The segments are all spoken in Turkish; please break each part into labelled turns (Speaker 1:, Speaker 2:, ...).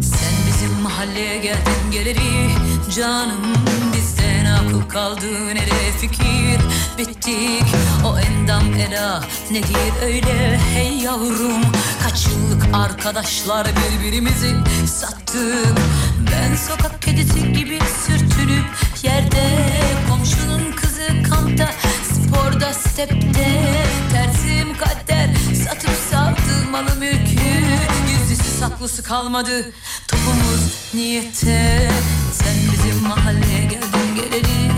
Speaker 1: Sen bizim mahalleye geldin geleli Canım bizden akıl kaldı nereye fikir Bittik o endam eda nedir öyle hey yavrum Kaç yıllık arkadaşlar birbirimizi sattık Ben sokak kedisi gibi sürtünüp yerde Komşunun kızı kampta sporda stepte Tersim kader satıp sattım malı mülkü Gizlisi saklısı kalmadı topumuz niyete Sen bizim mahalleye geldin geleli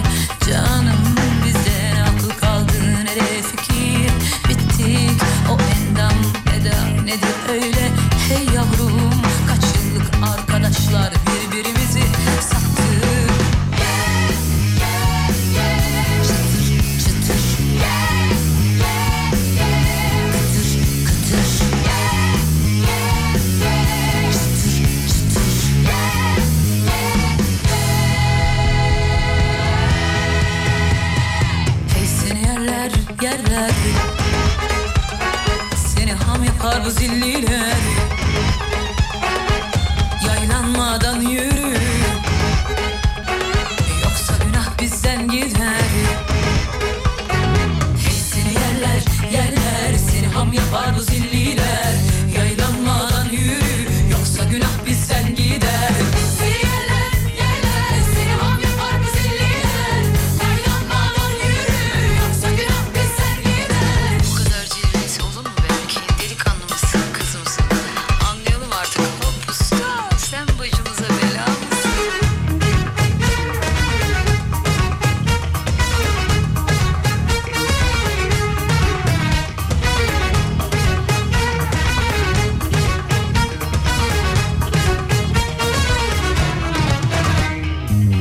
Speaker 1: Canım bizden akıl kaldı nereye fikir Bittik o endam eda nedir öyle Hey yavrum kaç yıllık arkadaşlar birbirimizi sattık Çıtır çıtır Kıtır kıtır Hey seni yerler yerler Seni ham yapar bu zilliler Yaylanmadan yürü Yoksa günah bizden gider Hey seni yerler yerler Seni ham yapar bu zilliler Yaylanmadan yürü Yoksa günah bizden gider Seni yerler yerler Seni ham yapar bu zilliler Yaylanmadan yürü Yoksa günah bizden gider
Speaker 2: Bu kadar cilvesi olur mu belki? Delikanlı mısın, kız mısın? Anlayalım artık. Hop usta, sen başımıza bela mısın?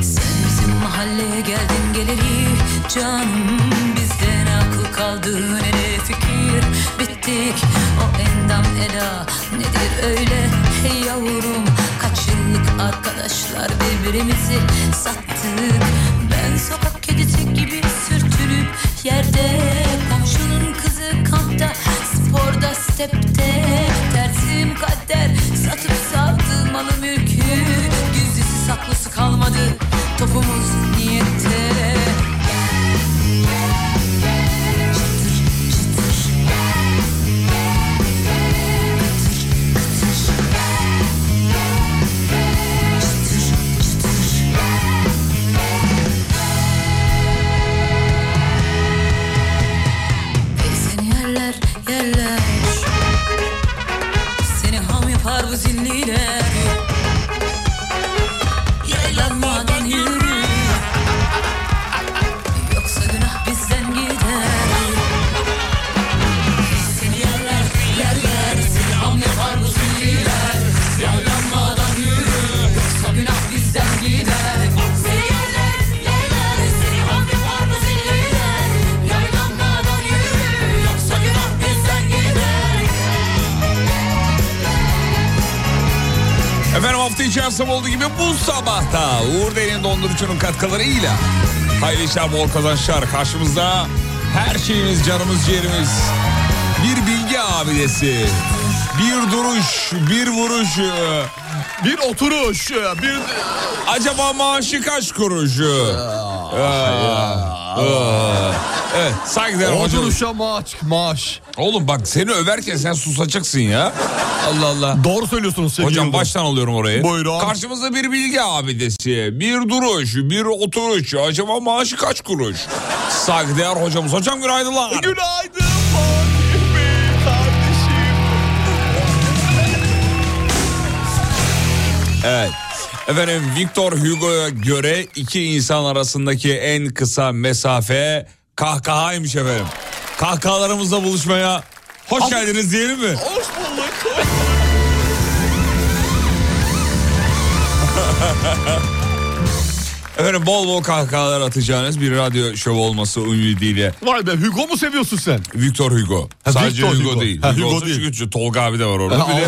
Speaker 1: Sen bizim mahalleye geldin geleli Canım bizden akıl kaldı Nereye fikir bittik O endam eda nedir öyle Hey yavrum kaç yıllık arkadaşlar Birbirimizi sattık Ben sokak kedisi gibi sürtünüp yerde Komşunun kızı kampta sporda stepte Tersim kader satıp sattım malı mülkü Gizlisi saklısı kalmadı topumuz niyette Çıtır çıtır Kıtır kıtır Çıtır çıtır Ey seni yerler yerler Seni ham yapar bu zilliler Yaylanmadan yürü Yoksa günah bizden gider Ey seni yerler yerler Seni ham yapar bu zilliler Yaylanmadan yürü Yoksa günah bizden gider Seni yerler yerler Seni ham yapar bu zilliler Yaylanmadan yürü Yoksa günah bizden gider
Speaker 3: Efendim hafta içi her sabah olduğu gibi bu sabahta Uğur Derin Dondurucu'nun katkılarıyla hayırlı işler bol kazançlar karşımızda her şeyimiz canımız ciğerimiz bir bilgi abidesi bir duruş bir vuruş e,
Speaker 4: Bir oturuş, bir...
Speaker 3: acaba maaşı kaç kuruş e, e, e, evet saygıdeğer hocam
Speaker 4: Oturuşa maaş, maaş.
Speaker 3: oğlum bak seni överken sen susacaksın ya Allah Allah
Speaker 4: Doğru söylüyorsunuz sevgili
Speaker 3: Hocam
Speaker 4: Yıldırım.
Speaker 3: baştan alıyorum orayı.
Speaker 4: Buyurun.
Speaker 3: Karşımızda bir bilgi abidesi, bir duruş, bir oturuş. Acaba maaşı kaç kuruş? Saygıdeğer hocamız. Hocam günaydınlar.
Speaker 4: Günaydın Fatih Bey kardeşim.
Speaker 3: Evet. Efendim Victor Hugo'ya göre iki insan arasındaki en kısa mesafe kahkahaymış efendim. Kahkahalarımızla buluşmaya hoş geldiniz diyelim mi?
Speaker 4: Hoş bulduk.
Speaker 3: Öyle bol bol kahkahalar atacağınız bir radyo şovu olması ümidiyle.
Speaker 5: Vay be Hugo mu seviyorsun sen?
Speaker 3: Victor Hugo.
Speaker 5: Ha,
Speaker 3: Sadece
Speaker 5: Victor
Speaker 3: Hugo,
Speaker 5: Hugo.
Speaker 3: değil.
Speaker 5: Ha,
Speaker 3: Hugo,
Speaker 5: Hugo
Speaker 3: olsa
Speaker 5: değil.
Speaker 3: Çünkü şu Tolga abi de var orada.
Speaker 5: Ha,
Speaker 3: Bir de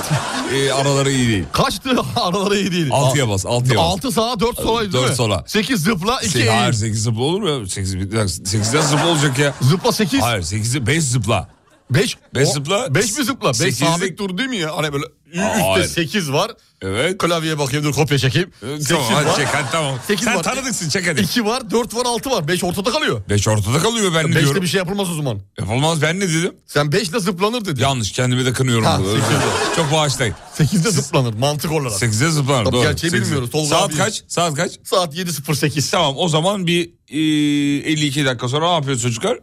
Speaker 3: e, araları iyi değil.
Speaker 5: Kaçtı araları iyi değil.
Speaker 3: Altıya bas, altıya bas.
Speaker 5: 6 sağa 4 sola değil
Speaker 3: Dört
Speaker 5: mi?
Speaker 3: sola.
Speaker 5: 8 zıpla 2
Speaker 3: Se- Hayır
Speaker 5: eğil.
Speaker 3: 8 zıpla olur mu? 8, 8'den zıpla olacak ya.
Speaker 5: Zıpla 8.
Speaker 3: Hayır 8'de 5 zıpla.
Speaker 5: 5.
Speaker 3: Beş zıpla.
Speaker 5: 5 mi zıpla? 5
Speaker 3: Sekiz
Speaker 5: sabit
Speaker 3: zıp-
Speaker 5: dur değil mi ya? Hani böyle
Speaker 3: Hayır.
Speaker 5: üstte 8 var.
Speaker 3: Evet.
Speaker 5: Klavyeye bakayım dur kopya çekeyim.
Speaker 3: Ee,
Speaker 5: 8
Speaker 3: Tamam hadi
Speaker 5: var.
Speaker 3: çek hadi tamam.
Speaker 5: Sekiz
Speaker 3: Sen
Speaker 5: var.
Speaker 3: tanıdıksın çek hadi.
Speaker 5: 2 var 4 var 6 var. 5 ortada kalıyor.
Speaker 3: 5 ortada kalıyor ben ne
Speaker 5: 5'te
Speaker 3: diyorum.
Speaker 5: bir şey yapılmaz o zaman.
Speaker 3: Yapılmaz ben ne dedim?
Speaker 5: Sen 5 ile zıplanır dedin.
Speaker 3: Yanlış kendimi de kınıyorum
Speaker 5: Ha,
Speaker 3: burada.
Speaker 5: sekizde.
Speaker 3: Çok bağışlayın.
Speaker 5: 8'de zıplanır mantık olarak.
Speaker 3: 8'de zıplar
Speaker 5: Tabii
Speaker 3: doğru.
Speaker 5: gerçeği
Speaker 3: Sekiz-
Speaker 5: bilmiyoruz, Tolga
Speaker 3: Saat
Speaker 5: abi-
Speaker 3: kaç? Saat kaç?
Speaker 5: Saat 7.08.
Speaker 3: Tamam o zaman bir e, 52 dakika sonra ne yapıyoruz çocuklar?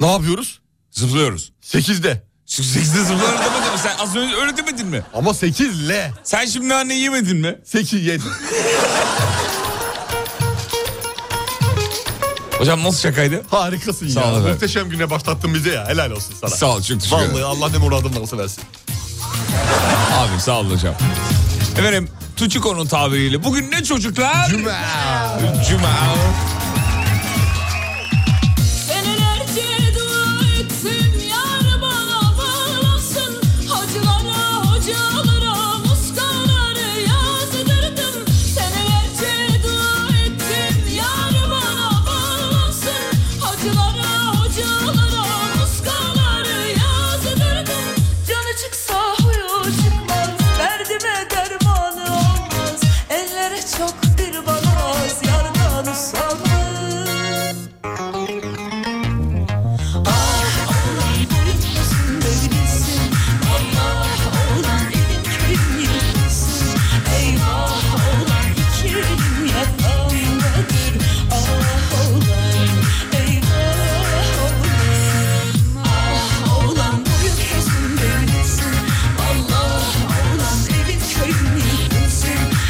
Speaker 5: Ne yapıyoruz?
Speaker 3: Zıplıyoruz.
Speaker 5: 8'de.
Speaker 3: 8'de zıplarız demedin mi? Sen az önce öyle demedin mi?
Speaker 5: Ama 8 ile.
Speaker 3: Sen şimdi anne yemedin mi?
Speaker 5: 8 7.
Speaker 3: Hocam nasıl şakaydı?
Speaker 5: Harikasın
Speaker 3: Sağ
Speaker 5: ya.
Speaker 3: ol efendim.
Speaker 5: Muhteşem güne başlattın bizi ya. Helal olsun sana.
Speaker 3: Sağ ol çok teşekkür
Speaker 5: Vallahi
Speaker 3: ederim.
Speaker 5: Allah ne muradın nasıl versin.
Speaker 3: Abi sağ ol hocam. Efendim Tuçiko'nun tabiriyle bugün ne çocuklar?
Speaker 5: Cuma.
Speaker 3: Cuma.
Speaker 2: Senelerce dua ettim yar bana bağlasın Hacılara, hocalara, muskalara yazdırdım Senelerce dua ettim yar bana bağlasın Hacılara, hocalara, muskalara yazdırdım Canı çıksa huyu çıkmaz, derdime dermanı olmaz Ellere çok bir balaz, yardan usanır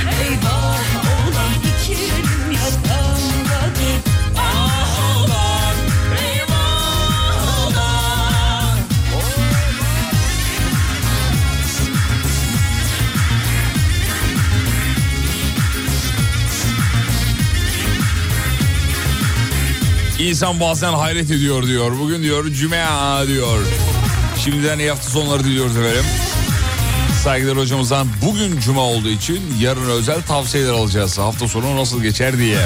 Speaker 2: Eyvah oğlan iki elim yatandadır Ah oğlan eyvah oğlan
Speaker 3: İnsan bazen hayret ediyor diyor. Bugün diyor Cuma diyor. Şimdiden iyi hafta sonları diliyoruz efendim. Saygılar hocamızdan bugün Cuma olduğu için yarın özel tavsiyeler alacağız. Hafta sonu nasıl geçer diye.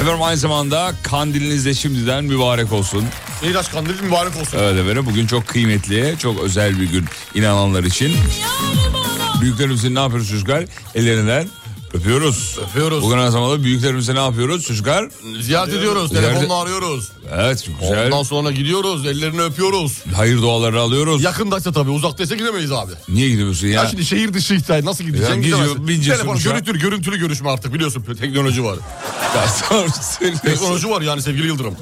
Speaker 3: Efendim aynı zamanda kandiliniz de şimdiden mübarek olsun.
Speaker 5: Miraç kandil mübarek olsun.
Speaker 3: Evet efendim bugün çok kıymetli, çok özel bir gün inananlar için. Büyüklerimizin ne yapıyoruz çocuklar? Ellerinden öpüyoruz.
Speaker 5: Öpüyoruz.
Speaker 3: Bugün aynı zamanda büyüklerimize ne yapıyoruz çocuklar?
Speaker 5: Ziyaret ediyoruz.
Speaker 3: Ee, Ziyaret-
Speaker 5: Telefonla arıyoruz.
Speaker 3: Evet güzel.
Speaker 5: Ondan sonra gidiyoruz. Ellerini öpüyoruz.
Speaker 3: Hayır duaları alıyoruz.
Speaker 5: Yakındaysa tabii uzaktaysa gidemeyiz abi.
Speaker 3: Niye gidiyorsun ya?
Speaker 5: Ya şimdi şey- şehir dışıysa nasıl
Speaker 3: Ya
Speaker 5: gideceksin?
Speaker 3: gidiyor,
Speaker 5: Gidemezsin.
Speaker 3: bineceksin
Speaker 5: Telefon
Speaker 3: uçağa.
Speaker 5: görüntülü, görüntülü görüşme artık biliyorsun teknoloji var.
Speaker 3: Ya sonra söylüyorsun.
Speaker 5: Teknoloji var yani sevgili Yıldırım.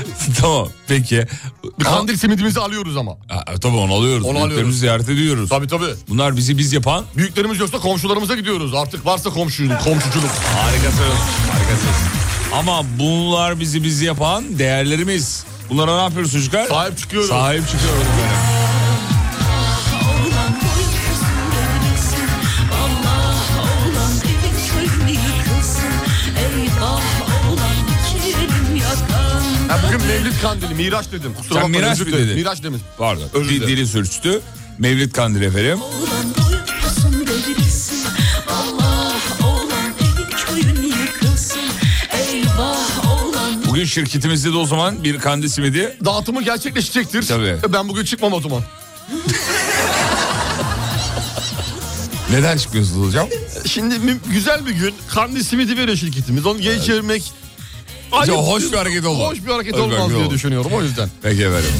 Speaker 3: tamam peki.
Speaker 5: Bir kandil simidimizi alıyoruz ama.
Speaker 3: Ha, e, tabii onu alıyoruz.
Speaker 5: Onu alıyoruz.
Speaker 3: Büyüklerimizi ziyaret ediyoruz.
Speaker 5: Tabii tabii.
Speaker 3: Bunlar bizi biz yapan.
Speaker 5: Büyüklerimiz yoksa komşularımıza gidiyoruz. Artık varsa komşuculuk, komşuculuk.
Speaker 3: Harikasınız. Harikasınız. Ama bunlar bizi biz yapan değerlerimiz. Bunlara ne yapıyoruz çocuklar?
Speaker 5: Sahip çıkıyoruz.
Speaker 3: Sahip çıkıyoruz. böyle.
Speaker 2: Oğlan boyun kızın devrilsin Allah oğlan evin köyünü yıkılsın Eyvah oğlan iki elim yakan
Speaker 5: Ha, bugün Mevlid kandili, Miraç dedim. Kusura
Speaker 3: Sen
Speaker 5: bakma,
Speaker 3: Miraç
Speaker 5: özür
Speaker 3: mı
Speaker 5: dilerim.
Speaker 3: dedin?
Speaker 5: Miraç demiş.
Speaker 3: Pardon.
Speaker 5: Özür
Speaker 3: Di-
Speaker 5: dilerim.
Speaker 3: dili sürçtü. Mevlid Kandil efendim.
Speaker 2: Oğlan boyun kızın devrilsin Allah oğlan evin köyünü yıkılsın Eyvah oğlan
Speaker 3: Bugün şirketimizde de o zaman bir kandil simidi.
Speaker 5: Dağıtımı gerçekleşecektir.
Speaker 3: Tabii.
Speaker 5: E, Ben bugün çıkmam o zaman.
Speaker 3: Neden çıkıyorsunuz hocam?
Speaker 5: E, Şimdi mü- güzel bir gün kandil simidi veriyor şirketimiz. Onu geri çevirmek Ayıp.
Speaker 3: hoş bir hareket olur.
Speaker 5: hoş bir hareket
Speaker 3: Hoş bir
Speaker 5: olmaz
Speaker 3: hareket
Speaker 5: diye
Speaker 3: olur.
Speaker 5: düşünüyorum o yüzden.
Speaker 3: Peki efendim.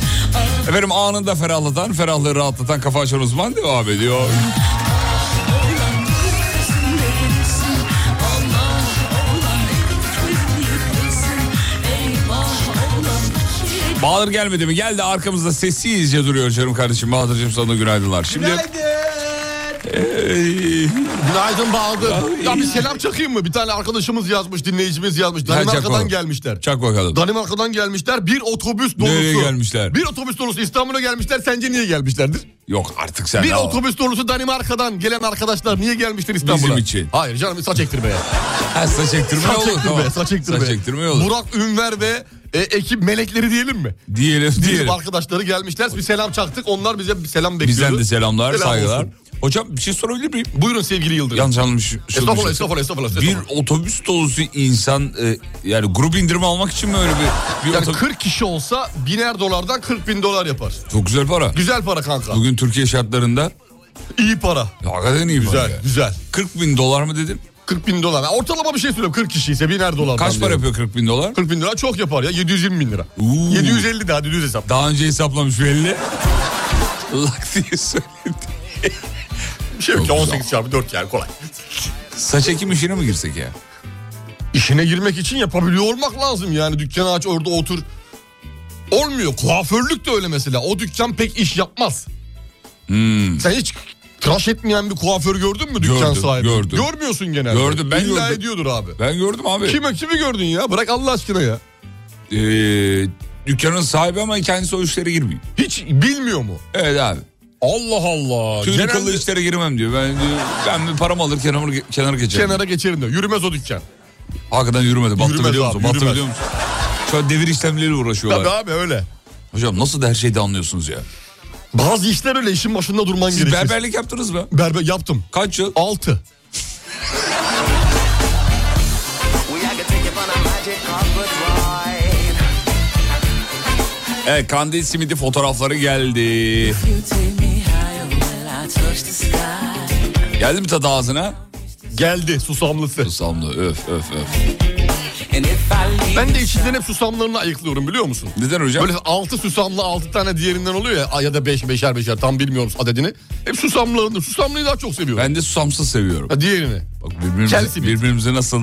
Speaker 3: Efendim anında ferahlatan, ferahlığı rahatlatan kafa açan uzman devam ediyor. Bahadır gelmedi mi? Geldi arkamızda sessizce duruyor canım kardeşim. Bahadır'cığım sana da günaydınlar. Şimdi
Speaker 6: Günaydın.
Speaker 5: Günaydın Bahadır. Ya bir selam çakayım mı? Bir tane arkadaşımız yazmış, dinleyicimiz yazmış. Danimarka'dan
Speaker 3: bakalım.
Speaker 5: gelmişler.
Speaker 3: Çak bakalım.
Speaker 5: Danimarka'dan gelmişler. Bir otobüs dolusu.
Speaker 3: Nereye gelmişler?
Speaker 5: Bir otobüs dolusu İstanbul'a gelmişler. Sence niye gelmişlerdir?
Speaker 3: Yok artık sen.
Speaker 5: bir
Speaker 3: al.
Speaker 5: otobüs dolusu Danimarka'dan gelen arkadaşlar niye gelmişler İstanbul'a?
Speaker 3: Bizim için.
Speaker 5: Hayır canım saç ektirmeye.
Speaker 3: Ha, saç ektirme
Speaker 5: saç
Speaker 3: olur.
Speaker 5: ektirme,
Speaker 3: tamam.
Speaker 5: saç ektirme.
Speaker 3: Saç ektirme olur.
Speaker 5: Burak Ünver ve e, ekip melekleri diyelim mi?
Speaker 3: diyelim
Speaker 5: Bizim
Speaker 3: diyelim.
Speaker 5: arkadaşları gelmişler. Bir selam çaktık. Onlar bize bir selam bekliyordu.
Speaker 3: Bizden de selamlar,
Speaker 5: Selam
Speaker 3: saygılar.
Speaker 5: olsun.
Speaker 3: Hocam bir şey sorabilir miyim?
Speaker 5: Buyurun sevgili Yıldırım.
Speaker 3: Yanlış anlamış. şunu
Speaker 5: Estağfurullah,
Speaker 3: düşün.
Speaker 5: estağfurullah, estağfurullah,
Speaker 3: Bir
Speaker 5: estağfurullah.
Speaker 3: otobüs dolusu insan e, yani grup indirimi almak için mi öyle bir, bir
Speaker 5: Yani
Speaker 3: otobüs?
Speaker 5: 40 kişi olsa biner dolardan 40 bin dolar yapar.
Speaker 3: Çok güzel para.
Speaker 5: Güzel para kanka.
Speaker 3: Bugün Türkiye şartlarında
Speaker 5: İyi para.
Speaker 3: ya, hakikaten iyi para.
Speaker 5: Güzel,
Speaker 3: ya.
Speaker 5: güzel.
Speaker 3: 40 bin dolar mı dedim?
Speaker 5: 40 bin dolar. Ortalama bir şey söylüyorum. 40 kişi ise biner dolar.
Speaker 3: Kaç para yapıyor 40 bin dolar?
Speaker 5: 40 bin dolar çok yapar ya. 720 bin lira.
Speaker 3: Oo.
Speaker 5: 750 daha düz hesap.
Speaker 3: Daha önce hesaplamış belli. Lak diye söyledi.
Speaker 5: Bir şey yok ki
Speaker 3: Çok
Speaker 5: 18 çarpı 4 yani kolay.
Speaker 3: Saç ekim işine mi girsek ya?
Speaker 5: İşine girmek için yapabiliyor olmak lazım yani. Dükkanı aç orada otur. Olmuyor. Kuaförlük de öyle mesela. O dükkan pek iş yapmaz.
Speaker 3: Hmm.
Speaker 5: Sen hiç tıraş etmeyen bir kuaför gördün mü dükkan
Speaker 3: Gördüm,
Speaker 5: sahibi?
Speaker 3: gördüm.
Speaker 5: Görmüyorsun genelde.
Speaker 3: Gördüm, ben
Speaker 5: İlla
Speaker 3: gördüm.
Speaker 5: ediyordur abi.
Speaker 3: Ben gördüm abi.
Speaker 5: Kime kimi gördün ya? Bırak Allah aşkına ya.
Speaker 3: Ee, dükkanın sahibi ama kendisi o işlere girmiyor.
Speaker 5: Hiç bilmiyor mu?
Speaker 3: Evet abi.
Speaker 5: Allah Allah.
Speaker 3: Tüylü
Speaker 5: Genelde
Speaker 3: kıllı işlere girmem diyor. Ben diyor, ben bir param alır kenara, kenara geçerim.
Speaker 5: kenara geçerim diyor. Yürümez o dükkan.
Speaker 3: Hakikaten yürümedi. Battı
Speaker 5: Yürümez
Speaker 3: biliyor
Speaker 5: abi,
Speaker 3: musun? Battı
Speaker 5: yürümez.
Speaker 3: biliyor musun? Şu an devir işlemleriyle uğraşıyorlar.
Speaker 5: Tabii abi öyle.
Speaker 3: Hocam nasıl da her şeyde anlıyorsunuz ya?
Speaker 5: Bazı işler öyle işin başında durman
Speaker 3: Siz
Speaker 5: gerekir.
Speaker 3: berberlik yaptınız mı?
Speaker 5: Berber yaptım.
Speaker 3: Kaç yıl?
Speaker 5: 6.
Speaker 3: Evet kandil simidi fotoğrafları geldi. Geldi mi tadı ağzına?
Speaker 5: Geldi susamlısı.
Speaker 3: Susamlı öf öf öf.
Speaker 5: Ben de içinden hep susamlarını ayıklıyorum biliyor musun?
Speaker 3: Neden hocam?
Speaker 5: Böyle 6 susamlı 6 tane diğerinden oluyor ya ay ya da 5 beşer beşer tam bilmiyorum adedini. Hep susamlarını susamlıyı daha çok seviyorum.
Speaker 3: Ben de susamsız seviyorum.
Speaker 5: Ha, diğerini.
Speaker 3: Bak
Speaker 5: Kel
Speaker 3: birbirimizi,
Speaker 5: simit.
Speaker 3: birbirimizi nasıl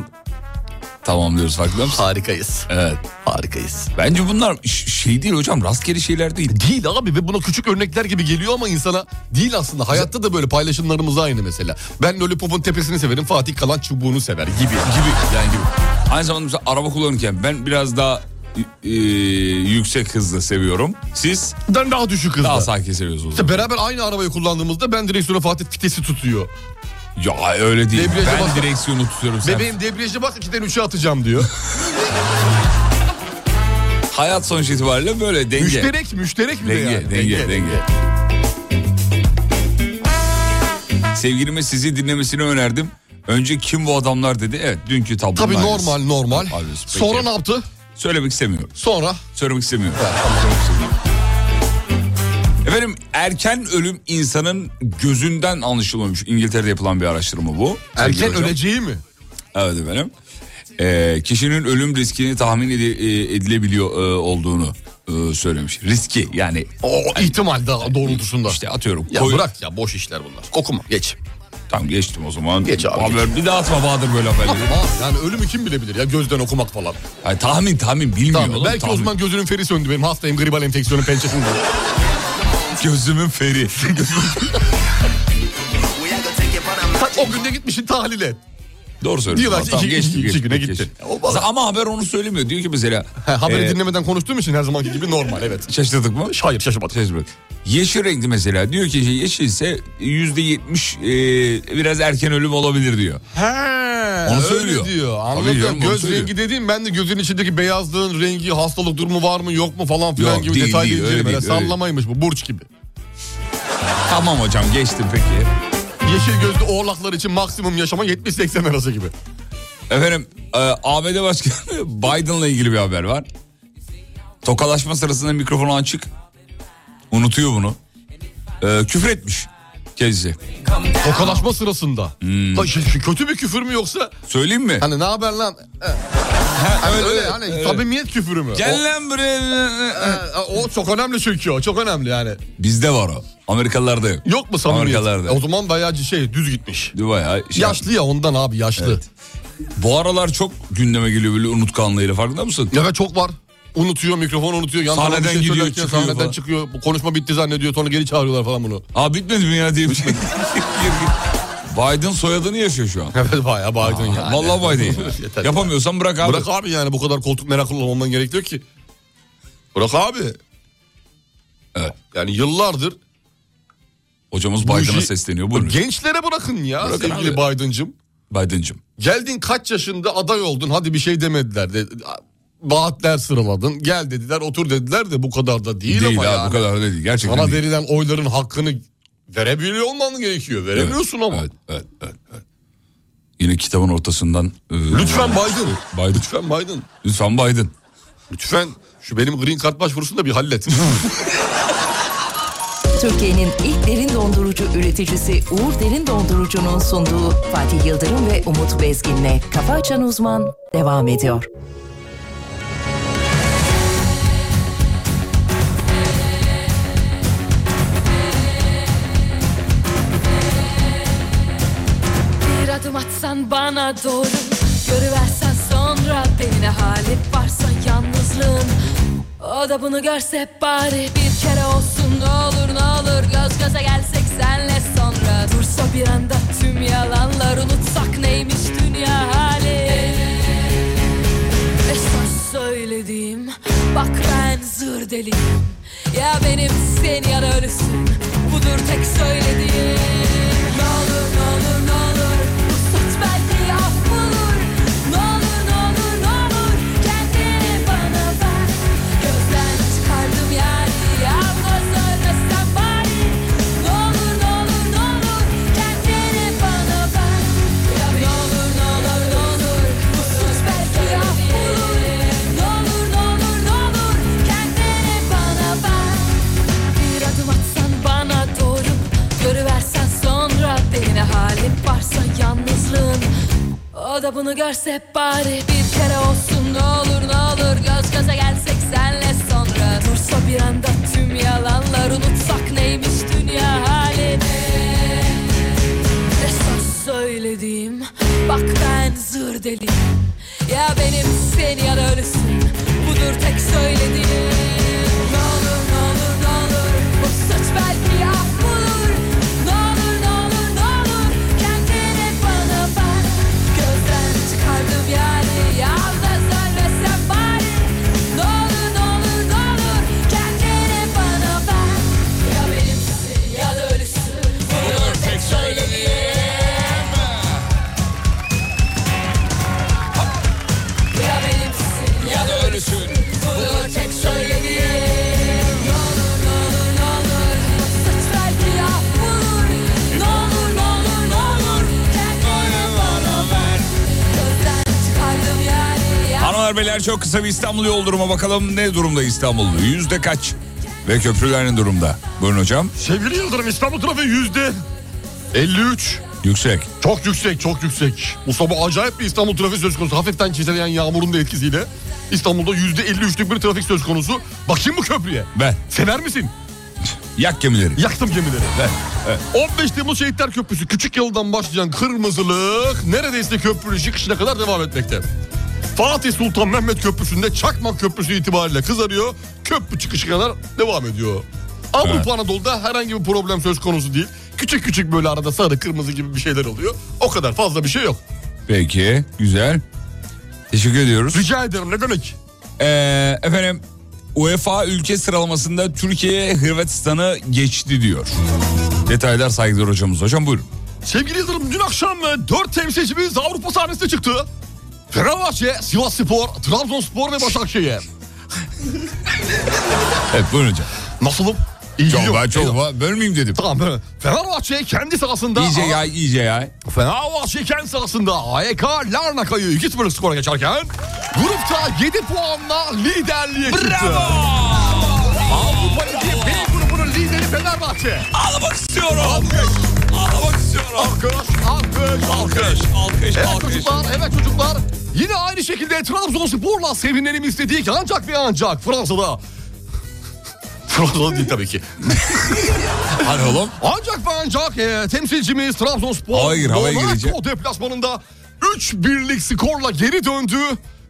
Speaker 3: tamamlıyoruz farkında mısın?
Speaker 5: Harikayız.
Speaker 3: Evet.
Speaker 5: Harikayız.
Speaker 3: Bence bunlar ş- şey değil hocam rastgele şeyler değil.
Speaker 5: E, Değil abi ve buna küçük örnekler gibi geliyor ama insana değil aslında. Hayatta da böyle paylaşımlarımız aynı mesela. Ben Lollipop'un tepesini severim Fatih kalan çubuğunu sever gibi.
Speaker 3: Gibi yani gibi. Aynı zamanda mesela araba kullanırken ben biraz daha e, yüksek hızda seviyorum. Siz
Speaker 5: Ben daha düşük hızda.
Speaker 3: daha sakin seviyorsunuz.
Speaker 5: İşte beraber aynı arabayı kullandığımızda ben direksiyona Fatih vitesi tutuyor.
Speaker 3: Ya öyle değil.
Speaker 5: Debriyaja
Speaker 3: ben
Speaker 5: bas-
Speaker 3: direksiyonu tutuyorum. Sen.
Speaker 5: Bebeğim debriyaja bas 2'den 3'e atacağım diyor.
Speaker 3: Hayat sonuç itibariyle böyle denge.
Speaker 5: müşterek müşterek mi de
Speaker 3: Denge,
Speaker 5: yani?
Speaker 3: denge, denge. Sevgilime sizi dinlemesini önerdim. Önce kim bu adamlar dedi. Evet dünkü tablonun
Speaker 5: Tabii
Speaker 3: aynısı.
Speaker 5: normal normal.
Speaker 3: Aynısı, peki.
Speaker 5: Sonra ne yaptı?
Speaker 3: Söylemek istemiyorum.
Speaker 5: Sonra
Speaker 3: Söylemek istemiyorum. Söylemek istemiyorum. Efendim erken ölüm insanın gözünden anlaşılıyormuş. İngiltere'de yapılan bir araştırma bu. Sevgili
Speaker 5: erken
Speaker 3: hocam.
Speaker 5: öleceği mi?
Speaker 3: Evet efendim. Ee, kişinin ölüm riskini tahmin ede- e, edilebiliyor e, olduğunu e, söylemiş. Riski yani
Speaker 5: O ihtimal daha doğrultusunda.
Speaker 3: işte atıyorum.
Speaker 5: ya
Speaker 3: koyun-
Speaker 5: bırak ya boş işler bunlar. Okuma geç.
Speaker 3: Tamam geçtim o zaman.
Speaker 5: Geç abi,
Speaker 3: Haber- Bir daha atma Bahadır böyle haberleri.
Speaker 5: Aa, yani ölümü kim bilebilir ya gözden okumak falan.
Speaker 3: Hayır, tahmin tahmin bilmiyor.
Speaker 5: Tamam,
Speaker 3: oğlum,
Speaker 5: belki
Speaker 3: tahmin.
Speaker 5: o zaman gözünün feri söndü benim hastayım gribal enfeksiyonun pençesinde.
Speaker 3: Gözümün feri.
Speaker 5: Sen o günde gitmişsin tahlile.
Speaker 3: Doğru söylüyorsun.
Speaker 5: Diyorlar
Speaker 3: Tamam,
Speaker 5: ki
Speaker 3: tamam,
Speaker 5: iki-
Speaker 3: geçtim,
Speaker 5: iki-
Speaker 3: geçtim,
Speaker 5: iki güne
Speaker 3: geçtim.
Speaker 5: gitti. O bana-
Speaker 3: Ama haber onu söylemiyor. Diyor ki mesela.
Speaker 5: Ha, haberi
Speaker 3: e,
Speaker 5: dinlemeden konuştuğum için her zamanki gibi normal evet.
Speaker 3: Şaşırdık mı?
Speaker 5: Hayır şaşırmadım.
Speaker 3: Şaşırdık. Yeşil renkli mesela diyor ki yeşilse yüzde yetmiş e, biraz erken ölüm olabilir diyor.
Speaker 5: He,
Speaker 3: Onu
Speaker 5: öyle
Speaker 3: söylüyor.
Speaker 5: diyor.
Speaker 3: Tabii
Speaker 5: Anladım.
Speaker 3: canım, onu
Speaker 5: Göz
Speaker 3: söylüyor.
Speaker 5: rengi dediğim ben de gözün içindeki beyazlığın rengi, hastalık durumu var mı yok mu falan filan
Speaker 3: Yok,
Speaker 5: gibi
Speaker 3: değil,
Speaker 5: detaylı
Speaker 3: değil, öyle
Speaker 5: incelemeler.
Speaker 3: değil, öyle.
Speaker 5: Sallamaymış bu burç gibi.
Speaker 3: Tamam hocam geçtim peki.
Speaker 5: Yeşil gözlü oğlaklar için maksimum yaşama 70-80 arası gibi.
Speaker 3: Efendim e, ABD Başkanı Biden'la ilgili bir haber var. Tokalaşma sırasında mikrofonu açık. Unutuyor bunu. E, küfür etmiş kendisi.
Speaker 5: Tokalaşma sırasında. Ta- şey- şey, kötü bir küfür mü yoksa
Speaker 3: Hmm. Söyleyeyim mi?
Speaker 5: hani ne haber lan? Eh,
Speaker 3: Ha,
Speaker 5: Hani öyle, hani samimiyet küfürü mü?
Speaker 3: Gel lan buraya.
Speaker 5: O, eh, o çok önemli çünkü o çok önemli yani.
Speaker 3: Bizde var o. Amerikalılarda yok.
Speaker 5: Yok mu samimiyet? E,
Speaker 3: Amerikalarda.
Speaker 5: O zaman bayağı şey düz gitmiş.
Speaker 3: Bayağı şey-
Speaker 5: Yaşlı ya ondan abi yaşlı.
Speaker 3: Bu aralar çok gündeme geliyor böyle unutkanlığıyla farkında mısın?
Speaker 5: Evet çok var. unutuyor mikrofonu unutuyor. Yandan
Speaker 3: Sahneden
Speaker 5: bir şey
Speaker 3: giriyor,
Speaker 5: söylerken
Speaker 3: çıkıyor
Speaker 5: Sahneden
Speaker 3: falan.
Speaker 5: çıkıyor. Bu konuşma bitti zannediyor sonra geri çağırıyorlar falan bunu.
Speaker 3: Aa bitmedi mi ya diye bir şey. Biden soyadını yaşıyor şu an.
Speaker 5: Evet bayağı Biden ya.
Speaker 3: Vallahi Biden.
Speaker 5: Yeter.
Speaker 3: Yapamıyorsan bırak abi.
Speaker 5: Bırak abi yani bu kadar koltuk meraklı olman gerekiyor ki. Bırak abi.
Speaker 3: Evet.
Speaker 5: Yani yıllardır
Speaker 3: Hocamız
Speaker 5: Bu
Speaker 3: Biden'a
Speaker 5: işi-
Speaker 3: sesleniyor. Buyurun.
Speaker 5: gençlere bırakın ya
Speaker 3: Bırakın
Speaker 5: sevgili Biden'cım.
Speaker 3: Biden'cığım.
Speaker 5: Geldin kaç yaşında aday oldun hadi bir şey demediler. De, vaatler sıraladın gel dediler otur dediler de bu kadar da değil,
Speaker 3: Değil,
Speaker 5: ama
Speaker 3: abi
Speaker 5: yani.
Speaker 3: bu kadar öyle değil. Gerçekten
Speaker 5: Sana
Speaker 3: değil.
Speaker 5: verilen oyların hakkını verebiliyor olman gerekiyor. Veremiyorsun ama.
Speaker 3: Evet, evet, evet, evet. Yine kitabın ortasından. e,
Speaker 5: Lütfen Biden.
Speaker 3: Biden.
Speaker 5: Lütfen Biden.
Speaker 3: Lütfen Biden.
Speaker 5: Lütfen şu benim green card başvurusunu da bir hallet.
Speaker 7: Türkiye'nin ilk derin dondurucu üreticisi Uğur Derin Dondurucu'nun sunduğu Fatih Yıldırım ve Umut Bezgin'le Kafa Açan Uzman devam ediyor.
Speaker 2: Bir adım atsan bana doğru Görüversen sonra beni ne hali varsa yalnızlığın O da bunu görse bari Bir kere olsun ne olur ne olur Göz göze gelsek senle sonra Dursa bir anda tüm yalanlar Unutsak neymiş dünya hali Esas söylediğim Bak ben zır deliyim Ya benim sen ya da ölüsün Budur tek söylediğim Ne olur ne olur ne olur Bu suç belki af bulur Ne olur ne olur ne olur Kendini bana ver Gözden çıkardım yani Yalnız ölmesem bari Ne olur ne olur ne olur Kendini bana ver Ya ne olur ne olur ne olur Bu suç belki af bulur Ne olur ne olur ne olur Kendini bana ver bir adım atsan bana doğru Görüversen sonra beni ne halim varsa yalnızlığın O da bunu görse bari Bir kere olsun ne olur ne olur Göz göze gelsek senle sonra Dursa bir anda tüm yalanlar Unutsak neymiş dünya halini Esas söylediğim Bak ben zır deliyim Ya benimsin ya da ölüsün Budur tek söylediğim Ne olur ne olur ne olur Bu suç belki af bulur Ne olur ne olur ne olur Kendini bana ver Gözden çıkardım yani Yalnız ölmesem bari Ne olur ne olur ne olur Kendini bana ver Ya benimsin ya da ölüsün Budur tek söylediğim Ya benimsin ya da ölüsün Bunu tek söylediğim Ne olur ne olur ne olur Suç belki af bulur Ne olur ne olur ne olur Kendini bana ver Gözden çıkardım yani ya
Speaker 3: Hanımlar beyler çok kısa bir İstanbul yol durumu bakalım ne durumda İstanbul? Yüzde kaç? Ve köprüler ne durumda? Buyurun hocam.
Speaker 5: Sevgili Yıldırım İstanbul trafiği yüzde 53.
Speaker 3: Yüksek.
Speaker 5: Çok yüksek çok yüksek. Bu sabah acayip bir İstanbul trafiği söz konusu. Hafiften çiseleyen yağmurun da etkisiyle İstanbul'da yüzde 53'lük bir trafik söz konusu. Bakayım mı köprüye?
Speaker 3: Ver.
Speaker 5: Sever misin?
Speaker 3: Yak gemileri.
Speaker 5: Yaktım gemileri. 15 Temmuz Şehitler Köprüsü küçük yıldan başlayan kırmızılık neredeyse köprünün çıkışına kadar devam etmekte. Fatih Sultan Mehmet Köprüsü'nde Çakmak Köprüsü itibariyle kızarıyor. Köprü çıkışı kadar devam ediyor. Avrupa
Speaker 3: Evet.
Speaker 5: Anadolu'da herhangi bir problem söz konusu değil. Küçük küçük böyle arada sarı kırmızı gibi bir şeyler oluyor. O kadar fazla bir şey yok.
Speaker 3: Peki. Güzel. Teşekkür ediyoruz.
Speaker 5: Rica ederim ne demek?
Speaker 3: Ee, efendim UEFA ülke sıralamasında Türkiye Hırvatistan'ı geçti diyor. Detaylar saygılar hocamız. Hocam buyurun.
Speaker 5: Sevgili Yıldırım dün akşam e, dört temsilcimiz Avrupa sahnesine çıktı. Fenerbahçe, Sivas Spor, Trabzonspor ve Başakşehir.
Speaker 3: Evet buyurun hocam.
Speaker 5: Nasılım? İyi
Speaker 3: Çok,
Speaker 5: gidiyor.
Speaker 3: ben çok bölmeyeyim dedim.
Speaker 5: Tamam. evet. Fenerbahçe kendi sahasında
Speaker 3: İyice yay iyice yay.
Speaker 5: Fenerbahçe kendi sahasında E AYK Larnaka'yı 2-0 skora geçerken grupta 7 puanla liderliğe çıktı. Avrupa Ligi B grubunun lideri Fenerbahçe.
Speaker 3: Ağlamak istiyorum. Ağlamak istiyorum.
Speaker 5: Alkış, alkış, alkış.
Speaker 3: Alkış,
Speaker 5: Evet çocuklar, evet çocuklar. Yine aynı şekilde Trabzonspor'la sevinlerim istedik ancak ve ancak Fransa'da. Fransa'da değil tabii ki.
Speaker 3: Hadi oğlum.
Speaker 5: Ancak ve ancak e, temsilcimiz Trabzonspor
Speaker 3: Hayır, havaya
Speaker 5: Monaco
Speaker 3: gireceğim.
Speaker 5: deplasmanında 3-1'lik skorla geri döndü.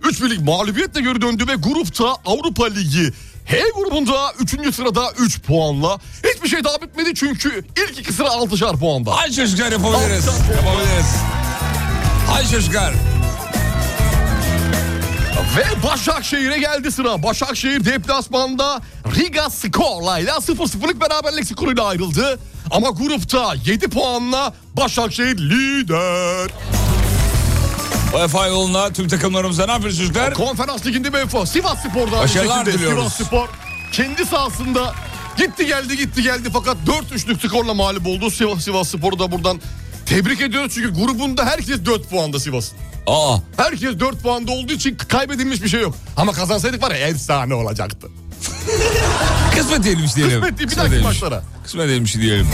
Speaker 5: 3 birlik mağlubiyetle geri döndü ve grupta Avrupa Ligi H grubunda 3. sırada 3 puanla. Hiçbir şey daha bitmedi çünkü ilk iki sıra 6'şar puanda.
Speaker 3: Hadi çocuklar yapabiliriz. Yapabiliriz. Hadi çocuklar.
Speaker 5: Ve Başakşehir'e geldi sıra. Başakşehir deplasmanda Riga skorla ile 0-0'lık beraberlik skoruyla ayrıldı. Ama grupta 7 puanla Başakşehir lider.
Speaker 3: UEFA yoluna tüm takımlarımıza ne yapıyoruz çocuklar?
Speaker 5: Konferans liginde UEFA Sivas Spor'da
Speaker 3: Başarılar diliyoruz.
Speaker 5: Sivas Spor kendi sahasında gitti geldi gitti geldi fakat 4-3'lük skorla mağlup oldu. Sivas, Sivas Spor'u da buradan tebrik ediyoruz çünkü grubunda herkes 4 puanda Sivas'ın.
Speaker 3: Aa
Speaker 5: Herkes 4 puanda olduğu için kaybedilmiş bir şey yok. Ama kazansaydık var ya efsane olacaktı.
Speaker 3: kısmet değilmiş diyelim.
Speaker 5: Kısmet değil, bir dahaki
Speaker 3: değilmiş.
Speaker 5: maçlara.
Speaker 3: Kısmet değilmiş diyelim.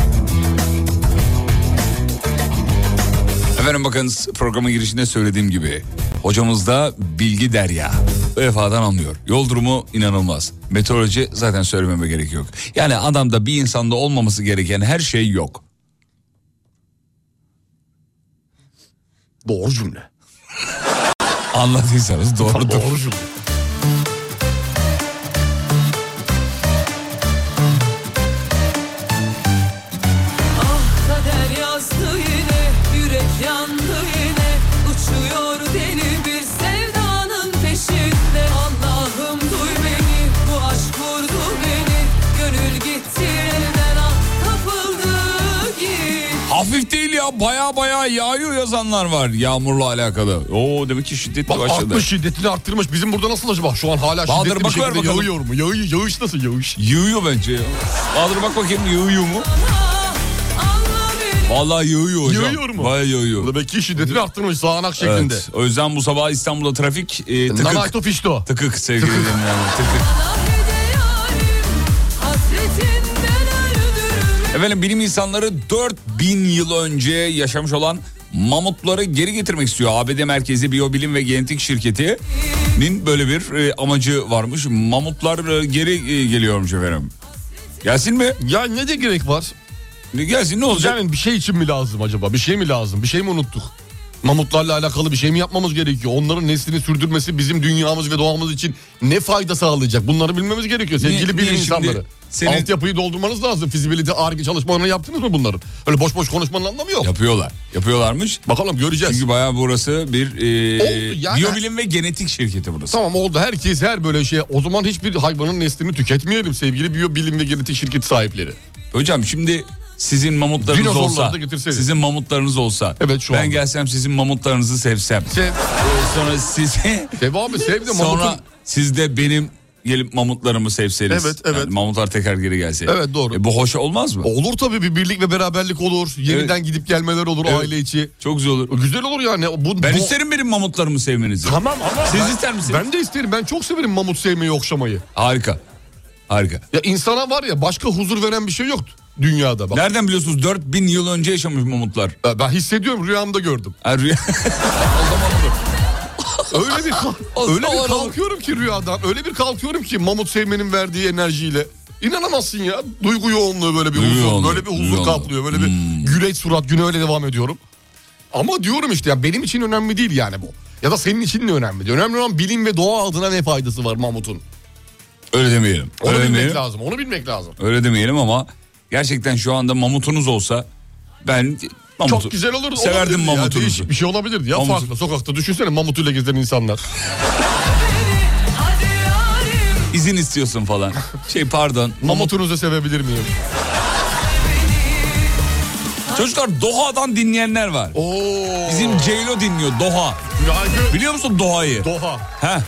Speaker 3: Efendim bakınız programın girişinde söylediğim gibi hocamız da bilgi derya. UEFA'dan anlıyor. Yol durumu inanılmaz. Meteoroloji zaten söylememe gerek yok. Yani adamda bir insanda olmaması gereken her şey yok.
Speaker 5: Doğru cümle.
Speaker 3: Anladıysanız doğrudur.
Speaker 5: Doğru cümle.
Speaker 2: Ah kader yazdı yine, yürek yandı yine Uçuyor deli bir sevdanın peşinde Allah'ım duy beni, bu aşk vurdu beni Gönül gitti elden ah kapıldı git
Speaker 3: Hafif değil ya baya baya yağıyor yazanlar var yağmurla alakalı. Oo demek ki şiddetli
Speaker 5: Bak
Speaker 3: başladı.
Speaker 5: artmış şiddetini arttırmış. Bizim burada nasıl acaba? Şu an hala
Speaker 3: Bahadır,
Speaker 5: şiddetli bir
Speaker 3: bak ver
Speaker 5: şekilde
Speaker 3: bakalım.
Speaker 5: yağıyor mu? Yağı, yağış nasıl yağış?
Speaker 3: Yığıyor bence ya. Bahadır bak bakayım yığıyor mu?
Speaker 2: Ah, Anla beni
Speaker 3: Vallahi yığıyor hocam.
Speaker 5: Yağıyor mu?
Speaker 3: Bayağı yağıyor.
Speaker 5: Demek ki şiddetini arttırmış sağanak şeklinde.
Speaker 3: Evet. O yüzden bu sabah İstanbul'da trafik e, tıkık.
Speaker 5: Nanayto fişto.
Speaker 3: Tıkık sevgili dinleyenler. Tıkık.
Speaker 2: ah hediyalim, hasretinden öldürürüm
Speaker 3: Efendim bilim insanları 4000 yıl önce yaşamış olan mamutları geri getirmek istiyor. ABD merkezi biyobilim ve genetik şirketinin böyle bir e, amacı varmış. Mamutlar e, geri e, geliyormuş efendim. Gelsin mi?
Speaker 5: Ya ne de gerek var?
Speaker 3: Ne Gelsin ne olacak?
Speaker 5: Yani bir şey için mi lazım acaba? Bir şey mi lazım? Bir şey mi unuttuk? Mamutlarla alakalı bir şey mi yapmamız gerekiyor? Onların neslini sürdürmesi bizim dünyamız ve doğamız için ne fayda sağlayacak? Bunları bilmemiz gerekiyor sevgili
Speaker 3: Niye-
Speaker 5: bilim
Speaker 3: niye şimdi
Speaker 5: insanları.
Speaker 3: senin-
Speaker 5: Altyapıyı doldurmanız lazım. Fizibilite, arge çalışmalarını yaptınız mı bunların? Öyle boş boş konuşmanın anlamı yok.
Speaker 3: Yapıyorlar. Yapıyorlarmış.
Speaker 5: Bakalım göreceğiz.
Speaker 3: Çünkü bayağı burası bir e,
Speaker 5: Oldu yani.
Speaker 3: biyobilim ve genetik şirketi burası.
Speaker 5: Tamam oldu herkes her böyle şey. O zaman hiçbir hayvanın neslini tüketmeyelim sevgili biyobilim ve genetik şirket sahipleri.
Speaker 3: Hocam şimdi sizin mamutlarınız
Speaker 5: Dinozorları
Speaker 3: olsa,
Speaker 5: da getirseydik.
Speaker 3: sizin mamutlarınız olsa,
Speaker 5: Evet, şu
Speaker 3: ben
Speaker 5: anda.
Speaker 3: gelsem sizin mamutlarınızı sevsem, Ee,
Speaker 5: Sev,
Speaker 3: sonra sizi,
Speaker 5: sev abi sev de
Speaker 3: sonra
Speaker 5: mamutun-
Speaker 3: siz de benim gelip mamutlarımı sevseniz,
Speaker 5: Evet, evet.
Speaker 3: Yani mamutlar tekrar geri gelse,
Speaker 5: Evet, doğru.
Speaker 3: E, bu hoş olmaz mı?
Speaker 5: Olur tabii bir birlik ve beraberlik olur. Yeniden gidip gelmeler olur
Speaker 3: Evet.
Speaker 5: aile içi.
Speaker 3: Çok güzel olur.
Speaker 5: Güzel olur yani. Bu,
Speaker 3: Ben
Speaker 5: bu-
Speaker 3: isterim benim mamutlarımı sevmenizi.
Speaker 5: Tamam ama.
Speaker 3: Siz
Speaker 5: ben-
Speaker 3: ister misiniz?
Speaker 5: Ben de isterim. Ben çok severim mamut sevmeyi, okşamayı.
Speaker 3: Harika, harika.
Speaker 5: Ya insana var ya başka huzur veren bir şey yok dünyada. Bak.
Speaker 3: Nereden biliyorsunuz 4000 yıl önce yaşamış mamutlar?
Speaker 5: Ben- Ben hissediyorum rüyamda gördüm.
Speaker 3: Ha, rüya-
Speaker 5: Öyle bir kalk-
Speaker 3: Olsun,
Speaker 5: öyle
Speaker 3: olur,
Speaker 5: bir
Speaker 3: olur.
Speaker 5: kalkıyorum ki rüyadan. Öyle bir kalkıyorum ki Mamut Seymen'in verdiği enerjiyle. İnanamazsın ya. Duygu yoğunluğu böyle bir
Speaker 3: Duygu
Speaker 5: huzur,
Speaker 3: yoğunluğu,
Speaker 5: böyle bir
Speaker 3: duygu yoğunluğu. Hmm.
Speaker 5: huzur kaplıyor. Böyle bir güleç surat güne öyle devam ediyorum. Ama diyorum işte ya benim için önemli değil yani bu. Ya da senin için de önemli değil. Önemli olan bilim ve doğa adına ne faydası var Mamut'un?
Speaker 3: Öyle demeyelim.
Speaker 5: Onu
Speaker 3: Öyle
Speaker 5: bilmek
Speaker 3: demeyelim.
Speaker 5: lazım. Onu bilmek lazım.
Speaker 3: Öyle demeyelim ama gerçekten şu anda mamutunuz olsa ben mamutu
Speaker 5: Çok güzel olurdu.
Speaker 3: Severdim
Speaker 5: olabilirdi ya.
Speaker 3: mamutunuzu.
Speaker 5: Değişik bir şey olabilirdi ya
Speaker 3: Mamut-
Speaker 5: farklı. Sokakta düşünsene mamutuyla gezen insanlar.
Speaker 2: Hadi yarim
Speaker 3: İzin istiyorsun falan. Şey pardon. Mamut.
Speaker 5: Mamutunuzu sevebilir miyim?
Speaker 3: Çocuklar Doha'dan dinleyenler var.
Speaker 5: Oo.
Speaker 3: Bizim Ceylo dinliyor Doha.
Speaker 5: Günaydın.
Speaker 3: Biliyor musun Doha'yı?
Speaker 5: Doha.
Speaker 3: Heh.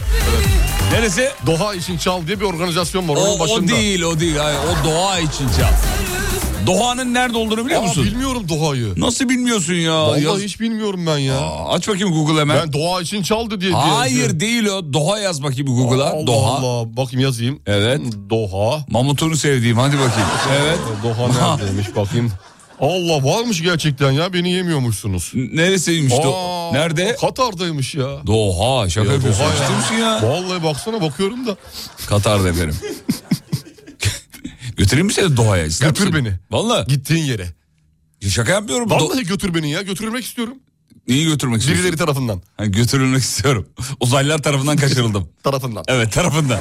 Speaker 3: Neresi?
Speaker 5: Doha için çal diye bir organizasyon var.
Speaker 3: O,
Speaker 5: Onun başında.
Speaker 3: o değil o değil. Hayır, o Doha için çal. Doha'nın nerede olduğunu biliyor
Speaker 5: Aa,
Speaker 3: musun?
Speaker 5: bilmiyorum Doha'yı.
Speaker 3: Nasıl bilmiyorsun ya?
Speaker 5: Vallahi
Speaker 3: Yaz-
Speaker 5: hiç bilmiyorum ben ya.
Speaker 3: Aa, Aç bakayım Google hemen.
Speaker 5: ben Doha için çaldı diye. diye-
Speaker 3: Hayır değil o. Doha yaz bakayım Google'a.
Speaker 5: Allah
Speaker 3: Doha.
Speaker 5: Allah. Bakayım yazayım.
Speaker 3: Evet.
Speaker 5: Doha.
Speaker 3: Mamutunu sevdiğim hadi bakayım. Evet.
Speaker 5: E, Doha neredeymiş bakayım. Allah varmış gerçekten ya beni yemiyormuşsunuz.
Speaker 3: Neresiymiş? Do-
Speaker 5: Aa,
Speaker 3: Nerede?
Speaker 5: Katar'daymış ya.
Speaker 3: Doha şaka
Speaker 5: Ya
Speaker 3: yapıyorsun.
Speaker 5: Doha
Speaker 3: Ciddi
Speaker 5: ya.
Speaker 3: misin ya?
Speaker 5: Vallahi baksana bakıyorum da.
Speaker 3: Katar'da efendim. Götüreyim mi seni Doha'ya? İster
Speaker 5: Götür
Speaker 3: misin?
Speaker 5: beni.
Speaker 3: Valla.
Speaker 5: Gittiğin yere.
Speaker 3: Şaka yapmıyorum. Do-
Speaker 5: Vallahi götür beni ya götürmek istiyorum.
Speaker 3: Neyi götürmek istiyorsun?
Speaker 5: Birileri tarafından.
Speaker 3: Ha, götürülmek istiyorum. Uzaylılar tarafından kaçırıldım.
Speaker 5: Tarafından.
Speaker 3: evet tarafından.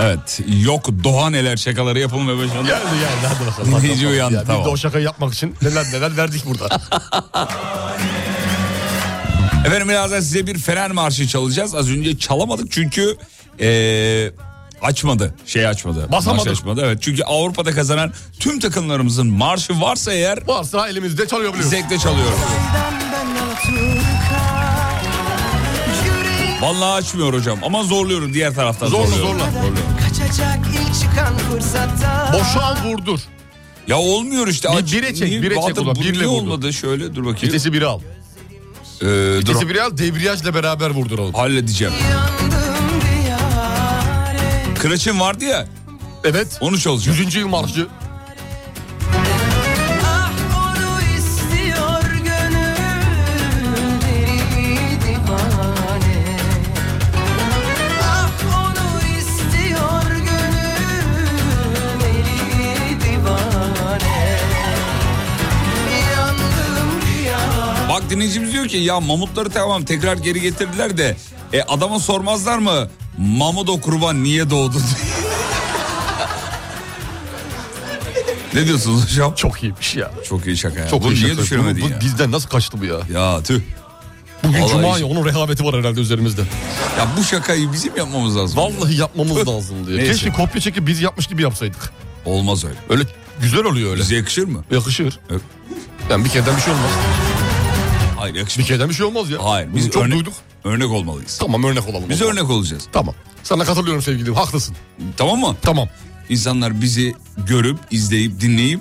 Speaker 3: Evet yok doğa neler şakaları yapılmaya başlandı.
Speaker 5: Geldi geldi hadi bakalım.
Speaker 3: şey Dinleyici
Speaker 5: Hadi bakalım.
Speaker 3: uyandı,
Speaker 5: Ya biz
Speaker 3: tamam.
Speaker 5: de o şakayı yapmak için neler neler verdik burada.
Speaker 3: Efendim birazdan size bir Fener Marşı çalacağız. Az önce çalamadık çünkü eee, açmadı. Şey açmadı.
Speaker 5: Basamadık.
Speaker 3: Marş açmadı. Evet çünkü Avrupa'da kazanan tüm takımlarımızın marşı varsa eğer
Speaker 5: Varsa elimizde çalıyor biliyoruz.
Speaker 3: zevkle çalıyoruz. Vallahi açmıyor hocam ama zorluyorum diğer taraftan
Speaker 5: Zorla,
Speaker 3: zorluyorum.
Speaker 5: zorla.
Speaker 3: Zorluyorum.
Speaker 6: Kaçacak ilk çıkan fırsatta
Speaker 5: Boşal vurdur.
Speaker 3: Ya olmuyor işte.
Speaker 5: Bir-
Speaker 3: Aç-
Speaker 5: bire çek,
Speaker 3: Niye-
Speaker 5: bire çek
Speaker 3: Bahadır,
Speaker 5: ulan,
Speaker 3: bu
Speaker 5: birle
Speaker 3: niye
Speaker 5: vurdu.
Speaker 3: olmadı şöyle dur bakayım.
Speaker 5: Vitesi biri al.
Speaker 3: Ee, dur,
Speaker 5: Vitesi biri al debriyajla beraber vurduralım.
Speaker 3: halledeceğim.
Speaker 6: yandım diyare
Speaker 3: Kıraç'ın vardı ya
Speaker 5: Evet.
Speaker 3: onu çalacağım.
Speaker 5: 100. yıl marşı.
Speaker 6: Ah onu istiyor gönül deri divane Ah onu istiyor gönül deri divane Yandım diyare
Speaker 3: Bak dinleyicimiz diyor ki ya mamutları tamam tekrar geri getirdiler de e, adama sormazlar mı? Mamudo kurban niye doğdu? ne diyorsunuz hocam?
Speaker 5: Çok iyiymiş ya.
Speaker 3: Çok iyi şaka ya.
Speaker 5: Çok
Speaker 3: bu
Speaker 5: iyi
Speaker 3: niye
Speaker 5: şaka.
Speaker 3: düşüremedin
Speaker 5: Bu- bu
Speaker 3: ya?
Speaker 5: bizden nasıl kaçtı bu ya?
Speaker 3: Ya tüh.
Speaker 5: Bugün
Speaker 3: Vallahi
Speaker 5: Cuma
Speaker 3: hiç-
Speaker 5: ya onun rehaveti var herhalde üzerimizde.
Speaker 3: Ya bu şakayı bizim yapmamız lazım.
Speaker 5: Vallahi yapmamız lazım diye.
Speaker 3: Neyse.
Speaker 5: Keşke kopya çekip biz yapmış gibi yapsaydık.
Speaker 3: Olmaz öyle.
Speaker 5: Öyle güzel oluyor öyle.
Speaker 3: Bize yakışır mı?
Speaker 5: Yakışır.
Speaker 3: Evet.
Speaker 5: Yani bir kereden bir şey olmaz.
Speaker 3: Hayır
Speaker 5: Bir
Speaker 3: yakışmaz.
Speaker 5: kereden bir şey olmaz ya.
Speaker 3: Hayır biz
Speaker 5: çok
Speaker 3: örnek,
Speaker 5: duyduk.
Speaker 3: örnek olmalıyız.
Speaker 5: Tamam örnek olalım.
Speaker 3: Biz
Speaker 5: o zaman.
Speaker 3: örnek olacağız.
Speaker 5: Tamam. Sana katılıyorum sevgilim. Haklısın.
Speaker 3: Tamam mı?
Speaker 5: Tamam.
Speaker 3: İnsanlar bizi görüp, izleyip, dinleyip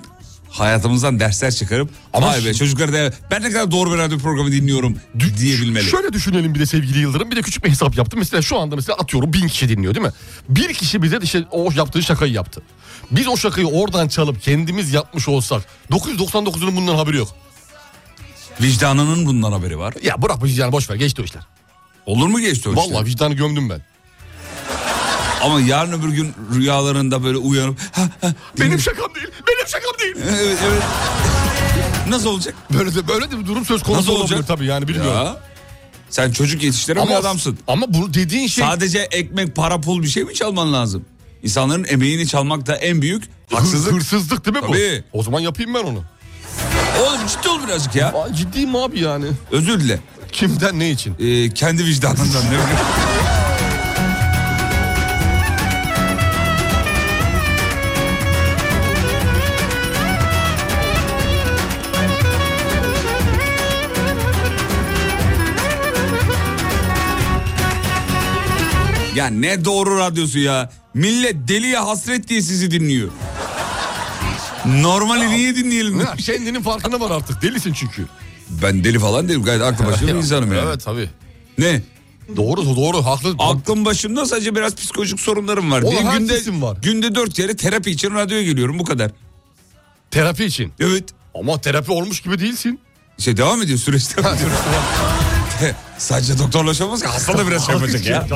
Speaker 3: hayatımızdan dersler çıkarıp
Speaker 5: Ama
Speaker 3: vay be
Speaker 5: şimdi-
Speaker 3: çocuklar da ben ne kadar doğru bir radyo programı dinliyorum diyebilmeli.
Speaker 5: Şöyle düşünelim bir de sevgili Yıldırım. Bir de küçük bir hesap yaptım. Mesela şu anda mesela atıyorum bin kişi dinliyor değil mi? Bir kişi bize de işte o yaptığı şakayı yaptı. Biz o şakayı oradan çalıp kendimiz yapmış olsak 999'unun bundan haberi yok.
Speaker 3: Vicdanının bundan haberi var.
Speaker 5: Ya bırak bu yani boş ver geçti o işler.
Speaker 3: Olur mu geçti o işler?
Speaker 5: Vallahi vicdanı gömdüm ben.
Speaker 3: şey? Ama yarın öbür gün rüyalarında böyle uyanıp "Ha, ha,"
Speaker 5: Benim şakam değil. Benim şakam değil.
Speaker 3: evet, evet. Nasıl olacak?
Speaker 5: Böyle de böyle de bir durum söz konusu
Speaker 3: Nasıl
Speaker 5: olabilir
Speaker 3: olacak?
Speaker 5: tabii yani bilmiyorum.
Speaker 3: Ya. Sen çocuk yetiştiren bir adamsın.
Speaker 5: Ama bu dediğin şey
Speaker 3: Sadece ekmek, para, pul bir şey mi çalman lazım? İnsanların emeğini çalmak da en büyük haksızlık.
Speaker 5: hır- hırsızlık değil mi bu?
Speaker 3: Tabii.
Speaker 5: O zaman yapayım ben onu.
Speaker 3: Oğlum ciddi ol birazcık ya.
Speaker 5: Aa, ciddiyim abi yani.
Speaker 3: Özür dile.
Speaker 5: Kimden ne için?
Speaker 3: Ee, kendi vicdanından. ne bileyim. Ya ne doğru radyosu ya. Millet deliye hasret diye sizi dinliyor. Normali niye dinleyelim?
Speaker 5: Ya, kendinin farkına var artık. Delisin çünkü.
Speaker 3: Ben deli falan değilim. Gayet aklı başında bir insanım yani.
Speaker 5: Evet tabii.
Speaker 3: Ne?
Speaker 5: Doğru doğru haklı.
Speaker 3: Aklım başımda sadece biraz psikolojik sorunlarım var.
Speaker 5: Oğlum
Speaker 3: diye
Speaker 5: herkesin
Speaker 3: günde,
Speaker 5: var.
Speaker 3: günde dört kere terapi için radyoya geliyorum bu kadar.
Speaker 5: Terapi için.
Speaker 3: Evet.
Speaker 5: Ama terapi olmuş gibi değilsin.
Speaker 3: İşte devam ediyor süreç devam ediyor. sadece doktorlaşamaz ki hasta da biraz şey yapacak ya.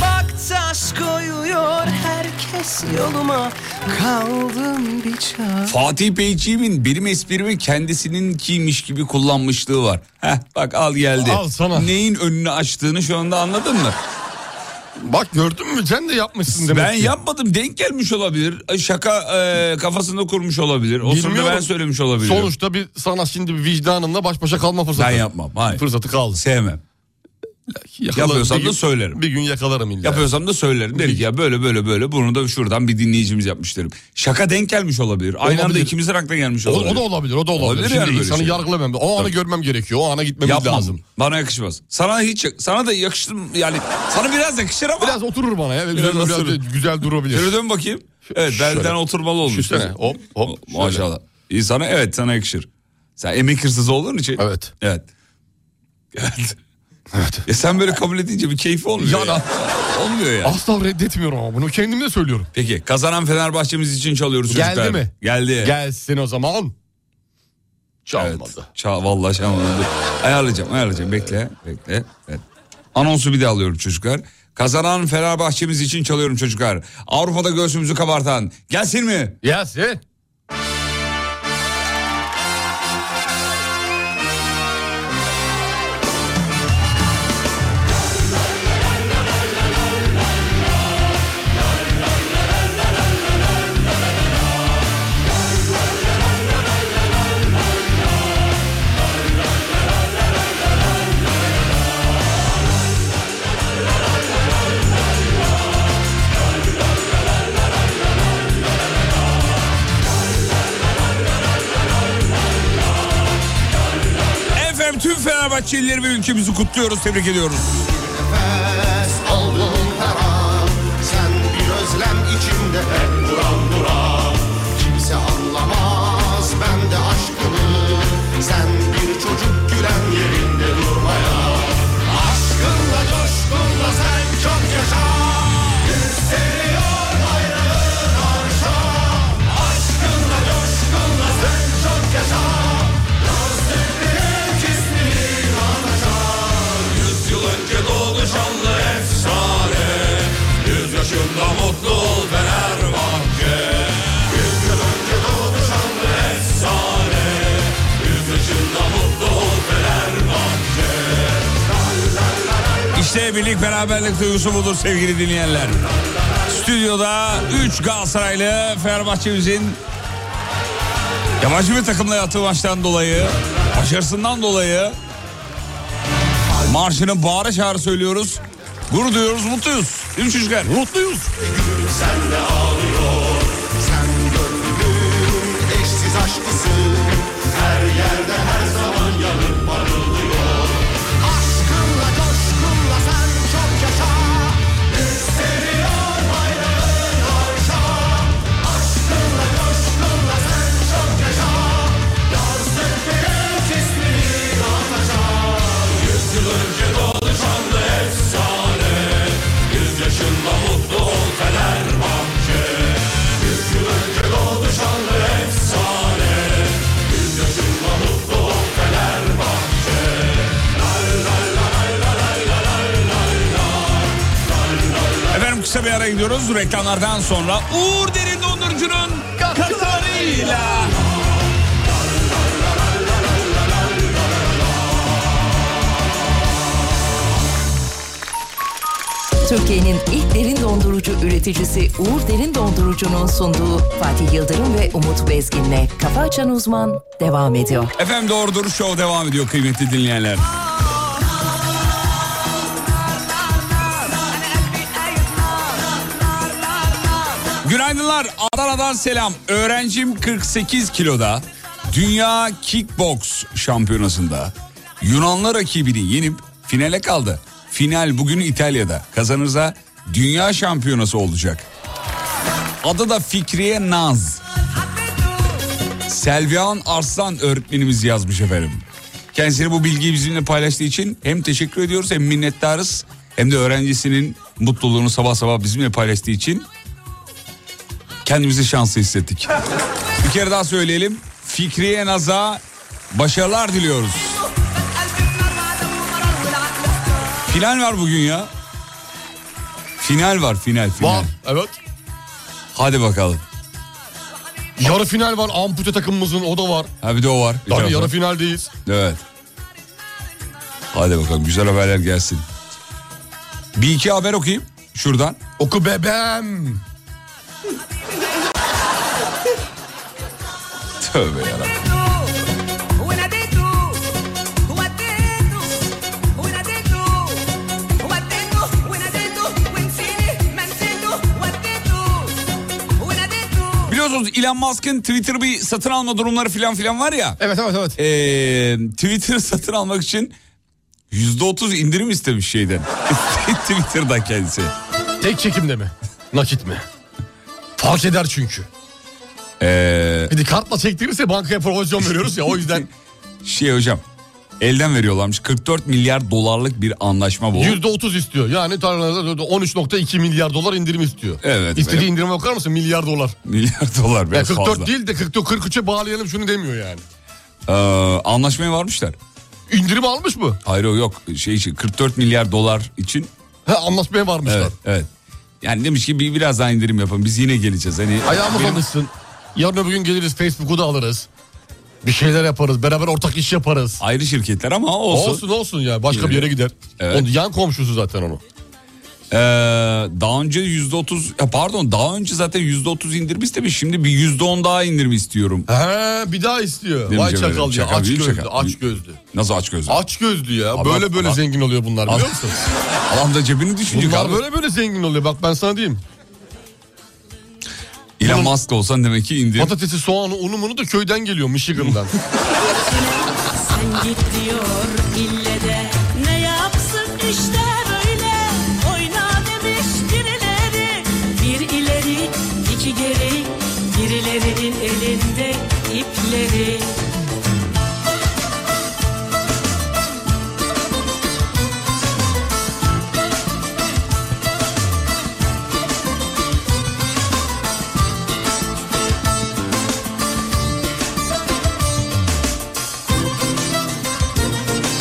Speaker 6: Bak taş koyuyor herkes yoluma Kaldım bir çare
Speaker 3: Fatih Beyciğim'in benim esprimi kendisininkiymiş gibi kullanmışlığı var. Heh bak al geldi.
Speaker 5: Al sana.
Speaker 3: Neyin önünü açtığını şu anda anladın mı?
Speaker 5: Bak gördün mü sen de yapmışsın demek
Speaker 3: ben
Speaker 5: ki.
Speaker 3: yapmadım denk gelmiş olabilir. Şaka e, kafasında kurmuş olabilir. O sırada
Speaker 5: Bilmiyorum.
Speaker 3: ben söylemiş olabilirim.
Speaker 5: Sonuçta bir sana şimdi bir vicdanınla baş başa kalma fırsatı.
Speaker 3: Ben yapmam hayır.
Speaker 5: Fırsatı kaldı.
Speaker 3: Sevmem.
Speaker 5: Yakalarım.
Speaker 3: Yapıyorsam
Speaker 5: Bir
Speaker 3: da
Speaker 5: gün-
Speaker 3: söylerim.
Speaker 5: Bir gün yakalarım illa.
Speaker 3: Yapıyorsam da söylerim. Derim ki ya böyle böyle böyle bunu da şuradan bir dinleyicimiz yapmış derim. Şaka denk gelmiş olabilir. Aynı anda
Speaker 5: Olabilir.
Speaker 3: ikimizin aklına gelmiş
Speaker 5: O,
Speaker 3: olabilir.
Speaker 5: o da olabilir, o da olabilir.
Speaker 3: Olabilir
Speaker 5: Şimdi
Speaker 3: yani böyle
Speaker 5: insanı
Speaker 3: şey.
Speaker 5: yargılamam. O anı görmem gerekiyor, o ana gitmemiz
Speaker 3: Yapmam.
Speaker 5: lazım.
Speaker 3: Bana yakışmaz. Sana hiç sana da yakıştım yani sana biraz yakışır ama.
Speaker 5: Biraz oturur bana ya, biraz,
Speaker 3: Biraz
Speaker 5: biraz,
Speaker 3: oturur.
Speaker 5: da güzel durabilir.
Speaker 3: Şöyle dön bakayım. Evet
Speaker 5: Şöyle.
Speaker 3: belden oturmalı olmuş.
Speaker 5: Düşünsene, hop, hop,
Speaker 3: O-
Speaker 5: şöyle.
Speaker 3: Maşallah. İyi sana evet sana yakışır. Sen emek hırsızı olduğun için.
Speaker 5: Evet.
Speaker 3: Evet. Evet.
Speaker 5: Evet.
Speaker 3: Ya sen böyle kabul edince bir keyfi olmuyor.
Speaker 5: Ya-
Speaker 3: Ya. Olmuyor ya.
Speaker 5: Asla reddetmiyorum ama bunu kendim de söylüyorum.
Speaker 3: Peki kazanan Fenerbahçemiz için çalıyoruz
Speaker 5: Geldi
Speaker 3: çocuklar.
Speaker 5: mi?
Speaker 3: Geldi.
Speaker 5: Gelsin o zaman. Çalmadı.
Speaker 3: Ça vallahi çalmadı. Ayarlayacağım ayarlayacağım bekle bekle. Evet. Anonsu bir de alıyorum çocuklar. Kazanan Fenerbahçe'miz için çalıyorum çocuklar. Avrupa'da göğsümüzü kabartan gelsin mi?
Speaker 5: Gelsin.
Speaker 3: Efendim tüm Fenerbahçelileri ve ülkemizi kutluyoruz tebrik ediyoruz.
Speaker 8: nefes aldım her an Sen bir özlem içimde hep duran duran Kimse anlamaz ben de aşkımı Sen bir çocuk gülen yerinde durmaya Aşkınla coşkunla sen çok yaşa Yükseliyor bayrağın arşa Aşkınla coşkunla sen çok yaşa Gözlerinin ismini anacak Yüzyıl önce doğdu şanlı efsane Yüz yaşında mutlu ol Fenerbahçe Yüzyıl önce doğdu şanlı efsane Yüz yaşında mutlu ol Fenerbahçe
Speaker 3: İşte birlik beraberlik duygusu budur sevgili dinleyenler. Stüdyoda 3 Galatasaraylı Fenerbahçe'mizin yabancı bir takımla yattığı maçtan dolayı, başarısından dolayı marşını bağıra çağrı söylüyoruz. Gurur duyuyoruz, mutluyuz. Değil mi çocuklar? Mutluyuz.
Speaker 8: Sen gönlüm eşsiz aşkısın Her yerde her zaman yanıp parıldıyor Aşkınla coşkunla sen çok yaşa Yükseliyor bayrağın arşa Aşkınla coşkunla sen çok yaşa Yazdıkların ismini anacak Yüzyıl önce doğdu şanlı efsane Yüz yaşında mutlu ol Fenerbahçe Yüzyıl önce doğdu şanlı efsane Yüz yaşında mutlu ol Fenerbahçe
Speaker 3: Efendim kısa bir ara gidiyoruz. Reklamlardan sonra Uğur Derin Dondurucu'nun katkılarıyla.
Speaker 7: Türkiye'nin ilk derin dondurucu üreticisi Uğur Derin Dondurucu'nun sunduğu Fatih Yıldırım ve Umut Bezgin'le Kafa Açan Uzman devam ediyor.
Speaker 3: Efendim Doğru Duru Show devam ediyor kıymetli dinleyenler. Günaydınlar Adana'dan selam. Öğrencim 48 kiloda Dünya Kickbox Şampiyonası'nda Yunanlı rakibini yenip finale kaldı. Final bugün İtalya'da. Kazanırsa Dünya Şampiyonası olacak. Adı da Fikriye Naz. Selvihan Arslan öğretmenimiz yazmış efendim. Kendisini bu bilgiyi bizimle paylaştığı için hem teşekkür ediyoruz hem minnettarız. Hem de öğrencisinin mutluluğunu sabah sabah bizimle paylaştığı için kendimizi şanslı hissettik. Bir kere daha söyleyelim. Fikriye Naz'a başarılar diliyoruz. Final var bugün ya. Final var final final.
Speaker 5: Var. Evet.
Speaker 3: Hadi bakalım.
Speaker 5: Yarı final var. Ampute takımımızın o da var.
Speaker 3: Ha bir de o var. Bir
Speaker 5: Tabii
Speaker 3: tarafta.
Speaker 5: yarı finaldeyiz.
Speaker 3: Evet. Hadi bakalım güzel haberler gelsin. Bir iki haber okuyayım şuradan.
Speaker 5: Oku bebem.
Speaker 3: Tövbe yarabbim. Biliyorsunuz Elon Musk'ın Twitter bir satın alma durumları falan filan var ya.
Speaker 5: Evet evet evet.
Speaker 3: Ee, Twitter satın almak için %30 indirim istemiş şeyden. Twitter'da kendisi.
Speaker 5: Tek çekimde mi? Nakit mi? Fark eder çünkü.
Speaker 3: Ee,
Speaker 5: Bir de kartla çektirirse bankaya provizyon veriyoruz ya o yüzden
Speaker 3: şey hocam elden veriyorlarmış 44 milyar dolarlık bir anlaşma bu.
Speaker 5: %30 istiyor. Yani tarlalarda 13.2 milyar dolar indirim istiyor.
Speaker 3: Evet.
Speaker 5: İstediği
Speaker 3: Evet.
Speaker 5: indirime bakar mısın? Milyar dolar.
Speaker 3: milyar dolar
Speaker 5: Ya
Speaker 3: biraz
Speaker 5: 44
Speaker 3: fazla.
Speaker 5: değil de 44, 43'e bağlayalım şunu demiyor yani.
Speaker 3: Ee, anlaşmaya varmışlar.
Speaker 5: İndirim almış mı?
Speaker 3: Hayır o yok. Şey için 44 milyar dolar için.
Speaker 5: He anlaşmaya varmışlar.
Speaker 3: Evet, evet. Yani demiş ki bir biraz daha indirim yapın. Biz yine geleceğiz. Hani
Speaker 5: Ayağımız
Speaker 3: benim-
Speaker 5: alışsın. Yarın öbür gün geliriz Facebook'u da alırız. Bir
Speaker 3: şey
Speaker 5: şeyler yaparız. Beraber ortak iş yaparız.
Speaker 3: ayrı şirketler ama olsun.
Speaker 5: Olsun olsun, ya. Başka bir yere gider.
Speaker 3: Evet.
Speaker 5: Onun yan komşusu zaten onu.
Speaker 3: Ee, daha önce yüzde otuz pardon daha önce zaten yüzde otuz indirim istemiş. Şimdi bir yüzde on daha indirim istiyorum.
Speaker 5: He bir daha istiyor.
Speaker 3: Değil mi
Speaker 5: Vay
Speaker 3: Cemil
Speaker 5: çakal
Speaker 3: Bey?
Speaker 5: ya.
Speaker 3: Çakal
Speaker 5: Aç
Speaker 3: değil,
Speaker 5: gözlü,
Speaker 3: çakal.
Speaker 5: aç gözlü.
Speaker 3: Nasıl aç gözlü?
Speaker 5: Aç gözlü ya.
Speaker 3: Ama-
Speaker 5: böyle böyle
Speaker 3: ama-
Speaker 5: zengin oluyor bunlar biliyor musun?
Speaker 3: Adam da cebini düşünecek
Speaker 5: Bunlar
Speaker 3: abi.
Speaker 5: böyle böyle zengin oluyor. Bak ben sana diyeyim.
Speaker 3: Elon Musk olsan demek ki indirim.
Speaker 5: Patatesi, soğanı, unu munu da köyden geliyor Michigan'dan.
Speaker 9: Git diyor ille de ne yapsın işte böyle oyna demiş birileri bir ileri iki geri birilerinin elinde ipleri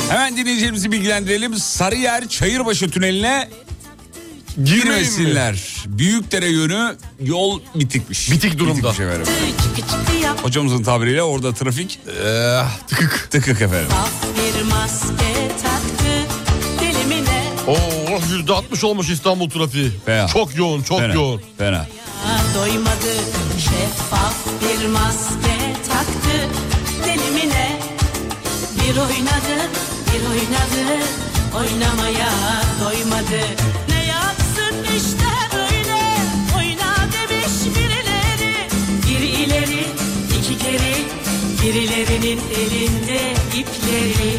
Speaker 3: Hemen dinleyicilerimizi bilgilendirelim. Sarıyer Çayırbaşı Tüneline girmesinler. Büyükdere yönü yol bitikmiş.
Speaker 5: Bitik durumda.
Speaker 3: Bitikmiş efendim.
Speaker 9: çıkı çıkı yap
Speaker 3: Hocamızın tabiriyle orada trafik
Speaker 5: Eee, Eh, tıkık.
Speaker 3: tıkık efendim.
Speaker 9: bir maske taktı dilimine
Speaker 5: Oo, yüzde altmış olmuş İstanbul trafiği.
Speaker 3: Fena.
Speaker 5: Çok yoğun, çok
Speaker 3: Fena,
Speaker 5: yoğun.
Speaker 3: fena.
Speaker 9: doymadı şeffaf bir maske taktı dilimine bir oynadı bir oynadı oynamaya doymadı ne yapsın işte böyle oyna demiş birileri bir ileri iki geri birilerinin elinde ipleri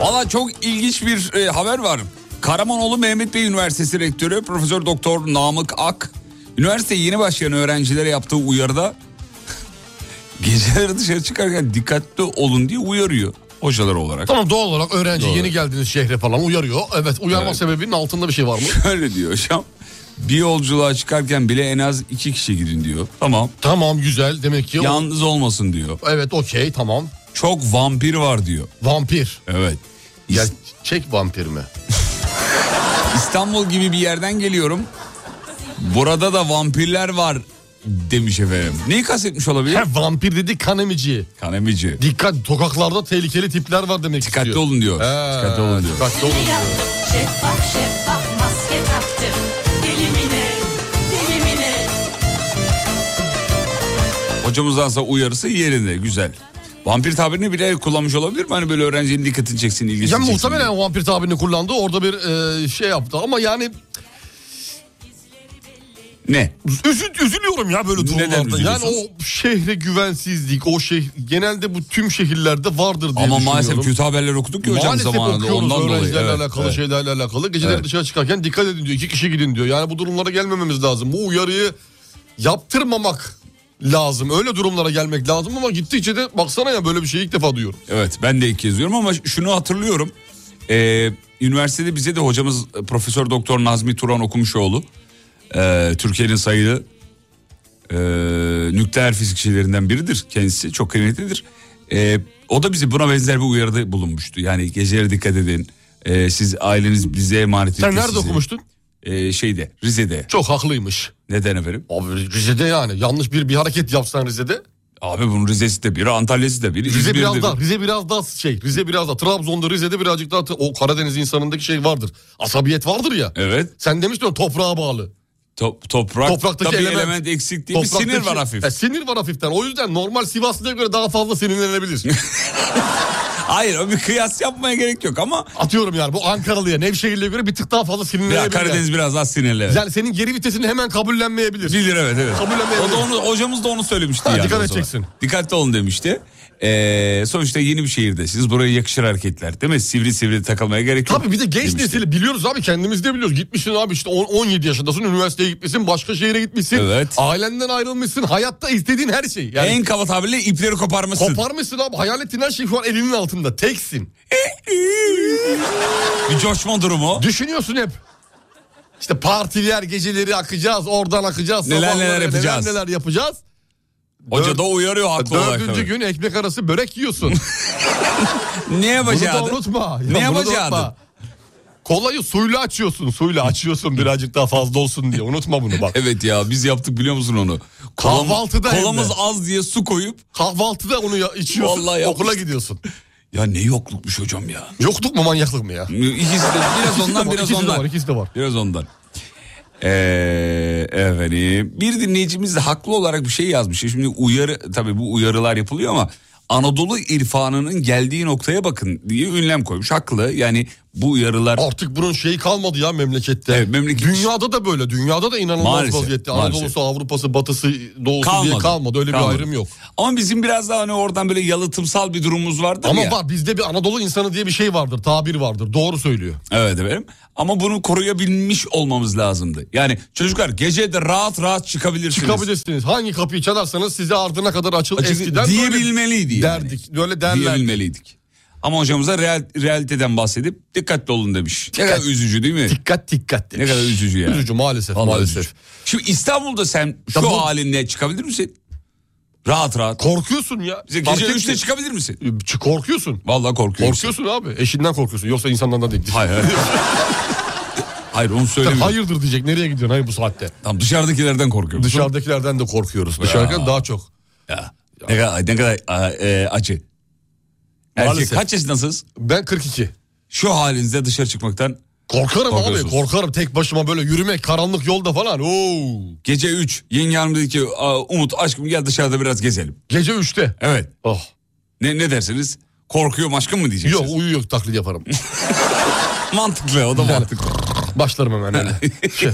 Speaker 3: Valla çok ilginç bir e, haber var. Karamanoğlu Mehmet Bey Üniversitesi Rektörü Profesör Doktor Namık Ak üniversiteye yeni başlayan öğrencilere yaptığı uyarıda geceleri dışarı çıkarken dikkatli olun diye uyarıyor hocalar olarak.
Speaker 5: Tamam doğal olarak öğrenci
Speaker 3: Doğru.
Speaker 5: yeni geldiğiniz şehre falan uyarıyor. Evet uyarma
Speaker 3: Evet.
Speaker 5: sebebinin altında bir şey var mı?
Speaker 3: Öyle diyor hocam. Bir yolculuğa çıkarken bile en az iki kişi gidin diyor. Tamam.
Speaker 5: tamam güzel demek ki. o-
Speaker 3: Yalnız olmasın diyor.
Speaker 5: Evet okey tamam.
Speaker 3: Çok vampir var diyor.
Speaker 5: Vampir.
Speaker 3: Evet. İs-
Speaker 5: Ya çek vampir mi?
Speaker 3: İstanbul gibi bir yerden geliyorum. Burada da vampirler var demiş efendim. Neyi kastetmiş olabilir?
Speaker 5: He, vampir dedi kan emici.
Speaker 3: Kanemici.
Speaker 5: Dikkat sokaklarda tehlikeli tipler var demek
Speaker 3: Dikkatli
Speaker 5: istiyor.
Speaker 3: olun diyor.
Speaker 5: He,
Speaker 3: Dikkatli olun diyor.
Speaker 5: Dikkatli olun diyor.
Speaker 9: Şeffaf şeffaf maske taktı dilimine dilimine
Speaker 3: Hocamızdansa uyarısı yerinde güzel. Vampir tabirini bile kullanmış olabilir mi? Hani böyle öğrencinin dikkatini çeksin, ilgisini
Speaker 5: Ya
Speaker 3: çeksin.
Speaker 5: muhtemelen
Speaker 3: diye.
Speaker 5: o vampir tabirini kullandı. Orada bir e, şey yaptı ama yani
Speaker 3: Ne?
Speaker 5: üzü- üzülüyorum ya böyle
Speaker 3: Neden
Speaker 5: durumlarda. Yani
Speaker 3: üzülüyorsunuz?
Speaker 5: o şehre güvensizlik, o şey genelde bu tüm şehirlerde vardır diye
Speaker 3: Ama
Speaker 5: düşünüyorum.
Speaker 3: maalesef kötü haberler okuduk ki hocam
Speaker 5: Maalesef
Speaker 3: zamanında.
Speaker 5: okuyoruz
Speaker 3: Ondan dolayı.
Speaker 5: öğrencilerle
Speaker 3: Evet,
Speaker 5: alakalı
Speaker 3: evet.
Speaker 5: şeylerle alakalı. Geceleri
Speaker 3: Evet.
Speaker 5: dışarı çıkarken dikkat edin diyor. İki kişi gidin diyor. Yani bu durumlara gelmememiz lazım. Bu uyarıyı yaptırmamak lazım. Öyle durumlara gelmek lazım ama gittikçe de baksana ya böyle bir şeyi ilk defa duyuyorum.
Speaker 3: Evet ben de ilk kez diyorum ama şunu hatırlıyorum. Ee, üniversitede bize de hocamız Profesör Doktor Nazmi Turan Okumuşoğlu. ee, Türkiye'nin sayılı ee, nükleer fizikçilerinden biridir. Kendisi çok kıymetlidir. Ee, o da bize buna benzer bir uyarıda bulunmuştu. Yani gecelere dikkat edin. Ee, siz aileniz bize emanet etti
Speaker 5: Sen nerede
Speaker 3: sizi.
Speaker 5: okumuştun?
Speaker 3: Ee, şeyde Rize'de.
Speaker 5: Çok haklıymış.
Speaker 3: Neden efendim?
Speaker 5: Abi Rize'de yani yanlış bir bir hareket yapsan Rize'de.
Speaker 3: Abi bunun Rize'si de biri, Antalya'sı da biri,
Speaker 5: Rize
Speaker 3: İzmir'de
Speaker 5: biraz
Speaker 3: biri.
Speaker 5: daha, Rize biraz daha şey, Rize biraz daha. Trabzon'da, Rize'de birazcık daha o Karadeniz insanındaki şey vardır. Asabiyet vardır ya.
Speaker 3: Evet.
Speaker 5: Sen demiştin o toprağa bağlı.
Speaker 3: Top, toprak,
Speaker 5: Topraktaki
Speaker 3: tabii
Speaker 5: element-
Speaker 3: element, eksik değil. Bir sinir
Speaker 5: Topraktaki-
Speaker 3: var hafif.
Speaker 5: E, sinir var hafiften. O yüzden normal Sivaslı'ya göre daha fazla sinirlenebilir.
Speaker 3: Hayır o bir kıyas yapmaya gerek yok ama.
Speaker 5: Atıyorum yani bu Ankaralı'ya Nevşehirli'ye göre bir tık daha fazla
Speaker 3: Ya
Speaker 5: sinirlenebilir.
Speaker 3: Karadeniz biraz daha sinirli.
Speaker 5: Yani senin geri vitesini hemen kabullenmeyebilir.
Speaker 3: Bilir evet evet.
Speaker 5: Kabullenmeyebilir.
Speaker 3: O da onu, hocamız da onu söylemişti.
Speaker 5: Ha,
Speaker 3: yani
Speaker 5: dikkat
Speaker 3: o zaman.
Speaker 5: edeceksin.
Speaker 3: Dikkatli olun demişti. Ee, sonuçta yeni bir şehirdesiniz. Buraya yakışır hareketler değil mi? Sivri sivri takılmaya gerek yok.
Speaker 5: Tabii bir de genç
Speaker 3: demişti.
Speaker 5: nesili biliyoruz abi kendimiz de biliyoruz. Gitmişsin abi işte on- 17 yaşındasın üniversiteye gitmişsin başka şehire gitmişsin.
Speaker 3: Evet.
Speaker 5: Ailenden ayrılmışsın hayatta istediğin her şey. Yani
Speaker 3: En kaba tabirle ipleri koparmışsın.
Speaker 5: koparmışsın abi hayal ettiğin her şey şu an elinin altında teksin.
Speaker 3: bir coşma durumu.
Speaker 5: Düşünüyorsun hep. İşte partiler geceleri akacağız oradan akacağız.
Speaker 3: Neler neler
Speaker 5: sabahları
Speaker 3: yapacağız.
Speaker 5: Neler neler yapacağız.
Speaker 3: Hoca
Speaker 5: Dört-
Speaker 3: da uyarıyor haklı olarak.
Speaker 5: Dördüncü
Speaker 3: tabii.
Speaker 5: gün ekmek arası börek yiyorsun.
Speaker 3: Ne
Speaker 5: Bunu da
Speaker 3: yapacağı?
Speaker 5: unutma.
Speaker 3: Ne
Speaker 5: Ya bunu da
Speaker 3: yapacağı
Speaker 5: unutma.
Speaker 3: adı?
Speaker 5: Kolayı suyla açıyorsun. Suyla açıyorsun birazcık daha fazla olsun diye. Unutma bunu bak.
Speaker 3: Evet ya biz yaptık biliyor musun onu? Kolam-
Speaker 5: Kahvaltıda hem de.
Speaker 3: Kolamız az diye su koyup
Speaker 5: Kahvaltıda onu ya- içiyorsun.
Speaker 3: Vallahi yapmıştım.
Speaker 5: okula gidiyorsun.
Speaker 3: ya ne yoklukmuş hocam ya.
Speaker 5: Yokluk mu manyaklık mı ya?
Speaker 3: İkisi de biraz
Speaker 5: İkisi de
Speaker 3: ondan
Speaker 5: var,
Speaker 3: biraz
Speaker 5: ikisi de
Speaker 3: ondan.
Speaker 5: var, ikisi de var.
Speaker 3: Biraz ondan. Ee, efendim bir dinleyicimiz de haklı olarak bir şey yazmış. Şimdi uyarı tabii bu uyarılar yapılıyor ama Anadolu irfanının geldiği noktaya bakın diye ünlem koymuş. Haklı yani bu uyarılar
Speaker 5: Artık bunun şeyi kalmadı ya memlekette.
Speaker 3: Evet, memleket-
Speaker 5: Dünyada da böyle. Dünyada da inanılmaz
Speaker 3: Maalesef,
Speaker 5: vaziyette.
Speaker 3: maalesef.
Speaker 5: Anadolu'su, Avrupa'sı, Batı'sı, Doğu'su diye kalmadı. Öyle
Speaker 3: kalmadı.
Speaker 5: bir ayrım yok.
Speaker 3: Ama bizim biraz daha hani oradan böyle yalıtımsal bir durumumuz vardı
Speaker 5: Ama
Speaker 3: ya.
Speaker 5: var bizde bir Anadolu insanı diye bir şey vardır. Tabir vardır. Doğru söylüyor.
Speaker 3: Evet efendim. Ama bunu koruyabilmiş olmamız lazımdı. Yani çocuklar gece de rahat rahat çıkabilirsiniz.
Speaker 5: Çıkabilirsiniz. Hangi kapıyı çalarsanız size ardına kadar açıl.
Speaker 3: Açık-
Speaker 5: Eskiden böyle
Speaker 3: diyebilmeliydi yani.
Speaker 5: Derdik. Böyle derlerdi.
Speaker 3: Diyebilmeliydik. Ama hocamıza real, realiteden bahsedip dikkatli olun demiş. Ne
Speaker 5: Dikkat.
Speaker 3: kadar üzücü değil mi?
Speaker 5: Dikkat dikkat demiş.
Speaker 3: Ne kadar üzücü ya.
Speaker 5: Üzücü maalesef
Speaker 3: Vallahi
Speaker 5: maalesef.
Speaker 3: üzücü. Şimdi İstanbul'da sen şu
Speaker 5: Ya bu-
Speaker 3: halinle çıkabilir misin? Rahat rahat.
Speaker 5: Korkuyorsun ya.
Speaker 3: Bize
Speaker 5: Fark
Speaker 3: gece
Speaker 5: etmiyor. E,
Speaker 3: 3'te çıkabilir misin?
Speaker 5: Ç- Korkuyorsun.
Speaker 3: Vallahi korkuyorum.
Speaker 5: Korkuyorsun abi. Eşinden korkuyorsun. Yoksa insandan da değil.
Speaker 3: Hayır hayır. hayır onu söylemiyorum.
Speaker 5: Hayırdır diyecek. Nereye gidiyorsun? Hayır bu saatte.
Speaker 3: Tamam, dışarıdakilerden korkuyorum.
Speaker 5: Dışarıdakilerden de korkuyoruz. Dışarıdakilerden daha çok.
Speaker 3: Ya, ne kadar, ne kadar a- e, acı. Erkek
Speaker 5: Maalesef.
Speaker 3: kaç yaşındasınız?
Speaker 5: Ben 42.
Speaker 3: Şu halinizde dışarı çıkmaktan
Speaker 5: Korkarım abi.
Speaker 3: Korkuyorsunuz.
Speaker 5: Korkarım tek başıma böyle yürümek karanlık yolda falan. Oo.
Speaker 3: gece 3 yenge hanım dedi ki "Aa, Umut aşkım gel dışarıda biraz gezelim.
Speaker 5: Gece 3'te.
Speaker 3: Evet
Speaker 5: Oh.
Speaker 3: ne, ne dersiniz? Korkuyorum aşkım mı diyeceksiniz?
Speaker 5: Yok uyuyor taklit yaparım.
Speaker 3: Mantıklı o da mantıklı.
Speaker 5: Başlarım hemen öyle. Şey,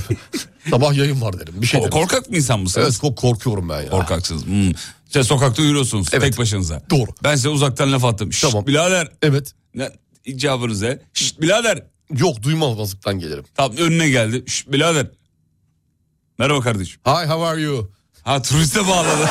Speaker 5: sabah yayın var derim. Bir şey
Speaker 3: Ko-
Speaker 5: derim.
Speaker 3: korkak bir insan mısınız?
Speaker 5: Evet ko- korkuyorum ben ya.
Speaker 3: Korkaksınız. Hmm. Siz sokakta yürüyorsunuz tek başınıza.
Speaker 5: Doğru.
Speaker 3: Ben size uzaktan laf attım. Şşt
Speaker 5: Tamam.
Speaker 3: birader.
Speaker 5: Evet.
Speaker 3: Ne, icabınıza. Şşt birader.
Speaker 5: Yok duymamazlıktan gelirim.
Speaker 3: Tam önüne geldi. Şşt birader. Merhaba kardeşim.
Speaker 5: Hi how are you?
Speaker 3: Ha turiste bağladı.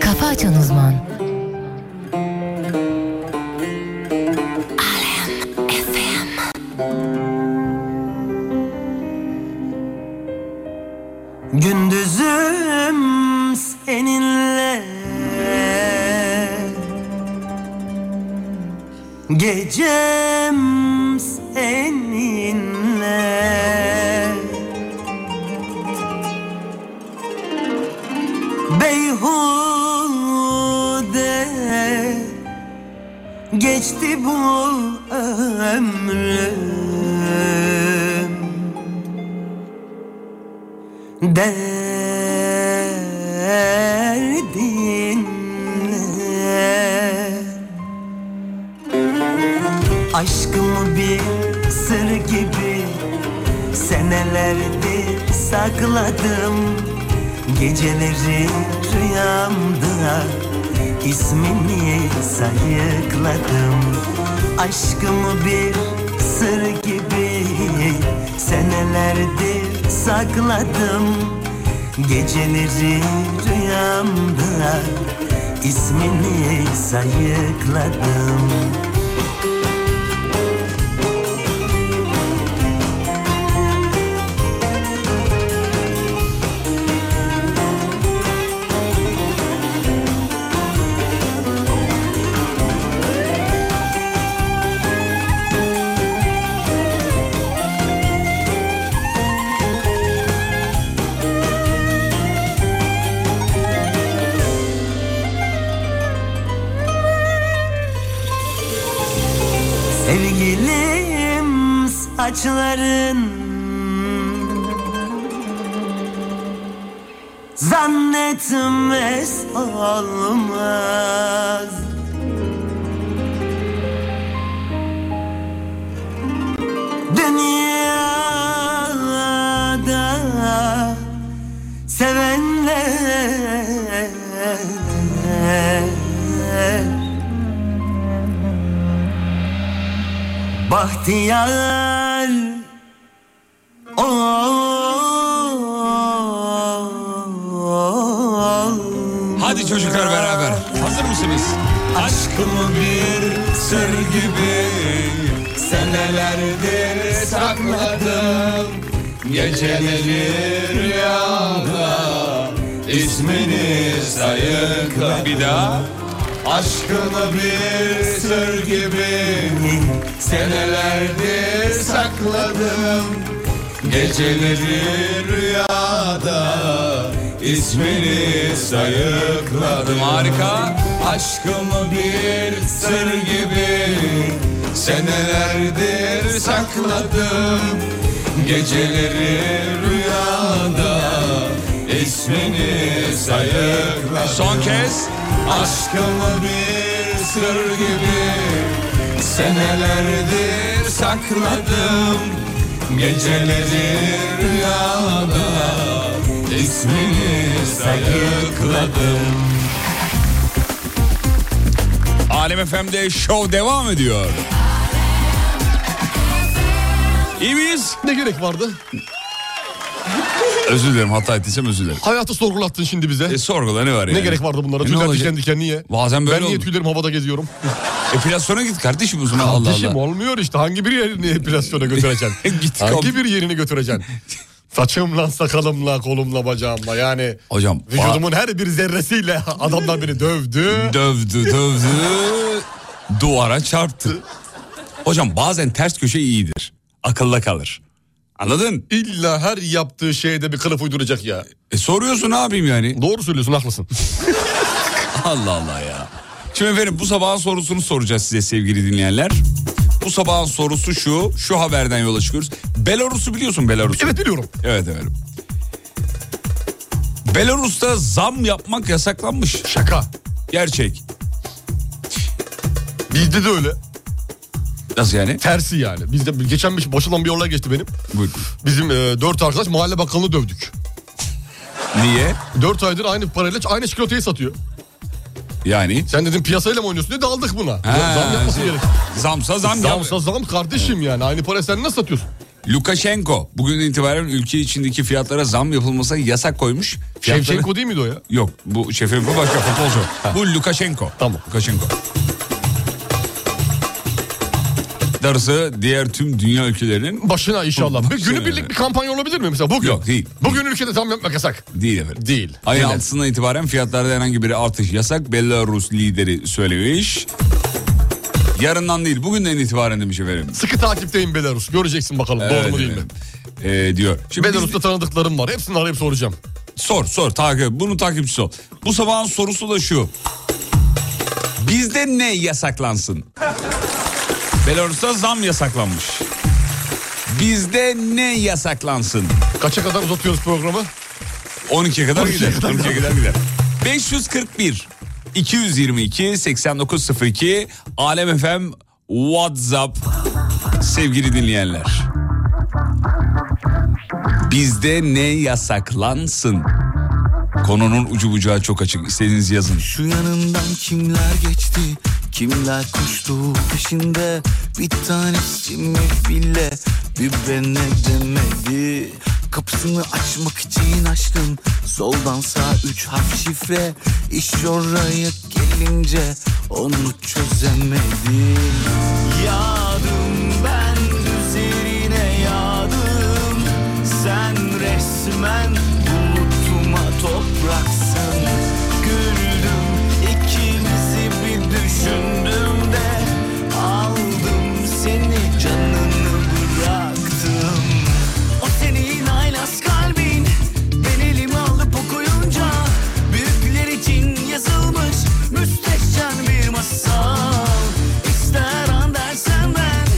Speaker 1: Kafa açan uzman.
Speaker 10: Gündüzüm seninle Gecem seninle Beyhude Geçti bu ömrüm derdinle Aşkımı bir sır gibi senelerdir sakladım Geceleri rüyamda ismini sayıkladım Aşkımı bir sır gibi senelerdir sakladım Geceleri rüyamda ismini sayıkladım
Speaker 6: Sevgilim saçların Zannetmez olmaz Dünyada sevenler Bahtiyar
Speaker 10: Oh, oh,
Speaker 6: olmaz
Speaker 3: Hadi çocuklar beraber. Hazır mısınız? Aşkımı bir sır gibi senelerdir sakladım. Geceleri rüyamda ismini sayıkla. Bir daha. Aşkını bir sır gibi senelerdir sakladım. Geceleri rüyada ismini sayıkladım. Harika. Aşkımı bir sır gibi senelerdir sakladım. Geceleri rüyada ismini sayıkladım. Son kez. Aşkımı bir sır gibi senelerdir sakladım. Geceleri rüyada ismini sayıkladım. Alem FM'de şov devam ediyor. İyi miyiz?
Speaker 5: Ne gerek vardı?
Speaker 3: Özür dilerim hata ettiysem özür dilerim.
Speaker 5: Hayatı sorgulattın şimdi bize.
Speaker 3: E sorgula ne var
Speaker 5: ne
Speaker 3: yani?
Speaker 5: gerek vardı bunlara?
Speaker 3: E, ne
Speaker 5: Tüyler
Speaker 3: olacak?
Speaker 5: diken diken niye?
Speaker 3: Bazen böyle
Speaker 5: ben niye
Speaker 3: oldu.
Speaker 5: tüylerim havada geziyorum?
Speaker 3: Epilasyona git kardeşim o zaman Allah
Speaker 5: Kardeşim
Speaker 3: Allah.
Speaker 5: olmuyor işte. Hangi bir yerini epilasyona götüreceksin?
Speaker 3: Git
Speaker 5: Hangi
Speaker 3: kal-
Speaker 5: bir yerini götüreceksin? Saçımla, sakalımla, kolumla, bacağımla yani
Speaker 3: Hocam,
Speaker 5: vücudumun her bir zerresiyle adamlar beni dövdü.
Speaker 3: Dövdü dövdü duvara çarptı. Hocam bazen ters köşe iyidir. Akılla kalır. Anladın?
Speaker 5: İlla her yaptığı şeyde bir kılıf uyduracak ya.
Speaker 3: E soruyorsun abim yani.
Speaker 5: Doğru söylüyorsun, haklısın.
Speaker 3: Allah Allah ya. Şimdi efendim bu sabahın sorusunu soracağız size sevgili dinleyenler. Bu sabahın sorusu şu. Şu haberden yola çıkıyoruz. Belarus'u biliyorsun Belarus'u.
Speaker 5: Evet biliyorum.
Speaker 3: Evet efendim. Belarus'ta zam yapmak yasaklanmış.
Speaker 5: Şaka.
Speaker 3: Gerçek.
Speaker 5: Bizde de öyle.
Speaker 3: Nasıl yani?
Speaker 5: Tersi yani. Bizde geçen bir başından bir olay geçti benim.
Speaker 3: Buyurun.
Speaker 5: Bizim e, dört arkadaş mahalle bakkalını dövdük.
Speaker 3: Niye?
Speaker 5: Dört aydır aynı parayla aynı çikolatayı satıyor.
Speaker 3: Yani
Speaker 5: Sen dedim piyasayla mı oynuyorsun diye daldık buna.
Speaker 3: Ha,
Speaker 5: zam yapması
Speaker 3: şey-
Speaker 5: gerek.
Speaker 3: zamsa zam yap.
Speaker 5: Zamsa zam kardeşim yani. Aynı parayı sen nasıl satıyorsun?
Speaker 3: Lukashenko bugün itibaren ülke içindeki fiyatlara zam yapılmasına yasak koymuş. Fiyatları-
Speaker 5: Şevçenko değil miydi o ya?
Speaker 3: Yok bu Şevçenko başka futbolcu. Bu Lukashenko.
Speaker 5: Tamam.
Speaker 3: Lukashenko. Darısı diğer tüm dünya ülkelerinin
Speaker 5: Başına inşallah. Bir
Speaker 3: Başına.
Speaker 5: günü birlik bir kampanya olabilir mi mesela bugün?
Speaker 3: Yok, değil.
Speaker 5: Bugün ülkede zam yapmak yasak.
Speaker 3: değil efendim.
Speaker 5: Değil.
Speaker 3: Ayın
Speaker 5: Neden?
Speaker 3: altısından itibaren fiyatlarda herhangi bir artış yasak. Belarus lideri söylemiş. Yarından değil bugünden itibaren demiş efendim.
Speaker 5: Sıkı takipteyim Belarus. Göreceksin bakalım doğru mu değil mi?
Speaker 3: efendim. Ee, diyor. Şimdi biz-
Speaker 5: Belarus'ta tanıdıklarım var. Hepsini arayıp soracağım.
Speaker 3: Sor sor takip bunun takipçisi ol. Bu sabahın sorusu da şu. Bizde ne yasaklansın? Belarus'ta zam yasaklanmış. Bizde ne yasaklansın?
Speaker 5: Kaça kadar uzatıyoruz programı?
Speaker 3: 12'ye kadar
Speaker 5: 12'ye
Speaker 3: gider.
Speaker 5: kadar
Speaker 3: 12'ye kadar gider. 541 222 8902 Alem FM WhatsApp sevgili dinleyenler. Bizde ne yasaklansın? Konunun ucu bucağı çok açık. İstediğinizi yazın.
Speaker 4: Şu yanından kimler geçti Kimler koştu peşinde Bir tanesi mi bile Bir ben ne demedi Kapısını açmak için açtım Soldan sağ üç harf şifre İş oraya gelince Onu çözemedim Yağdım ben üzerine yağdım Sen resmen bulutuma topraksın Güldüm ikimizi bir düşündüm de Aldım seni canını bıraktım O senin haylaz kalbin Ben elimi alıp okuyunca Büyükler için yazılmış müsteşem bir masal İster an dersen ben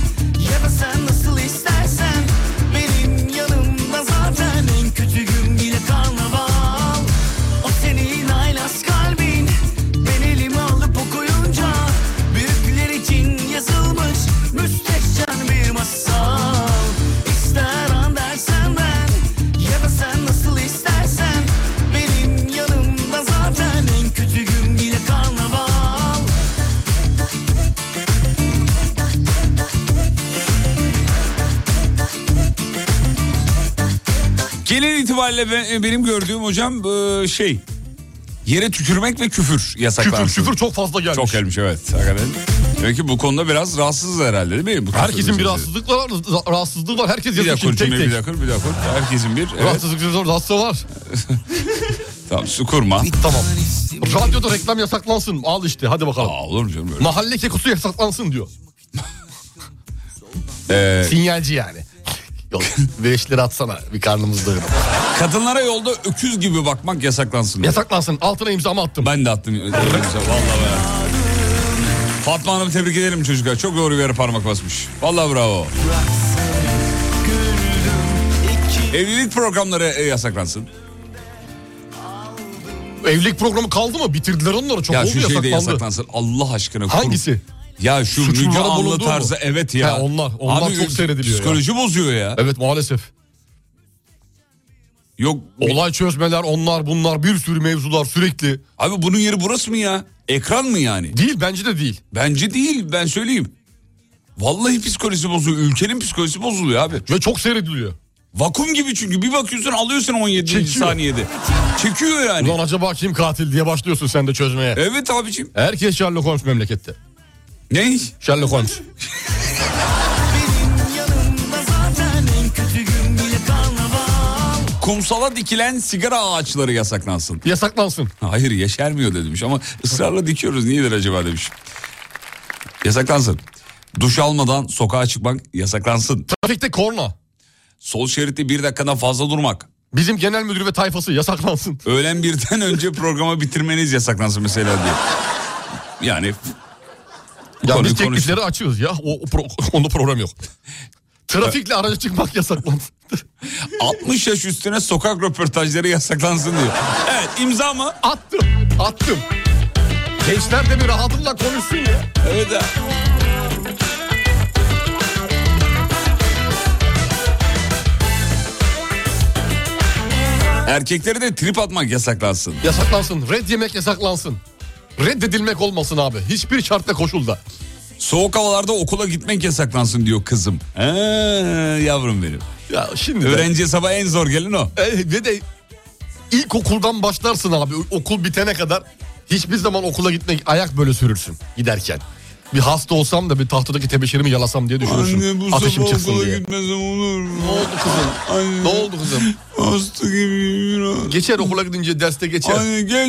Speaker 3: Genel itibariyle ben- e, benim gördüğüm hocam e, şey yere tükürmek ve küfür yasaklanmış.
Speaker 5: Küfür küfür çok fazla gelmiş.
Speaker 3: Çok gelmiş evet. Hakikaten. Demek ki bu konuda biraz rahatsız herhalde değil mi? Bu
Speaker 5: Herkesin bir
Speaker 3: meselesi.
Speaker 5: rahatsızlık var, ra- rahatsızlığı var. Herkes
Speaker 3: Bir
Speaker 5: yazıyor
Speaker 3: dakika
Speaker 5: şimdi tek
Speaker 3: cümle,
Speaker 5: tek.
Speaker 3: bir dakika bir dakika. Herkesin bir evet.
Speaker 5: Rahatsızlık var, rahatsızlığı var.
Speaker 3: Tamam su kurma.
Speaker 5: Tamam. Radyoda reklam yasaklansın. Al işte hadi bakalım.
Speaker 3: Aa, olur mu canım öyle?
Speaker 5: Mahalle kekosu yasaklansın diyor.
Speaker 3: Ee,
Speaker 5: Sinyalci yani. Yok, beş lira atsana bir karnımız doyuralım.
Speaker 3: kadınlara yolda öküz gibi bakmak yasaklansın.
Speaker 5: Yasaklansın. Altına imzamı attım.
Speaker 3: Ben de attım. Öyle güzel, Vallahi ya. Fatma Hanım'ı tebrik edelim çocuklar. Çok doğru bir yere parmak basmış. Vallahi bravo. Evlilik programları e, yasaklansın.
Speaker 5: Evlilik programı kaldı mı? Bitirdiler onları. Çok
Speaker 3: ya
Speaker 5: oldu
Speaker 3: şu şey de
Speaker 5: yasaklandı.
Speaker 3: yasaklansın. Allah aşkına. kur-
Speaker 5: Hangisi?
Speaker 3: Ya şu
Speaker 5: Suçlulara
Speaker 3: Müge Anlı
Speaker 5: bulunduğu mu?
Speaker 3: tarzı evet ya.
Speaker 5: He, onlar- onlar çok seyrediliyor ya.
Speaker 3: Psikoloji bozuyor ya.
Speaker 5: Evet maalesef.
Speaker 3: Yok
Speaker 5: Olay çözmeler onlar bunlar bir sürü mevzular sürekli.
Speaker 3: abi bunun yeri burası mı ya? Ekran mı yani?
Speaker 5: Değil bence de değil.
Speaker 3: Bence değil ben söyleyeyim. Vallahi psikolojisi bozuluyor. Ülkenin psikolojisi bozuluyor abi.
Speaker 5: Ve çok seyrediliyor.
Speaker 3: Vakum gibi çünkü bir bakıyorsun alıyorsun 17.
Speaker 5: Çekiyor.
Speaker 3: saniyede. Çekiyor yani.
Speaker 5: Ulan acaba kim katil diye başlıyorsun sen de çözmeye.
Speaker 3: Evet abicim.
Speaker 5: Herkes Sherlock Holmes memlekette.
Speaker 3: Ne?
Speaker 5: Sherlock Holmes.
Speaker 3: Kumsala dikilen sigara ağaçları yasaklansın.
Speaker 5: Yasaklansın.
Speaker 3: Hayır yeşermiyor demiş ama ısrarla dikiyoruz. Niyedir acaba demiş. Yasaklansın. Duş almadan sokağa çıkmak yasaklansın.
Speaker 5: Trafikte korna.
Speaker 3: Sol şeritte bir dakikadan fazla durmak.
Speaker 5: Bizim genel müdürü ve tayfası yasaklansın.
Speaker 3: Öğlen birden önce programı bitirmeniz yasaklansın mesela diye. Yani
Speaker 5: Ya
Speaker 3: konuyu
Speaker 5: biz teklifleri
Speaker 3: konuştuk.
Speaker 5: açıyoruz ya. O, o pro- onda program yok. Trafikle araca çıkmak yasaklansın.
Speaker 3: 60 yaş üstüne sokak röportajları yasaklansın diyor. Evet imza mı?
Speaker 5: attım. Attım. Gençler de bir rahatımla konuşsun ya.
Speaker 3: Evet. ha. Erkeklere de trip atmak yasaklansın.
Speaker 5: Yasaklansın. Red yemek yasaklansın. Reddedilmek olmasın abi. Hiçbir şartta koşulda.
Speaker 3: Soğuk havalarda okula gitmek yasaklansın diyor kızım. Ee, yavrum benim.
Speaker 5: Ya şimdi de-
Speaker 3: Öğrenciye sabah en zor gelin o.
Speaker 5: E, ve de ilkokuldan başlarsın abi. Okul bitene kadar hiçbir zaman okula gitmek ayak böyle sürürsün giderken. Bir hasta olsam da bir tahtadaki tebeşirimi yalasam diye düşünürsün. Ateşim çıksın diye.
Speaker 3: gitmesem olur
Speaker 5: Ne oldu kızım?
Speaker 3: Anne.
Speaker 5: Ne oldu kızım?
Speaker 3: Hasta gibi
Speaker 5: Geçer okula gidince derste geçer.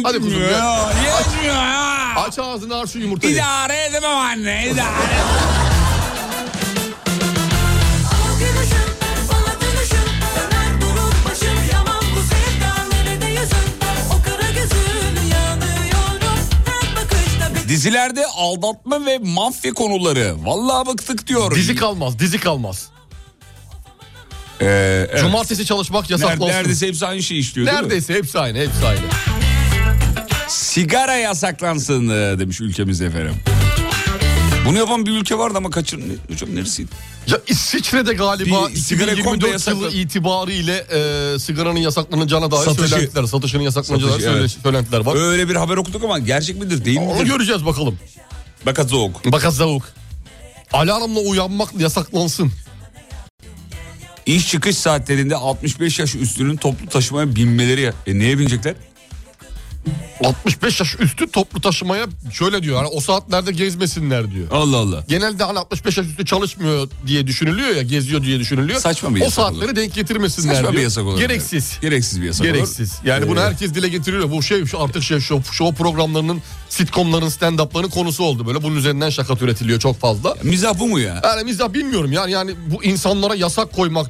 Speaker 5: Hadi kuzum gel.
Speaker 3: Geçmiyor ya.
Speaker 5: Aç ağzını al şu yumurtayı.
Speaker 3: İdare edemem anne idare.
Speaker 2: Al gülüşüm, bana dönüşüm, döner durur başım, yaman bu sevda nerede yüzün, o kara gözün yanıyorum, her bakışta bir
Speaker 3: Dizilerde aldatma ve mafya konuları. Vallahi bıktık diyor.
Speaker 5: Dizi kalmaz, dizi kalmaz.
Speaker 3: Ee, evet.
Speaker 5: Cumartesi çalışmak
Speaker 3: Ner-
Speaker 5: yasaklansın.
Speaker 3: Neredeyse hepsi aynı şey işliyor değil mi?
Speaker 5: Neredeyse hepsi aynı, hepsi aynı.
Speaker 3: Sigara yasaklansın e, demiş ülkemiz efendim. Bunu yapan bir ülke vardı ama kaçır... ne- Hocam neresiydi?
Speaker 5: Ya İsviçre'de galiba
Speaker 3: Bir sigara komple
Speaker 5: 2024
Speaker 3: yasaklan-
Speaker 5: yılı itibariyle e, sigaranın yasaklanacağına dair
Speaker 3: Satışı.
Speaker 5: söylentiler, satışının yasaklanacağına
Speaker 3: Satışı,
Speaker 5: dair
Speaker 3: evet.
Speaker 5: söyle- söylentiler var.
Speaker 3: Öyle bir haber okuduk ama gerçek midir değil
Speaker 5: Onu
Speaker 3: midir?
Speaker 5: göreceğiz bakalım.
Speaker 3: Bakazok.
Speaker 5: Bakas zavuk. Alarmla uyanmak yasaklansın.
Speaker 3: İş çıkış saatlerinde 65 yaş üstünün toplu taşımaya binmeleri... ya- E neye binecekler?
Speaker 5: 65 yaş üstü toplu taşımaya şöyle diyor. Hani o saatlerde gezmesinler diyor.
Speaker 3: Allah Allah.
Speaker 5: Genelde hani 65 yaş üstü çalışmıyor diye düşünülüyor ya, geziyor diye düşünülüyor.
Speaker 3: Saçma bir
Speaker 5: O
Speaker 3: yasak
Speaker 5: saatleri
Speaker 3: olur.
Speaker 5: denk getirmesinler
Speaker 3: Saçma
Speaker 5: diyor.
Speaker 3: bir yasak olur.
Speaker 5: Gereksiz.
Speaker 3: Gereksiz bir yasak olur.
Speaker 5: Gereksiz. Yani bunu
Speaker 3: Ee,
Speaker 5: herkes dile getiriyor. Bu şey şu artık şey show, show programlarının, sitcomların, stand-up'ların konusu oldu böyle. Bunun üzerinden şaka üretiliyor çok fazla.
Speaker 3: Mizah bu mu ya?
Speaker 5: Yani biz de bilmiyorum yani yani bu insanlara yasak koymak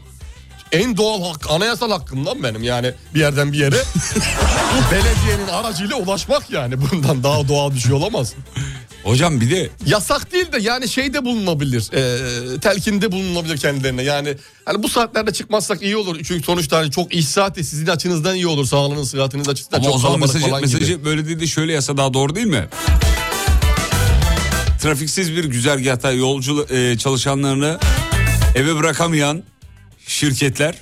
Speaker 5: en doğal hak, anayasal hakkım lan benim yani bir yerden bir yere. bu belediyenin aracıyla ulaşmak yani bundan daha doğal bir şey olamaz.
Speaker 3: Hocam bir de
Speaker 5: Yasak değil de yani şeyde bulunabilir. eee, telkinde bulunabilir kendilerine. Yani hani bu saatlerde çıkmazsak iyi olur. Çünkü sonuçta hani çok iş saati sizin açınızdan iyi olur. Sağlığınız, sıhhatiniz açısından
Speaker 3: Ama
Speaker 5: çok
Speaker 3: o zaman
Speaker 5: kalabalık
Speaker 3: mesajı,
Speaker 5: falan gibi.
Speaker 3: mesajı böyle değil de şöyle yasa daha doğru değil mi? Trafiksiz bir güzergahta yolcu e, çalışanlarını eve bırakamayan şirketler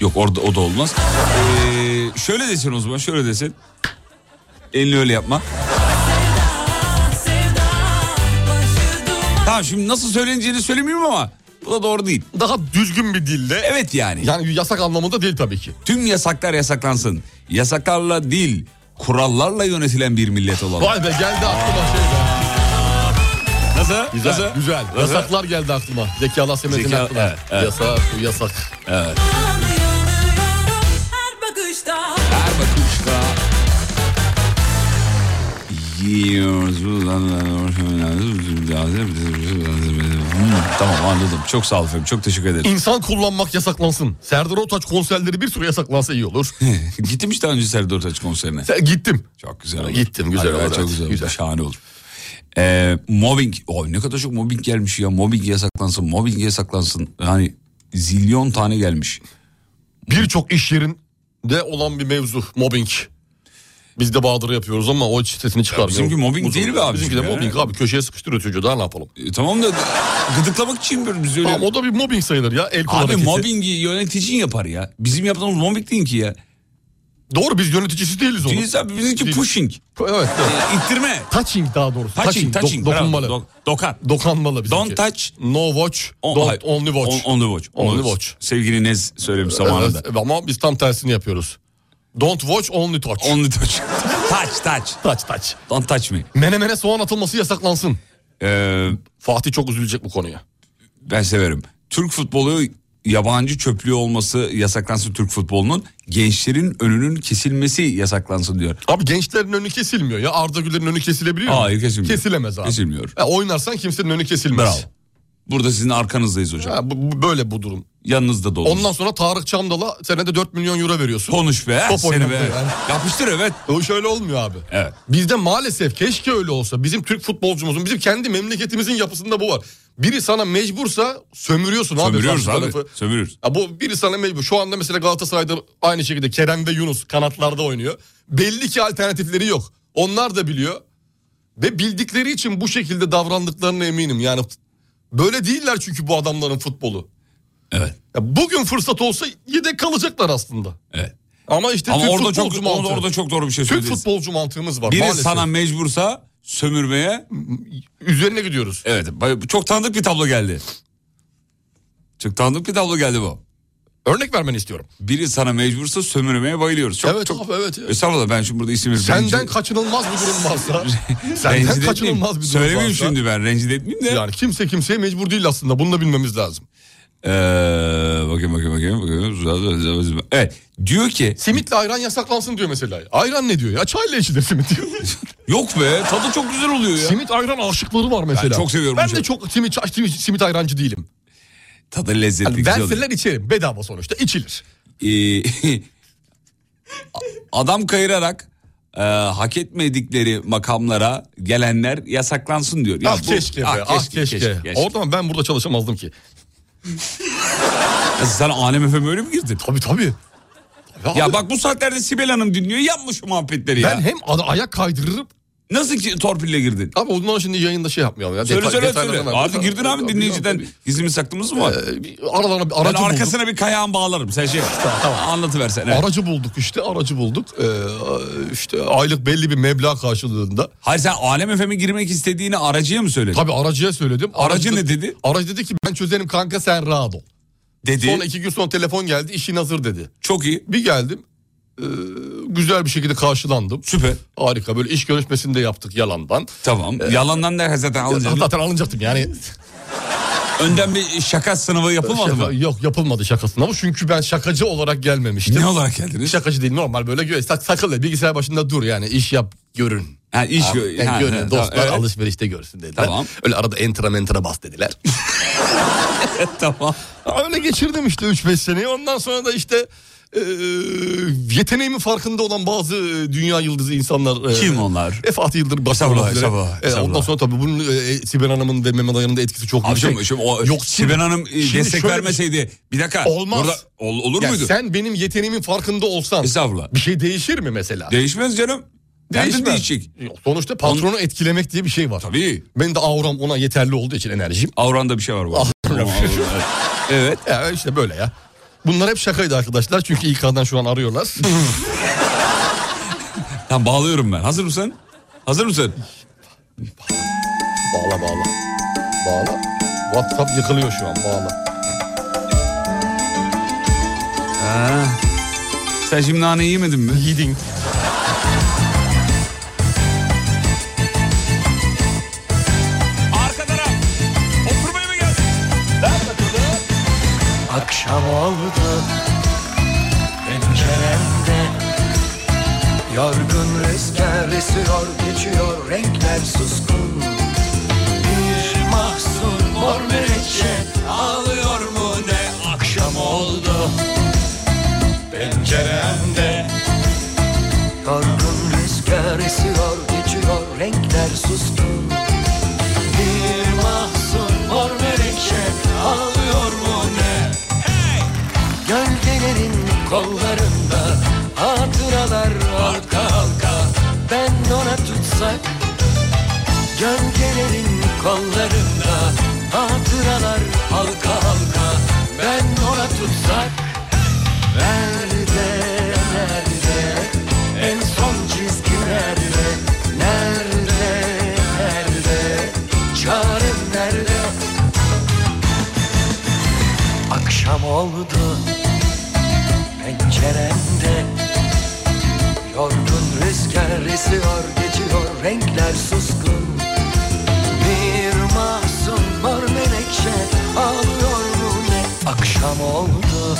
Speaker 3: Yok orada o da olmaz. Ee, şöyle desin o zaman şöyle desin. Elini öyle yapma. Tamam şimdi nasıl söyleneceğini söylemeyeyim ama Bu da doğru değil.
Speaker 5: Daha düzgün bir dille.
Speaker 3: Evet yani.
Speaker 5: Yani yasak anlamında değil tabii ki.
Speaker 3: Tüm yasaklar yasaklansın. Yasaklarla değil, kurallarla yönetilen bir millet olalım.
Speaker 5: Vay be geldi aklıma şey be.
Speaker 3: Nasıl?
Speaker 5: Güzel,
Speaker 3: Nasıl?
Speaker 5: güzel.
Speaker 3: Nasıl?
Speaker 5: Yasaklar geldi aklıma. Zeki Alasya Metin
Speaker 3: Zeki-
Speaker 5: aklıma.
Speaker 3: evet, evet.
Speaker 5: Yasak, bu yasak.
Speaker 2: Her bakışta
Speaker 3: Her bakışta Hmm, Tamam anladım. Çok sağ ol efendim. Çok teşekkür ederim.
Speaker 5: İnsan kullanmak yasaklansın. Serdar Ortaç konserleri bir süre yasaklansa iyi olur.
Speaker 3: Gittim işte daha önce Serdar Ortaç konserine.
Speaker 5: Sen- Gittim.
Speaker 3: Çok güzel olur.
Speaker 5: Gittim, güzel
Speaker 3: Hakikaten
Speaker 5: olur,
Speaker 3: Çok
Speaker 5: evet,
Speaker 3: güzel, olur,
Speaker 5: güzel.
Speaker 3: Şahane olur. Ee, mobbing. Oy, ne kadar çok mobbing gelmiş ya. Mobbing yasaklansın. Mobbing yasaklansın. Yani zilyon tane gelmiş.
Speaker 5: Birçok iş yerinde olan bir mevzu mobbing. Biz de Bahadır yapıyoruz ama o hiç sesini çıkarmıyor.
Speaker 3: bizimki mobbing
Speaker 5: Uzun.
Speaker 3: değil be abicim
Speaker 5: Bizimki de
Speaker 3: ya.
Speaker 5: mobbing abi. Köşeye sıkıştırıyor çocuğu daha ne yapalım.
Speaker 3: E, tamam da gıdıklamak için böyle biz öyle...
Speaker 5: Tamam o da bir mobbing sayılır ya. El kol
Speaker 3: Abi
Speaker 5: hareketi.
Speaker 3: mobbingi yöneticin yapar ya. Bizim yaptığımız mobbing değil ki ya.
Speaker 5: Doğru biz yöneticisi değiliz onun.
Speaker 3: Biz abi bizimki
Speaker 5: Değil.
Speaker 3: pushing.
Speaker 5: Evet.
Speaker 3: E, İttirme.
Speaker 5: Touching daha doğrusu.
Speaker 3: Touching,
Speaker 5: Do-
Speaker 3: touching. bravo.
Speaker 5: dokunmalı.
Speaker 3: Dok- Dokan.
Speaker 5: Dokanmalı bizimki.
Speaker 3: Don't touch.
Speaker 5: No watch.
Speaker 3: On- hayır.
Speaker 5: don't, only watch.
Speaker 3: On- only watch.
Speaker 5: Only watch.
Speaker 3: Sevgili Nez söylemiş zamanında.
Speaker 5: Evet, ama biz tam tersini yapıyoruz. Don't watch only touch.
Speaker 3: Only touch. touch touch.
Speaker 5: Touch touch.
Speaker 3: Don't touch me.
Speaker 5: Menemene soğan atılması yasaklansın.
Speaker 3: Ee,
Speaker 5: Fatih çok üzülecek bu konuya.
Speaker 3: ben severim. Türk futbolu yabancı çöplüğü olması yasaklansın Türk futbolunun. Gençlerin önünün kesilmesi yasaklansın diyor.
Speaker 5: Abi gençlerin önü kesilmiyor ya. Arda Güler'in önü kesilebiliyor mu?
Speaker 3: Hayır kesilmiyor.
Speaker 5: Kesilemez abi.
Speaker 3: Kesilmiyor.
Speaker 5: E, oynarsan kimsenin önü
Speaker 3: Bravo.
Speaker 5: kesilmez.
Speaker 3: Burada sizin arkanızdayız hocam.
Speaker 5: Ha, bu- bu- böyle bu durum.
Speaker 3: Yanınızda da oluruz.
Speaker 5: Ondan sonra Tarık Çamdal'a senede 4 milyon euro veriyorsun.
Speaker 3: Konuş be.
Speaker 5: Top
Speaker 3: seni
Speaker 5: oynamıyor
Speaker 3: be.
Speaker 5: yani.
Speaker 3: Yapıştır evet.
Speaker 5: O şöyle olmuyor abi.
Speaker 3: Evet.
Speaker 5: Bizde maalesef keşke öyle olsa. Bizim Türk futbolcumuzun, bizim kendi memleketimizin yapısında bu var. Biri sana mecbursa sömürüyorsun abi.
Speaker 3: Sömürüyoruz
Speaker 5: karşı
Speaker 3: abi.
Speaker 5: tarafı.
Speaker 3: Sömürüyoruz.
Speaker 5: Ya bu biri sana mecbur. Şu anda mesela Galatasaray'da aynı şekilde Kerem ve Yunus kanatlarda oynuyor. Belli ki alternatifleri yok. Onlar da biliyor. Ve bildikleri için bu şekilde davrandıklarına eminim. Yani böyle değiller çünkü bu adamların futbolu.
Speaker 3: Evet.
Speaker 5: Ya bugün fırsat olsa yedek kalacaklar aslında.
Speaker 3: Evet.
Speaker 5: Ama işte
Speaker 3: Ama
Speaker 5: Türk
Speaker 3: orada çok
Speaker 5: futbolcu
Speaker 3: orada,
Speaker 5: mantığı.
Speaker 3: orada çok doğru bir şey
Speaker 5: Türk
Speaker 3: söylediniz.
Speaker 5: futbolcu mantığımız var
Speaker 3: Biri
Speaker 5: maalesef.
Speaker 3: sana mecbursa sömürmeye
Speaker 5: Üzerine gidiyoruz.
Speaker 3: evet bay- çok tanıdık bir tablo geldi. Çok tanıdık bir tablo geldi bu.
Speaker 5: Örnek vermeni istiyorum.
Speaker 3: Biri sana mecbursa sömürmeye bayılıyoruz. Çok,
Speaker 5: evet
Speaker 3: çok...
Speaker 5: abi evet. evet.
Speaker 3: Estağfurullah ben şimdi burada isim verip
Speaker 5: Senden
Speaker 3: rencide-
Speaker 5: kaçınılmaz bir durum varsa.
Speaker 3: rencide
Speaker 5: senden
Speaker 3: etmeyeyim.
Speaker 5: kaçınılmaz bir durum
Speaker 3: Söylemeyeyim
Speaker 5: varsa.
Speaker 3: şimdi ben rencide etmeyeyim de.
Speaker 5: Yani kimse kimseye mecbur değil aslında. Bunu da bilmemiz lazım.
Speaker 3: Ee, bakayım bakayım bakayım. bakayım. Evet diyor ki
Speaker 5: Simitle ayran yasaklansın diyor mesela. Ayran ne diyor ya? Çayla içilir simit diyor.
Speaker 3: yok be tadı çok güzel oluyor ya.
Speaker 5: simit ayran aşıkları var mesela.
Speaker 3: Ben çok seviyorum
Speaker 5: Ben
Speaker 3: bu
Speaker 5: de
Speaker 3: şeyi.
Speaker 5: çok simit, çay- simit, simit ayrancı değilim.
Speaker 3: Tadı lezzetli
Speaker 5: Hani
Speaker 3: güzel oluyor.
Speaker 5: verseler içerim. Bedava sonuçta içilir.
Speaker 3: Ee, adam kayırarak e, hak etmedikleri makamlara gelenler yasaklansın diyor. Ya
Speaker 5: ah,
Speaker 3: bu-
Speaker 5: keşke be. Ah, keşke. Oradan ben burada çalışamazdım ki.
Speaker 3: Ya Sen Alem FM öyle mi girdin?
Speaker 5: Tabii tabii.
Speaker 3: Ya
Speaker 5: Abi,
Speaker 3: bak bu saatlerde Sibel Hanım dinliyor. Yapma şu muhabbetleri
Speaker 5: ben
Speaker 3: ya.
Speaker 5: hem ana- ayak kaydırırım
Speaker 3: Nasıl ki torpille girdin?
Speaker 5: Abi ondan şimdi yayında şey yapmayalım ya.
Speaker 3: Söyle
Speaker 5: Detay-
Speaker 3: söyle
Speaker 5: detaylarına
Speaker 3: söyle.
Speaker 5: vermeyelim.
Speaker 3: Artık girdin abi dinleyiciden. Gizlimiz saklımız mı var?
Speaker 5: Ee, bir Aralarına bir
Speaker 3: Ben
Speaker 5: aracı
Speaker 3: arkasına bir kayağın bağlarım. Sen şey
Speaker 5: tamam.
Speaker 3: anlatıversen.
Speaker 5: bulduk.
Speaker 3: evet.
Speaker 5: Aracı bulduk işte aracı bulduk. Ee, işte aylık belli bir meblağ karşılığında.
Speaker 3: Hayır sen Alem FM'e girmek istediğini aracıya mı söyledin?
Speaker 5: Tabii aracıya söyledim.
Speaker 3: Aracı ne dedi?
Speaker 5: Aracı dedi ki ben çözerim kanka sen rahat ol.
Speaker 3: Dedi.
Speaker 5: Sonra iki gün sonra telefon geldi işin hazır dedi.
Speaker 3: Çok iyi.
Speaker 5: Bir geldim ee, güzel bir şekilde karşılandım.
Speaker 3: Süper.
Speaker 5: Harika böyle iş görüşmesini de yaptık yalandan.
Speaker 3: Tamam. Yalandan da zaten alınca.
Speaker 5: Zaten alınacaktım yani.
Speaker 3: Önden bir şaka sınavı yapılmadı
Speaker 5: Şaka-
Speaker 3: mı?
Speaker 5: yok yapılmadı şakasına ama çünkü ben şakacı olarak gelmemiştim.
Speaker 3: Ne olarak geldiniz?
Speaker 5: Şakacı değil normal böyle gö- sak- sakal bilgisayar başında dur yani iş yap görün.
Speaker 3: Ha, iş
Speaker 5: Ha,
Speaker 3: gö-
Speaker 5: yani
Speaker 3: ha,
Speaker 5: görün
Speaker 3: ha,
Speaker 5: dostlar
Speaker 3: tamam, evet.
Speaker 5: alışverişte görsün dediler.
Speaker 3: Tamam.
Speaker 5: Öyle arada enter'a menter'a bas dediler.
Speaker 3: tamam.
Speaker 5: Öyle geçirdim işte 3-5 seneyi ondan sonra da işte e, yeteneğimin farkında olan bazı dünya yıldızı insanlar. e,
Speaker 3: Kim onlar?
Speaker 5: E, Fatih Yıldırım başta
Speaker 3: Estağfurullah,
Speaker 5: olmak üzere.
Speaker 3: estağfurullah,
Speaker 5: E, Ondan
Speaker 3: estağfurullah.
Speaker 5: sonra tabii bunun e, Sibel Hanım'ın ve Mehmet Ayan'ın da etkisi çok
Speaker 3: Abi
Speaker 5: yüksek.
Speaker 3: şimdi, şimdi o Sibel Hanım e,
Speaker 5: Şimdi
Speaker 3: destek
Speaker 5: şöyle bir-
Speaker 3: vermeseydi bir dakika.
Speaker 5: Olmaz.
Speaker 3: ol- olur
Speaker 5: Ya
Speaker 3: muydu?
Speaker 5: sen benim yeteneğimin farkında olsan
Speaker 3: Estağfurullah.
Speaker 5: bir şey değişir mi mesela?
Speaker 3: Değişmez canım. Değişmez.
Speaker 5: Değişmez.
Speaker 3: değişik.
Speaker 5: Yok, E, Sonuçta patronu etkilemek diye bir şey var.
Speaker 3: Tabii.
Speaker 5: Benim de auram ona yeterli olduğu için enerjim.
Speaker 3: Avranda bir şey var bu. arada. Tamam, evet. evet.
Speaker 5: Ya işte böyle ya. Bunlar hep şakaydı arkadaşlar çünkü İK'dan şu an arıyorlar.
Speaker 3: Tamam bağlıyorum ben. Hazır mısın? Hazır mısın?
Speaker 5: bağla bağla. Bağla. WhatsApp yıkılıyor şu an bağlı.
Speaker 11: Ha. Sen şimdi nane yemedin mi?
Speaker 5: Yedin.
Speaker 3: Arka taraf. Oturmaya mı geldin?
Speaker 4: Akşam oldu Penceremde Yorgun rüzgar esiyor Geçiyor renkler suskun Bir mahzun mor menekşe
Speaker 12: Ağlıyor mu ne akşam oldu Penceremde
Speaker 4: Yorgun rüzgar esiyor Geçiyor renkler suskun Bir mahzun mor menekşe Ağlıyor mu ne Gölgelerin kollarında Hatıralar arka halka Ben ona tutsak Gölgelerin kollarında Hatıralar halka halka Ben ona tutsak Nerede, nerede En son çizgilerde Nerede, nerede Çarem nerede Akşam oldu penceremde Yorgun rüzgar esiyor geçiyor renkler suskun Bir mahzun mor menekşe ağlıyor mu ne Akşam oldu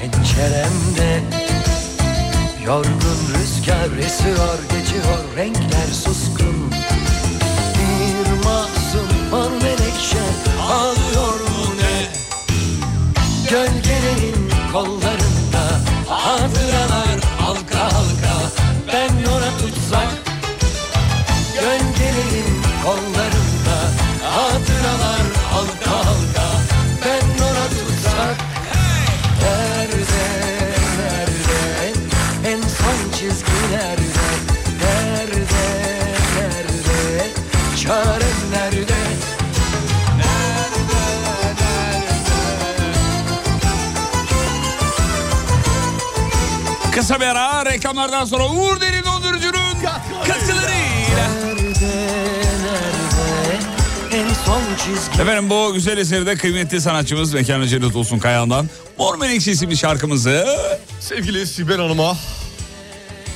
Speaker 4: penceremde Yorgun rüzgar esiyor geçiyor renkler suskun Bir mahzun mor menekşe ağlıyor mu ne Gölgelerin kollarında hatıralar halka halka Ben ona tutsak Gölgelerin kollarında hatıralar halka halka Ben ona tutsak Nerede nerede en son çizgilerde Nerede nerede çarem nerede
Speaker 3: Kısa bir ara reklamlardan sonra Uğur Derin Dondurucu'nun katkılarıyla. Efendim bu güzel eseri de kıymetli sanatçımız mekanı cennet olsun Kayahan'dan Mor Menekşe isimli şarkımızı
Speaker 5: Sevgili Sibel Hanım'a,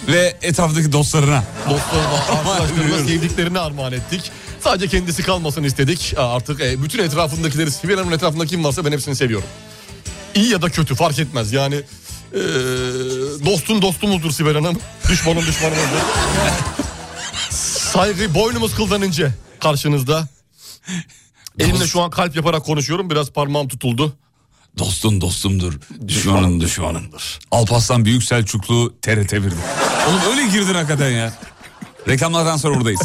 Speaker 3: ve etraftaki dostlarına.
Speaker 5: dostlarıma, arkadaşlarıma,
Speaker 3: Buyurun.
Speaker 5: sevdiklerine armağan ettik. Sadece kendisi kalmasını istedik. Aa, Artık e, bütün etrafındakileri, Sibel Hanım'ın etrafında kim varsa ben hepsini seviyorum. İyi ya da kötü fark etmez. Yani e, dostun dostumuzdur Sibel Hanım. Düşmanın düşmanımızdır. Saygı boynumuz kıldan ince karşınızda. Elimle şu an kalp yaparak konuşuyorum. Biraz parmağım tutuldu.
Speaker 3: Dostun dostumdur, düşmanın düşmanındır. Alparslan Büyük Selçuklu TRT 1'dir. Oğlum öyle girdin hakikaten ya. Reklamlardan sonra buradayız.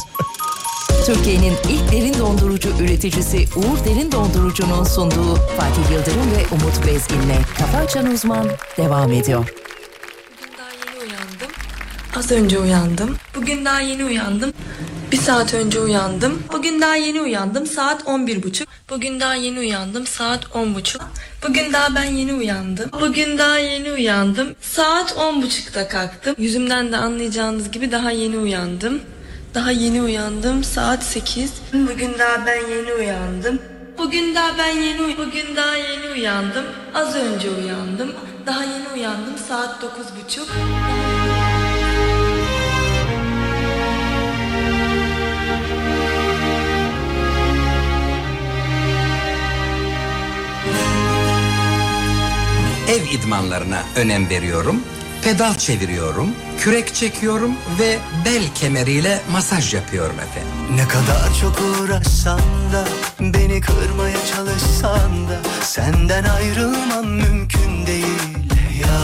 Speaker 7: Türkiye'nin ilk derin dondurucu üreticisi Uğur Derin Dondurucu'nun sunduğu Fatih Yıldırım ve Umut Bezgin'le Kafa Açan Uzman devam ediyor.
Speaker 13: Bugün daha yeni uyandım. Az önce uyandım. Bugün daha yeni uyandım. Bir saat önce uyandım. Bugün daha yeni uyandım. Saat 11.30. Bugün daha yeni uyandım. Saat 10.30. Bugün daha ben yeni uyandım. Bugün daha yeni uyandım. Saat 10.30'da kalktım. Yüzümden de anlayacağınız gibi daha yeni uyandım. Daha yeni uyandım. Saat 8. Bugün daha ben yeni uyandım. Bugün daha ben yeni bugün daha yeni uyandım. Az önce uyandım. Daha yeni uyandım. Saat 9.30.
Speaker 6: Ev idmanlarına önem veriyorum. Pedal çeviriyorum, kürek çekiyorum ve bel kemeriyle masaj yapıyorum efendim.
Speaker 4: Ne kadar çok uğraşsan da Beni kırmaya çalışsan da Senden ayrılmam mümkün değil ya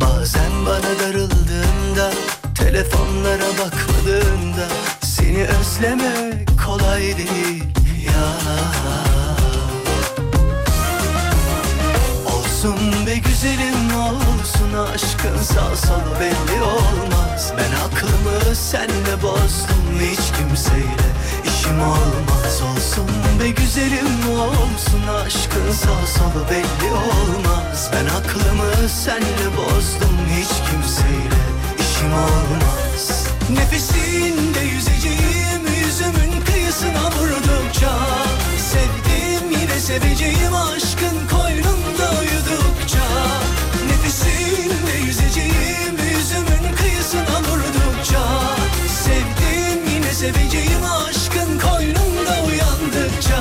Speaker 4: Bazen bana darıldığında Telefonlara bakmadığında Seni özlemek kolay değil ya Olsun be güzelim olsun aşkın sağ solu belli olmaz Ben aklımı senle bozdum hiç kimseyle işim olmaz Olsun be güzelim olsun aşkın sağ solu belli olmaz Ben aklımı senle bozdum hiç kimseyle işim olmaz Nefesinde yüzeceğim yüzümün kıyısına vurdum
Speaker 6: seveceğim aşkın koynunda uyudukça Nefesinde yüzeceğim yüzümün kıyısına vurdukça Sevdim yine seveceğim aşkın koynunda uyandıkça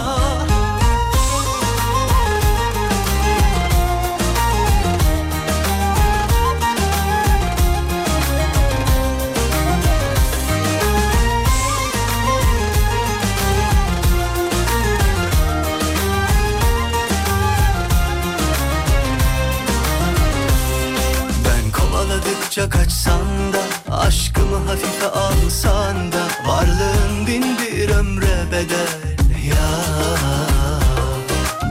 Speaker 6: Ben kovaladıkça kaçsan da Aşkımı hafife alsan da Varlığın bin bir ömre bedel ya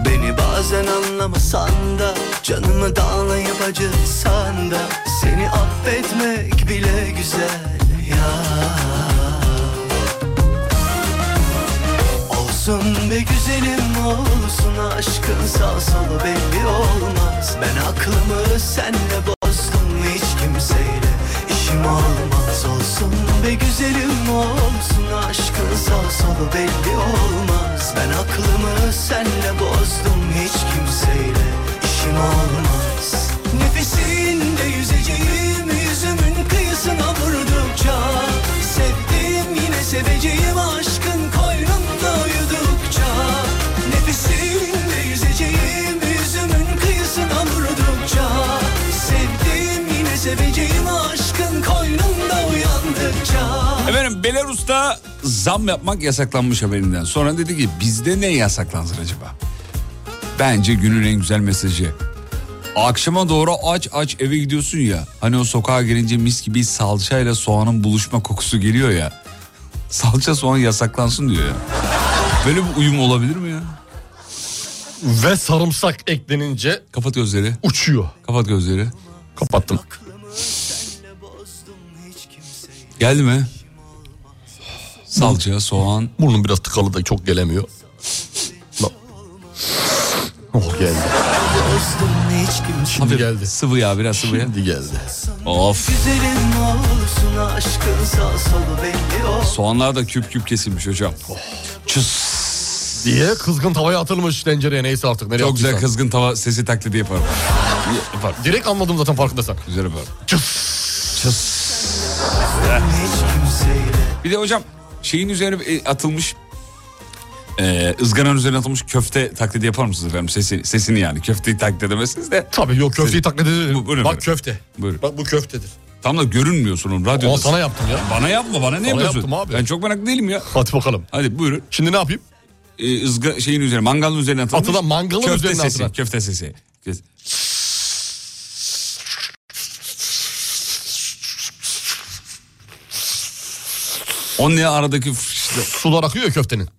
Speaker 6: Beni bazen anlamasan da Canımı dağlayıp acıtsan da Seni affetmek bile güzel ya Olsun be güzelim olsun aşkın sağ solu belli olmaz Ben aklımı senle bozdum hiç kimseyle işim olmaz Olsun be güzelim olsun aşkın sağ solu belli olmaz Ben aklımı senle bozdum hiç kimseyle işim olmaz Nefesinde yüzeceğim yüzümün kıyısına vurdukça Sevdim yine seveceğim aşkın koynumda uyudukça Nefesinde yüzeceğim yüzümün kıyısına vurdukça Sevdim yine seveceğim aşkın koynumda uyandıkça
Speaker 3: Efendim Belarus'ta zam yapmak yasaklanmış haberinden. Sonra dedi ki bizde ne yasaklansın acaba? Bence günün en güzel mesajı. Akşama doğru aç aç eve gidiyorsun ya. Hani o sokağa girince mis gibi salçayla soğanın buluşma kokusu geliyor ya. Salça soğan yasaklansın diyor ya. Böyle bir uyum olabilir mi ya?
Speaker 5: Ve sarımsak eklenince...
Speaker 3: Kapat gözleri.
Speaker 5: Uçuyor.
Speaker 3: Kapat gözleri.
Speaker 5: Kapattım.
Speaker 3: Geldi mi? Salça, soğan.
Speaker 5: Burnum biraz tıkalı da çok gelemiyor. Lan. Oh geldi.
Speaker 3: Şimdi geldi. Sıvı ya biraz sıvı ya.
Speaker 5: Şimdi geldi.
Speaker 3: Of.
Speaker 6: Güzelim olsun aşkın sağ solu belli olmaz
Speaker 3: Soğanlar da küp küp kesilmiş hocam. Çıs.
Speaker 5: Diye kızgın tavaya atılmış tencereye neyse artık. Nereye
Speaker 3: Çok güzel
Speaker 5: attıysan.
Speaker 3: kızgın tava sesi taklidi yaparım. Yapar.
Speaker 5: Direkt anladım zaten farkındasan.
Speaker 3: Güzel yaparım. Çıs.
Speaker 6: kimseyle
Speaker 3: Bir de hocam şeyin üzerine e, atılmış e, ızgaranın üzerine atılmış köfte taklidi yapar mısınız efendim? Sesi, sesini yani köfteyi taklit edemezsiniz de.
Speaker 5: Tabii yok köfteyi taklit edelim.
Speaker 3: Bu- buyurun
Speaker 5: Bak
Speaker 3: efendim.
Speaker 5: köfte.
Speaker 3: Buyurun.
Speaker 5: Bak bu köftedir.
Speaker 3: Tam da görünmüyorsun onun radyoda.
Speaker 5: Ama sana yaptım ya.
Speaker 3: Bana yapma bana ne
Speaker 5: Sana
Speaker 3: yapıyorsun?
Speaker 5: yaptım abi.
Speaker 3: Ben çok merak değilim ya.
Speaker 5: Hadi bakalım.
Speaker 3: Hadi buyurun.
Speaker 5: Şimdi ne yapayım?
Speaker 3: E, ızga, şeyin üzerine mangalın üzerine atılmış.
Speaker 5: Atılan mangalın
Speaker 3: köfte
Speaker 5: üzerine
Speaker 3: sesi,
Speaker 5: atılan.
Speaker 3: Köfte sesi. Kes- On ne aradaki
Speaker 5: Sular akıyor ya köftenin.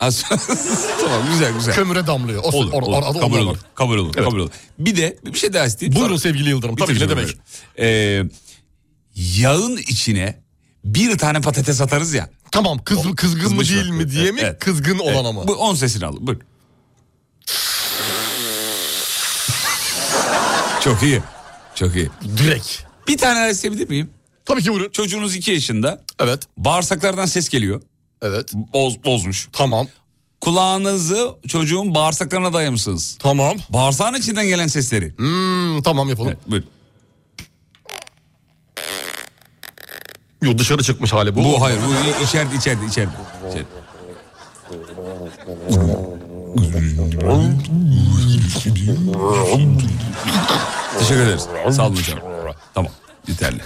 Speaker 3: tamam güzel güzel.
Speaker 5: Kömüre damlıyor. O,
Speaker 3: olur,
Speaker 5: or-
Speaker 3: olur.
Speaker 5: arada
Speaker 3: kabul
Speaker 5: onlar
Speaker 3: olur.
Speaker 5: var.
Speaker 3: Kabul olur.
Speaker 5: Evet.
Speaker 3: Kabul olur. Bir de bir şey daha isteyeyim.
Speaker 5: Buyurun
Speaker 3: Sonra-
Speaker 5: sevgili Yıldırım. Tabii ki ne
Speaker 3: Bitireceğim
Speaker 5: demek.
Speaker 3: böyle. Ee, yağın içine bir tane patates atarız ya.
Speaker 5: Tamam kız, kızgın
Speaker 3: Kızmış
Speaker 5: mı değil
Speaker 3: bak.
Speaker 5: mi diye mi?
Speaker 3: Evet.
Speaker 5: Kızgın olan
Speaker 3: Evet.
Speaker 5: ama.
Speaker 3: Bu on sesini al. Buyur. Çok iyi. Çok iyi.
Speaker 5: Direkt.
Speaker 3: Bir tane daha isteyebilir miyim?
Speaker 5: Tabii ki buyurun.
Speaker 3: Çocuğunuz iki yaşında.
Speaker 5: Evet.
Speaker 3: Bağırsaklardan ses geliyor.
Speaker 5: Evet.
Speaker 3: Boz, bozmuş.
Speaker 5: Tamam.
Speaker 3: Kulağınızı çocuğun bağırsaklarına dayamışsınız.
Speaker 5: Tamam.
Speaker 3: Bağırsağın içinden gelen sesleri.
Speaker 5: Hmm, tamam yapalım.
Speaker 3: Evet, buyur.
Speaker 5: Yo, dışarı çıkmış hali bu.
Speaker 3: Bu hayır bu içeride içeride içeride. içeride. Teşekkür ederiz. Sağ olun hocam. Tamam yeterli.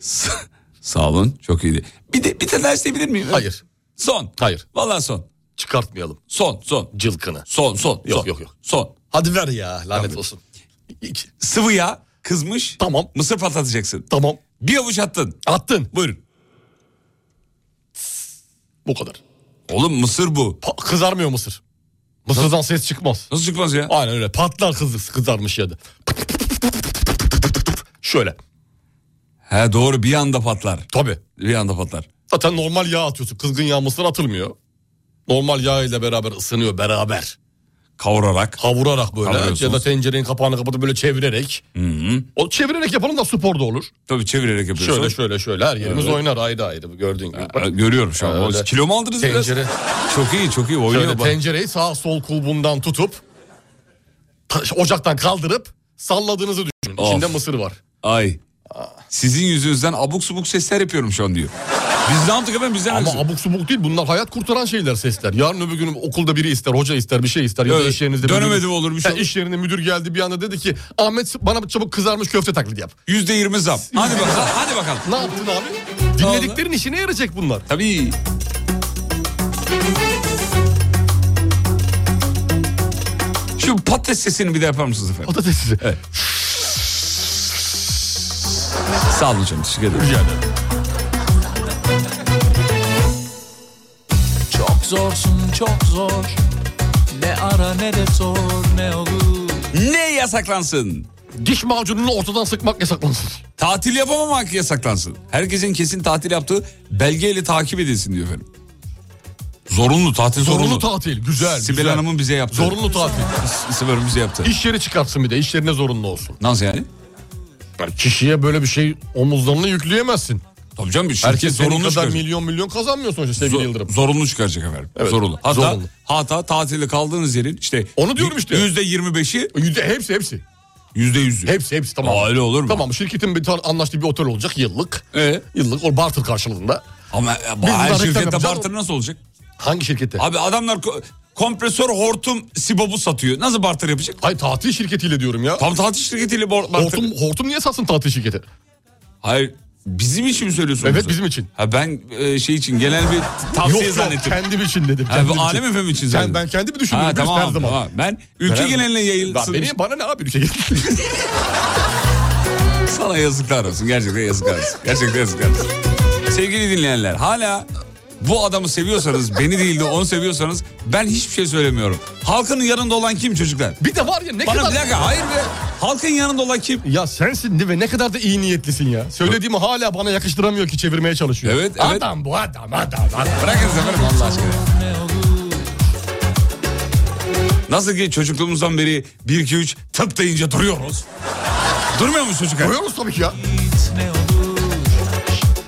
Speaker 3: Sa- Sağ olun çok iyiydi. Bir de bir tane daha isteyebilir miyim?
Speaker 5: Hayır.
Speaker 3: Son.
Speaker 5: Hayır.
Speaker 3: Vallahi son.
Speaker 5: Çıkartmayalım.
Speaker 3: Son son.
Speaker 5: Cılkını.
Speaker 3: Son son.
Speaker 5: Yok,
Speaker 3: son.
Speaker 5: yok, yok.
Speaker 3: Son.
Speaker 5: Hadi ver ya lanet olsun. İki.
Speaker 3: Sıvı yağ kızmış.
Speaker 5: Tamam.
Speaker 3: Mısır patlatacaksın.
Speaker 5: Tamam.
Speaker 3: Bir avuç attın.
Speaker 5: Attın.
Speaker 3: Buyurun.
Speaker 5: Bu kadar.
Speaker 3: Oğlum mısır bu.
Speaker 5: Pa- kızarmıyor mısır. Mısırdan ses çıkmaz.
Speaker 3: Nasıl çıkmaz ya?
Speaker 5: Aynen öyle. Patlar kız kızarmış ya da. Şöyle.
Speaker 3: He doğru bir anda patlar.
Speaker 5: Tabii.
Speaker 3: Bir anda patlar.
Speaker 5: Zaten normal yağ atıyorsun. Kızgın yağ mısır atılmıyor. Normal yağ ile beraber ısınıyor beraber.
Speaker 3: Kavurarak.
Speaker 5: Kavurarak böyle ya da
Speaker 3: Kavuruyorsunuz.
Speaker 5: tencerenin kapağını kapatıp böyle çevirerek. O çevirerek yapalım da spor da olur.
Speaker 3: Tabii çevirerek yapıyorsun.
Speaker 5: Şöyle şöyle şöyle her yerimiz
Speaker 3: Evet.
Speaker 5: oynar ayrı ayrı gördüğün gibi.
Speaker 3: Ha, Görüyorum şu an.
Speaker 5: Öyle.
Speaker 3: Kilo mu aldınız
Speaker 5: Tencere.
Speaker 3: biraz? Çok iyi çok iyi oynuyor
Speaker 5: Şöyle
Speaker 3: bak.
Speaker 5: tencereyi sağ sol kulbundan tutup ta- ocaktan kaldırıp salladığınızı düşünün. İçinde
Speaker 3: Of.
Speaker 5: mısır var.
Speaker 3: Ay. Sizin yüzünüzden abuk subuk sesler yapıyorum şu an diyor. Biz ne yaptık efendim bizden
Speaker 5: Ama abuk subuk değil bunlar hayat kurtaran şeyler sesler. Yarın öbür gün okulda biri ister, hoca ister, bir şey ister. Ya da
Speaker 3: Evet,
Speaker 5: iş yerinizde
Speaker 3: dönemedi
Speaker 5: müdür-
Speaker 3: olur, bir şey
Speaker 5: Ha, İş yerinde müdür geldi bir anda dedi ki Ahmet bana çabuk kızarmış köfte taklidi yap.
Speaker 3: Yüzde yirmi zam. Hadi bakalım. Hadi bakalım.
Speaker 5: Ne yaptın abi? Dinlediklerin işine yarayacak bunlar.
Speaker 3: Tabii. Şu patates sesini bir de yapar mısınız efendim?
Speaker 5: Patates sesi.
Speaker 3: Evet. Sağ olun canım. Teşekkür ederim. Rica ederim.
Speaker 8: Çok zorsun çok zor Ne ara ne de sor ne olur
Speaker 3: Ne yasaklansın?
Speaker 5: Diş macununu ortadan sıkmak yasaklansın.
Speaker 3: Tatil yapamamak yasaklansın. Herkesin kesin tatil yaptığı belgeyle takip edilsin diyor efendim. Zorunlu tatil zorunlu.
Speaker 5: Zorunlu tatil. Güzel.
Speaker 3: Sibel
Speaker 5: güzel.
Speaker 3: Hanım'ın bize yaptığı.
Speaker 5: Zorunlu tatil.
Speaker 3: S- Sibel Hanım bize yaptı.
Speaker 5: İş yeri çıkartsın bir de. İş yerine zorunlu olsun.
Speaker 3: Nasıl yani?
Speaker 5: Yani kişiye böyle bir şey omuzlarına yükleyemezsin.
Speaker 3: Tabii canım bir şirket
Speaker 5: Herkes senin
Speaker 3: zorunlu
Speaker 5: kadar
Speaker 3: çıkaracak.
Speaker 5: milyon milyon kazanmıyor sonuçta sevgili Yıldırım.
Speaker 3: Zorunlu çıkaracak efendim.
Speaker 5: Evet,
Speaker 3: Zorunlu. Hatta,
Speaker 5: zorunlu.
Speaker 3: hatta tatilde kaldığınız yerin işte...
Speaker 5: Onu diyorum işte.
Speaker 3: Yüzde yirmi beşi,
Speaker 5: Yüzde, hepsi hepsi.
Speaker 3: yüzde yüzü.
Speaker 5: Hepsi hepsi tamam.
Speaker 3: Aa, öyle olur mu?
Speaker 5: Tamam şirketin bir tar- anlaştığı bir otel olacak yıllık.
Speaker 3: Ee?
Speaker 5: Yıllık o barter karşılığında.
Speaker 3: Ama e,
Speaker 5: Biz
Speaker 3: her
Speaker 5: reklam
Speaker 3: şirkette
Speaker 5: yapacağız.
Speaker 3: barter nasıl olacak?
Speaker 5: Hangi şirkette?
Speaker 3: Abi adamlar ko- kompresör hortum sibobu satıyor. Nasıl barter yapacak?
Speaker 5: Hayır tatil şirketiyle diyorum ya.
Speaker 3: Tam tatil şirketiyle bor- barter...
Speaker 5: Hortum, hortum niye satsın tatil şirketi?
Speaker 3: Hayır bizim için mi söylüyorsunuz?
Speaker 5: Evet bizim için.
Speaker 3: Ha ben e, şey için genel bir tavsiye
Speaker 5: Yok yok
Speaker 3: zannettim.
Speaker 5: kendim için dedim.
Speaker 3: Ha,
Speaker 5: kendim
Speaker 3: bu
Speaker 5: için.
Speaker 3: alem efendim için
Speaker 5: Sen,
Speaker 3: zannettim.
Speaker 5: ben kendimi düşündüm.
Speaker 3: Ha,
Speaker 5: biz
Speaker 3: tamam,
Speaker 5: her zaman.
Speaker 3: tamam. Ben ülke
Speaker 5: Ben-
Speaker 3: geneline
Speaker 5: Lan
Speaker 3: yayılsın.
Speaker 5: beni, bana ne abi şey? ülke geneline?
Speaker 3: Sana yazıklar olsun. Gerçekten yazıklar olsun. Gerçekten yazıklar olsun. Sevgili dinleyenler hala bu adamı seviyorsanız beni değil de onu seviyorsanız ben hiçbir şey söylemiyorum. Halkın yanında olan kim çocuklar?
Speaker 5: Bir de var ya ne
Speaker 3: Bana
Speaker 5: kadar...
Speaker 3: bir dakika hayır be. Halkın yanında olan kim?
Speaker 5: Ya sensin değil mi? Ne kadar da iyi niyetlisin ya. Söylediğimi hala bana yakıştıramıyor ki çevirmeye çalışıyor.
Speaker 3: Evet, evet.
Speaker 5: Adam bu adam adam adam.
Speaker 3: Bırakın efendim Allah aşkına. Nasıl ki çocukluğumuzdan beri 1 2 3 tıp deyince duruyoruz. Durmuyor muyuz çocuklar?
Speaker 5: Koyuyoruz tabii ki ya.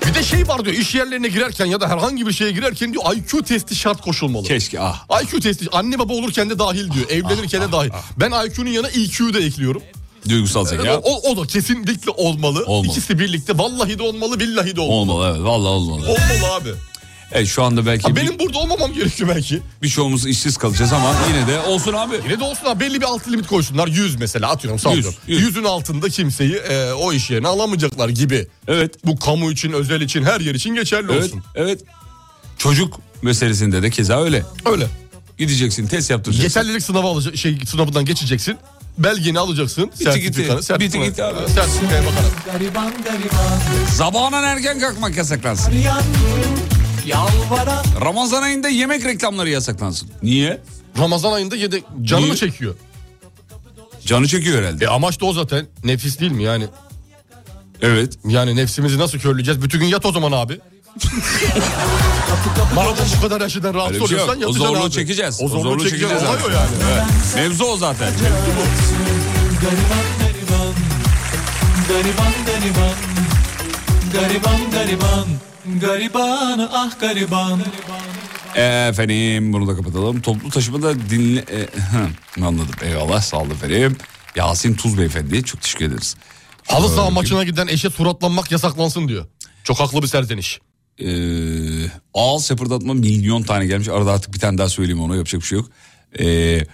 Speaker 5: Bir de şey var diyor iş yerlerine girerken ya da herhangi bir şeye girerken diyor IQ testi şart koşulmalı.
Speaker 3: Keşke ah.
Speaker 5: IQ testi anne baba olurken de dahil diyor. Evlenirken de dahil. Ben IQ'nun yanına EQ'yu da ekliyorum.
Speaker 3: ah. Duygusal zeka.
Speaker 5: O, o da kesinlikle olmalı.
Speaker 3: Olmalı.
Speaker 5: İkisi birlikte vallahi de olmalı billahi de olmalı.
Speaker 3: Olmalı evet vallahi olmalı.
Speaker 5: Olmalı abi.
Speaker 3: Evet şu anda belki
Speaker 5: Ha,
Speaker 3: bir-
Speaker 5: benim burada olmamam gerekiyor belki.
Speaker 3: birçoğumuz işsiz kalacağız ama yine de olsun abi.
Speaker 5: Yine de olsun abi belli bir alt limit koysunlar. 100 mesela atıyorum sallıyorum.
Speaker 3: Yüz, yüz.
Speaker 5: 100'ün altında kimseyi e, o iş yerine alamayacaklar gibi.
Speaker 3: Evet.
Speaker 5: Bu kamu için, özel için, her yer için geçerli
Speaker 3: Evet,
Speaker 5: olsun.
Speaker 3: evet. Çocuk meselesinde de keza öyle.
Speaker 5: Öyle.
Speaker 3: Gideceksin test yaptıracaksın.
Speaker 5: Yeterlilik sınavı alacak, şey sınavından geçeceksin. Belgeni alacaksın. sertifikanı,
Speaker 3: gitti.
Speaker 5: sertifikanı-
Speaker 3: Bitti gitti abi.
Speaker 5: Sertifikaya bakarak.
Speaker 8: Gariban gariban
Speaker 3: Sabahından erken kalkmak yasaklansın.
Speaker 8: arayan Yalvaran
Speaker 3: Ramazan ayında yemek reklamları yasaklansın. Niye?
Speaker 5: Ramazan ayında yedek canımı
Speaker 3: Niye?
Speaker 5: çekiyor.
Speaker 3: Canı çekiyor herhalde.
Speaker 5: E amaç da o zaten. Nefis değil mi yani?
Speaker 3: Evet.
Speaker 5: Yani nefsimizi nasıl körleyeceğiz? Bütün gün yat o zaman abi. Madem bu kadar yaşından
Speaker 3: Öyle
Speaker 5: rahatsız
Speaker 3: bir şey yok.
Speaker 5: oluyorsan yatacaksın
Speaker 3: O zorluğu
Speaker 5: abi.
Speaker 3: çekeceğiz.
Speaker 5: O zorluğu, çekeceğiz.
Speaker 3: abi.
Speaker 5: Olay o yani.
Speaker 3: Evet. Mevzu o zaten.
Speaker 8: Gariban gariban Gariban gariban Gariban gariban Gariban ah gariban
Speaker 3: Efendim bunu da kapatalım. Toplu taşımada dinle... e, hı, anladım. Eyvallah sağ olun efendim. Yasin Tuz Beyefendi'ye çok teşekkür ederiz.
Speaker 5: Halı saha
Speaker 3: Ee,
Speaker 5: maçına giden eşe suratlanmak yasaklansın diyor. Çok haklı bir serzeniş.
Speaker 3: Ee, ağız şapırdatma milyon tane gelmiş. Arada artık bir tane daha söyleyeyim ona yapacak bir şey yok. Ee,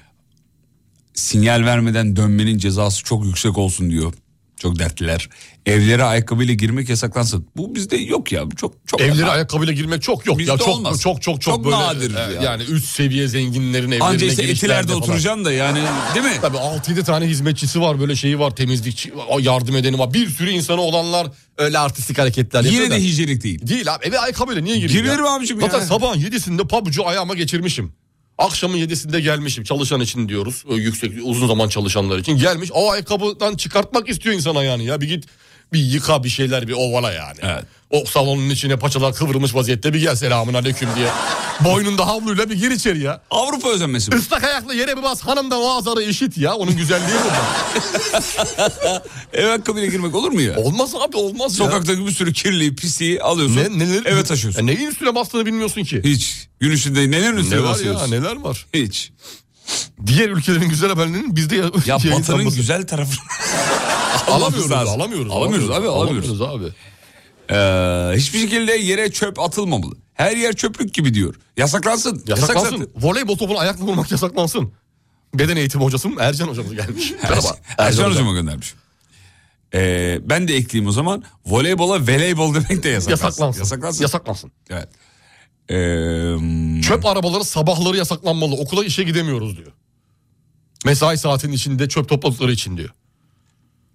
Speaker 3: sinyal vermeden dönmenin cezası çok yüksek olsun diyor. Çok dertliler. Evlere ayakkabıyla girmek yasaklansın. Bu bizde yok ya. Çok çok
Speaker 5: Evlere ayakkabıyla girmek çok yok.
Speaker 3: Bizde
Speaker 5: ya çok,
Speaker 3: olmaz.
Speaker 5: çok çok çok
Speaker 3: Çok
Speaker 5: böyle
Speaker 3: nadir
Speaker 5: e,
Speaker 3: yani.
Speaker 5: yani. üst seviye zenginlerin evlerine
Speaker 3: Anca işte
Speaker 5: girişlerde
Speaker 3: etilerde
Speaker 5: falan.
Speaker 3: oturacaksın da yani değil mi?
Speaker 5: Tabii 6-7 tane hizmetçisi var böyle şeyi var temizlikçi yardım edeni var. Bir sürü insana olanlar öyle artistik hareketler
Speaker 3: Yine
Speaker 5: yapıyor
Speaker 3: de
Speaker 5: da.
Speaker 3: hijyenik değil.
Speaker 5: Değil abi eve ayakkabıyla niye gireyim
Speaker 3: Girilir
Speaker 5: ya?
Speaker 3: mi abicim
Speaker 5: Zaten
Speaker 3: ya?
Speaker 5: sabahın 7'sinde pabucu ayağıma geçirmişim. Akşamın 7'sinde gelmişim çalışan için diyoruz. Ö, Yüksek uzun zaman çalışanlar için gelmiş. O ayakkabıdan çıkartmak istiyor insan ayağını ya. Bir git bir yıka bir şeyler bir ovala yani.
Speaker 3: Evet.
Speaker 5: O salonun içine paçalar kıvrılmış vaziyette bir gel selamun aleyküm diye. Boynunda havluyla bir gir içeri ya.
Speaker 3: Avrupa özenmesi bu.
Speaker 5: Islak ayakla yere bir bas hanımdan o azarı işit ya. Onun güzelliği burada.
Speaker 3: Ev hakkabıyla girmek olur mu ya?
Speaker 5: Olmaz abi olmaz ya.
Speaker 3: Sokaktaki bir sürü kirliyi, pisliği alıyorsun.
Speaker 5: Ne- neler-
Speaker 3: eve taşıyorsun.
Speaker 5: Ya neyin üstüne bastığını bilmiyorsun ki.
Speaker 3: Hiç. Gün içinde nelerin üstüne
Speaker 5: Ne var
Speaker 3: basıyorsun?
Speaker 5: ya, neler var?
Speaker 3: Hiç.
Speaker 5: Diğer ülkelerin güzel haberlerinin bizde ya,
Speaker 3: Ya
Speaker 5: yayın
Speaker 3: Batı'nın
Speaker 5: sanması.
Speaker 3: güzel tarafı.
Speaker 5: alamıyoruz,
Speaker 3: lazım.
Speaker 5: alamıyoruz.
Speaker 3: Alamıyoruz abi alamıyoruz.
Speaker 5: abi.
Speaker 3: Ee, hiçbir şekilde yere çöp atılmamalı. Her yer çöplük gibi diyor. Yasaklansın.
Speaker 5: Yasaklansın.
Speaker 3: Yasak zaten.
Speaker 5: Voleybol topunu ayakla vurmak yasaklansın. Beden eğitimi hocası mı? Ercan hocamız gelmiş. Merhaba.
Speaker 3: Ercan hocama göndermiş. Ee, ben de ekleyeyim o zaman. Voleybola voleybol demek de yasaklansın.
Speaker 5: Yasaklansın.
Speaker 3: Yasaklansın.
Speaker 5: Yasaklansın.
Speaker 3: Evet. Ee,
Speaker 5: Çöp arabaları sabahları yasaklanmalı. Okula işe gidemiyoruz diyor. Mesai saatinin içinde çöp topladıkları için diyor.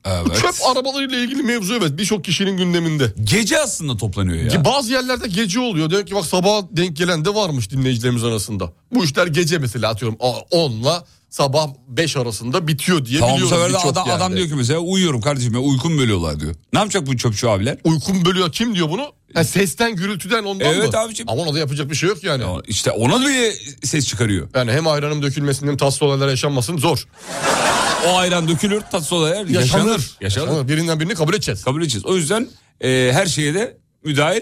Speaker 5: Bu
Speaker 3: evet.
Speaker 5: Çöp arabalarıyla ilgili mevzu evet birçok kişinin gündeminde.
Speaker 3: Gece aslında toplanıyor ya.
Speaker 5: Bazı yerlerde gece oluyor. Diyor ki bak sabah denk gelen de varmış dinleyicilerimiz arasında. Bu işler gece mesela atıyorum a- 10'la sabah 5 arasında bitiyor diye
Speaker 3: Tamam bu
Speaker 5: biliyorum
Speaker 3: sefer de
Speaker 5: birçok
Speaker 3: adam, adam
Speaker 5: yerde.
Speaker 3: diyor ki mesela uyuyorum kardeşim ya uykum bölüyorlar diyor. Ne yapacak bu çöpçü abiler?
Speaker 5: Uykum bölüyor kim diyor bunu? Ha, sesten gürültüden ondan mı?
Speaker 3: Evet abicim.
Speaker 5: Ama ona da yapacak bir şey yok yani.
Speaker 3: İşte ona bir ses çıkarıyor.
Speaker 5: Yani hem ayranım dökülmesin hem tatsız olaylar yaşanmasın zor.
Speaker 3: O ayran dökülür tatsız olaylar yaşanır.
Speaker 5: Yaşanır.
Speaker 3: Yaşanır.
Speaker 5: Yaşanır. Birinden birini kabul edeceğiz.
Speaker 3: Kabul edeceğiz. O yüzden e, her şeye de müdahil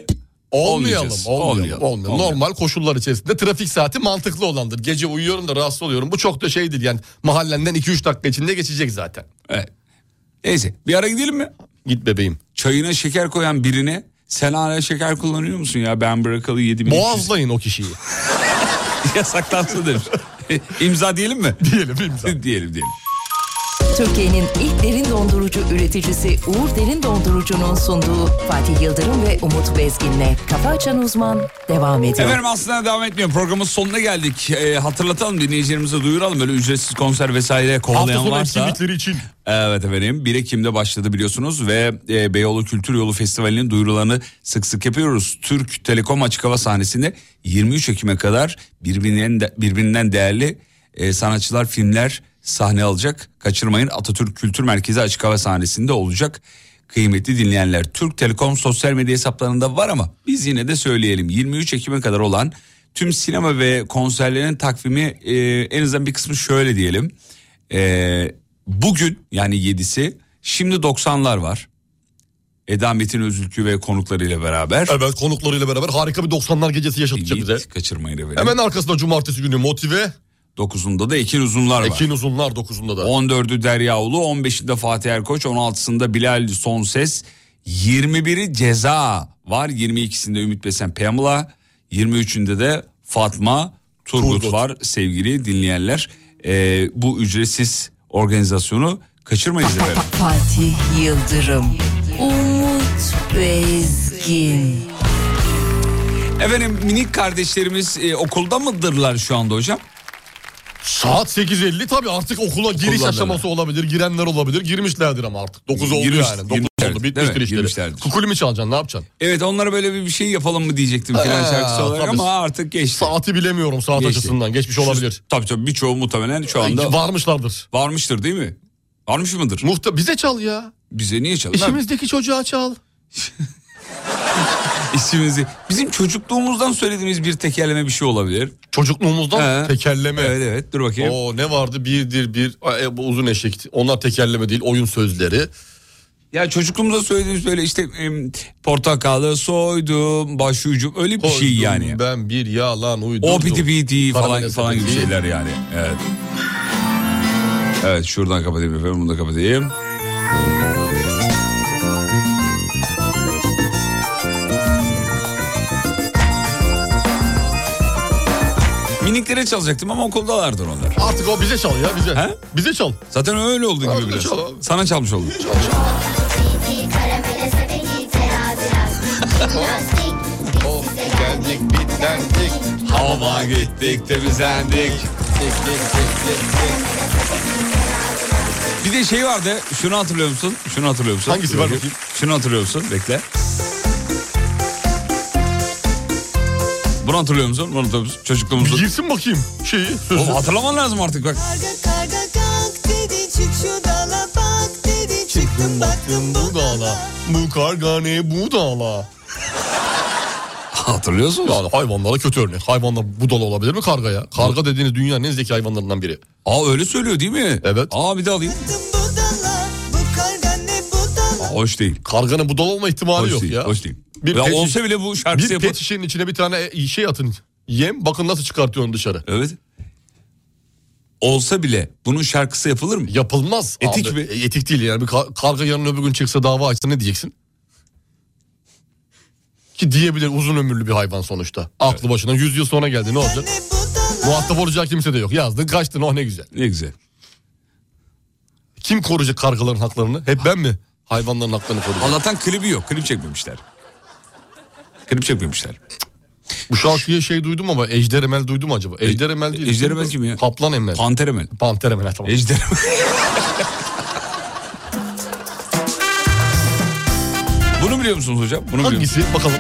Speaker 5: Olmayalım,
Speaker 3: olmayacağız.
Speaker 5: olmayalım, olmayalım, Normal koşullar içerisinde trafik saati mantıklı olandır. Gece uyuyorum da rahatsız oluyorum. Bu çok da şey değil yani mahallenden 2-3 dakika içinde geçecek zaten.
Speaker 3: Evet. Neyse bir ara gidelim mi?
Speaker 5: Git bebeğim.
Speaker 3: Çayına şeker koyan birine sen hala şeker kullanıyor musun ya ben bırakalı yedim.
Speaker 5: Boğazlayın o kişiyi.
Speaker 3: Yasaklansın demiş. imza diyelim mi?
Speaker 5: Diyelim imza.
Speaker 3: diyelim diyelim.
Speaker 7: Türkiye'nin ilk derin dondurucu üreticisi Uğur Derin Dondurucu'nun sunduğu Fatih Yıldırım ve Umut Bezgin'le Kafa Açan Uzman devam ediyor.
Speaker 3: Efendim aslında devam etmiyor. Programın sonuna geldik. Ee, hatırlatalım dinleyicilerimize duyuralım. Böyle ücretsiz konser vesaire kovalayan varsa.
Speaker 5: için.
Speaker 3: Evet efendim 1 Ekim'de başladı biliyorsunuz ve e, Beyoğlu Kültür Yolu Festivali'nin duyurularını sık sık yapıyoruz. Türk Telekom Açık Hava sahnesinde 23 Ekim'e kadar birbirinden, de- birbirinden değerli e, sanatçılar, filmler sahne alacak. Kaçırmayın Atatürk Kültür Merkezi Açık Hava sahnesinde olacak. Kıymetli dinleyenler Türk Telekom sosyal medya hesaplarında var ama biz yine de söyleyelim 23 Ekim'e kadar olan tüm sinema ve konserlerin takvimi e, en azından bir kısmı şöyle diyelim. Ee, bugün yani 7'si şimdi 90'lar var. Eda Metin Özülkü ve konuklarıyla beraber.
Speaker 5: Evet konuklarıyla beraber harika bir 90'lar gecesi yaşatacak bize.
Speaker 3: Kaçırmayın efendim.
Speaker 5: Hemen arkasında cumartesi günü motive.
Speaker 3: 9'unda da Ekin Uzunlar var.
Speaker 5: Ekin uzunlar 9'unda da.
Speaker 3: 14'ü Derya Ulu, 15'inde Fatih Erkoç, 16'sında Bilal Son Ses, 21'i Ceza var, 22'sinde Ümit Besen Pamela, 23'ünde de Fatma Turgut,
Speaker 5: Turgut.
Speaker 3: var sevgili dinleyenler. Ee, bu ücretsiz organizasyonu kaçırmayın efendim.
Speaker 7: Fatih Yıldırım, Umut Bezgin.
Speaker 3: Efendim minik kardeşlerimiz e, okulda mıdırlar şu anda hocam?
Speaker 5: Saat 8.50 tabii artık okula giriş
Speaker 3: Okullarda
Speaker 5: aşaması olabilir. Girenler olabilir. Girmişlerdir ama artık. 9 oldu
Speaker 3: Girmiş-
Speaker 5: yani. 9
Speaker 3: girmişlerdir,
Speaker 5: oldu.
Speaker 3: değil
Speaker 5: Bitmiştir
Speaker 3: mi?
Speaker 5: işleri.
Speaker 3: Girmişlerdir.
Speaker 5: Kukuli mi çalacaksın ne yapacaksın?
Speaker 3: Evet onlara böyle bir, bir şey yapalım mı diyecektim filan
Speaker 5: Ha,
Speaker 3: şarkısı olarak
Speaker 5: tabii.
Speaker 3: ama artık geçti.
Speaker 5: Saati bilemiyorum saat
Speaker 3: Geçti.
Speaker 5: açısından. Geçmiş olabilir.
Speaker 3: Şu- tabii tabii birçoğu muhtemelen şu anda
Speaker 5: Varmışlardır.
Speaker 3: varmıştır değil mi? Varmış mıdır?
Speaker 5: Muhta bize çal ya.
Speaker 3: Bize niye çalın? abi?
Speaker 5: İşimizdeki çocuğa çal.
Speaker 3: İsminizi. Bizim çocukluğumuzdan söylediğimiz bir tekerleme bir şey olabilir.
Speaker 5: Çocukluğumuzdan
Speaker 3: He.
Speaker 5: tekerleme.
Speaker 3: Evet evet dur bakayım.
Speaker 5: O ne vardı? Birdir bir e, bu uzun eşekti. Onlar tekerleme değil oyun sözleri.
Speaker 3: Ya çocukluğumuzda söylediğimiz böyle işte em, portakalı soydum başucum öyle bir şey
Speaker 5: Koydum
Speaker 3: yani.
Speaker 5: Ben bir yalan uydurdum.
Speaker 3: O piti piti falan,
Speaker 5: Karamele
Speaker 3: falan gibi
Speaker 5: sepeti.
Speaker 3: şeyler yani. Evet. Evet şuradan kapatayım efendim bunu da kapatayım. Miniklere çalacaktım ama okuldalardır onlar.
Speaker 5: Artık o bize çal ya bize.
Speaker 3: He?
Speaker 5: Bize çal.
Speaker 3: Zaten öyle oldu gibi
Speaker 5: Abi,
Speaker 3: biraz.
Speaker 5: çal abi.
Speaker 3: Sana çalmış oldum.
Speaker 5: Geldik bitlendik.
Speaker 3: Hava gittik temizlendik. Bir de şey vardı. Şunu hatırlıyor musun? Şunu hatırlıyor musun?
Speaker 5: Hangisi var bakayım?
Speaker 3: Şunu hatırlıyor musun? Bekle. Bunu hatırlıyor musun? Bunu hatırlıyor musun?
Speaker 5: Bir
Speaker 3: Çocukluğumuzda.
Speaker 5: girsin bakayım şeyi. Sözü.
Speaker 3: Oğlum hatırlaman lazım artık bak.
Speaker 4: Karga karga kalk dedi çık şu dala bak dedi çıktım
Speaker 5: baktım bu dağla. Bu kargane bu dağla.
Speaker 3: Hatırlıyorsunuz.
Speaker 5: Yani hayvanlara kötü örnek. Hayvanla budala olabilir mi karga ya? Karga dediğiniz dünyanın en zeki hayvanlarından biri.
Speaker 3: Aa öyle söylüyor değil mi?
Speaker 5: Evet.
Speaker 3: Aa bir de alayım. Aa, hoş değil.
Speaker 5: Karganın budala olma ihtimali
Speaker 3: Hoş
Speaker 5: yok
Speaker 3: değil,
Speaker 5: ya.
Speaker 3: hoş değil.
Speaker 5: Bir
Speaker 3: Ya
Speaker 5: pet
Speaker 3: olsa
Speaker 5: şiş-
Speaker 3: bile bu şarkısı
Speaker 5: Bir
Speaker 3: yapar.
Speaker 5: pet şişenin içine bir tane şey atın. Yem bakın nasıl çıkartıyor onu dışarı.
Speaker 3: Evet. Olsa bile bunun şarkısı yapılır mı?
Speaker 5: Yapılmaz.
Speaker 3: Etik
Speaker 5: abi.
Speaker 3: mi?
Speaker 5: E, Etik değil yani. Bir ka- karga yarın öbür gün çıksa dava açsa ne diyeceksin? Ki diyebilir uzun ömürlü bir hayvan sonuçta. Aklı başına 100 yıl sonra geldi ne olacak? Muhatap olacak kimse de yok. Yazdın kaçtın oh ne güzel.
Speaker 3: Ne güzel.
Speaker 5: Kim koruyacak kargaların haklarını? Hep ben mi? Hayvanların haklarını koruyacağım.
Speaker 3: Allah'tan klibi yok. Klip çekmemişler. Klip çekmemişler.
Speaker 5: Bu şarkıyı şey duydum ama Ejder Emel duydum acaba? Ejder Emel değil.
Speaker 3: E, Ejder Emel kim ya?
Speaker 5: Kaplan Emel.
Speaker 3: Panter Emel.
Speaker 5: Panter Emel ha, tamam.
Speaker 3: Ejder Emel. Bunu biliyor musunuz hocam? Bunu biliyor musunuz?
Speaker 5: Hangisi? Bakalım.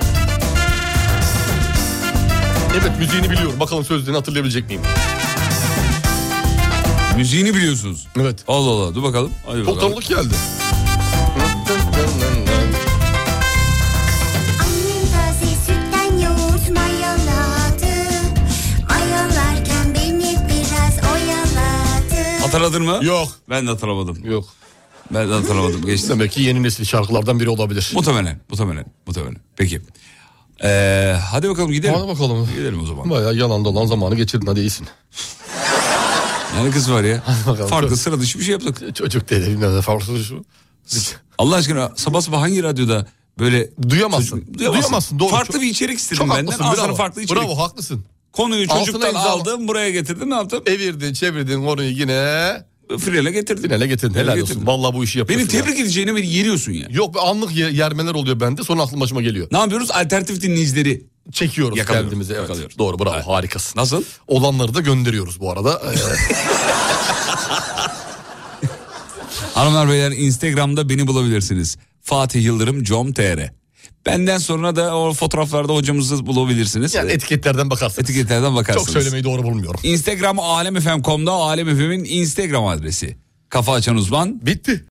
Speaker 5: Evet müziğini biliyorum. Bakalım sözlerini hatırlayabilecek miyim?
Speaker 3: Müziğini biliyorsunuz.
Speaker 5: Evet.
Speaker 3: Allah Allah dur bakalım. Hadi bakalım.
Speaker 5: Totallık geldi.
Speaker 4: Annem taze sütten yoğurt mayaladı Mayalarken beni biraz oyaladı
Speaker 3: Hatırladın mı?
Speaker 5: Yok.
Speaker 3: Ben de hatırlamadım.
Speaker 5: Yok.
Speaker 3: Ben de hatırlamadım. Geçti.
Speaker 5: Demek ki yeni nesil şarkılardan biri olabilir.
Speaker 3: muhtemelen. Muhtemelen. Muhtemelen. Peki. Ee, hadi bakalım gidelim.
Speaker 5: Hadi bakalım.
Speaker 3: Gidelim o zaman.
Speaker 5: Bayağı yalan dolan zamanı geçirdin hadi iyisin.
Speaker 3: Yani kız var ya.
Speaker 5: bakalım.
Speaker 3: Farklı sıra dışı bir şey yaptık.
Speaker 5: Çocuk dedi bilmem ne farklı şey. şu.
Speaker 3: Allah aşkına sabah sabah hangi radyoda böyle
Speaker 5: Duyamazsın.
Speaker 3: Çocuk-
Speaker 5: duyamazsın. doğru.
Speaker 3: Farklı
Speaker 5: Çok-
Speaker 3: bir içerik istedim
Speaker 5: çok
Speaker 3: benden.
Speaker 5: haklısın,
Speaker 3: Al
Speaker 5: bravo.
Speaker 3: sana farklı içerik.
Speaker 5: Bravo haklısın.
Speaker 3: Konuyu
Speaker 5: Altına
Speaker 3: çocuktan
Speaker 5: imza-
Speaker 3: aldım buraya getirdim ne yaptım?
Speaker 5: Evirdin çevirdin konuyu yine
Speaker 3: Frene getirdim.
Speaker 5: finale getirdin. Helal
Speaker 3: Finale
Speaker 5: olsun.
Speaker 3: getirdim.
Speaker 5: Vallahi bu işi
Speaker 3: Beni
Speaker 5: yapıyorsun. ya.
Speaker 3: tebrik edeceğine beni yeriyorsun ya.
Speaker 5: Yok be, anlık ye- yermeler oluyor bende sonra aklım başıma geliyor.
Speaker 3: Ne yapıyoruz? Alternatif dinleyicileri.
Speaker 5: Çekiyoruz
Speaker 3: Yakalıyoruz,
Speaker 5: kendimizi. Evet.
Speaker 3: yakalıyoruz.
Speaker 5: Doğru bravo harikasın.
Speaker 3: Nasıl?
Speaker 5: Olanları da gönderiyoruz bu arada. Ee,
Speaker 3: Hanımlar beyler Instagram'da beni bulabilirsiniz. Fatih Yıldırım com.tr Benden sonra da o fotoğraflarda hocamızı bulabilirsiniz.
Speaker 5: yani etiketlerden bakarsın.
Speaker 3: Etiketlerden bakarsınız.
Speaker 5: Çok söylemeyi doğru bulmuyorum.
Speaker 3: Instagram alemfm.com'da alemfm'in Instagram adresi. Kafa açan uzman
Speaker 5: Bitti.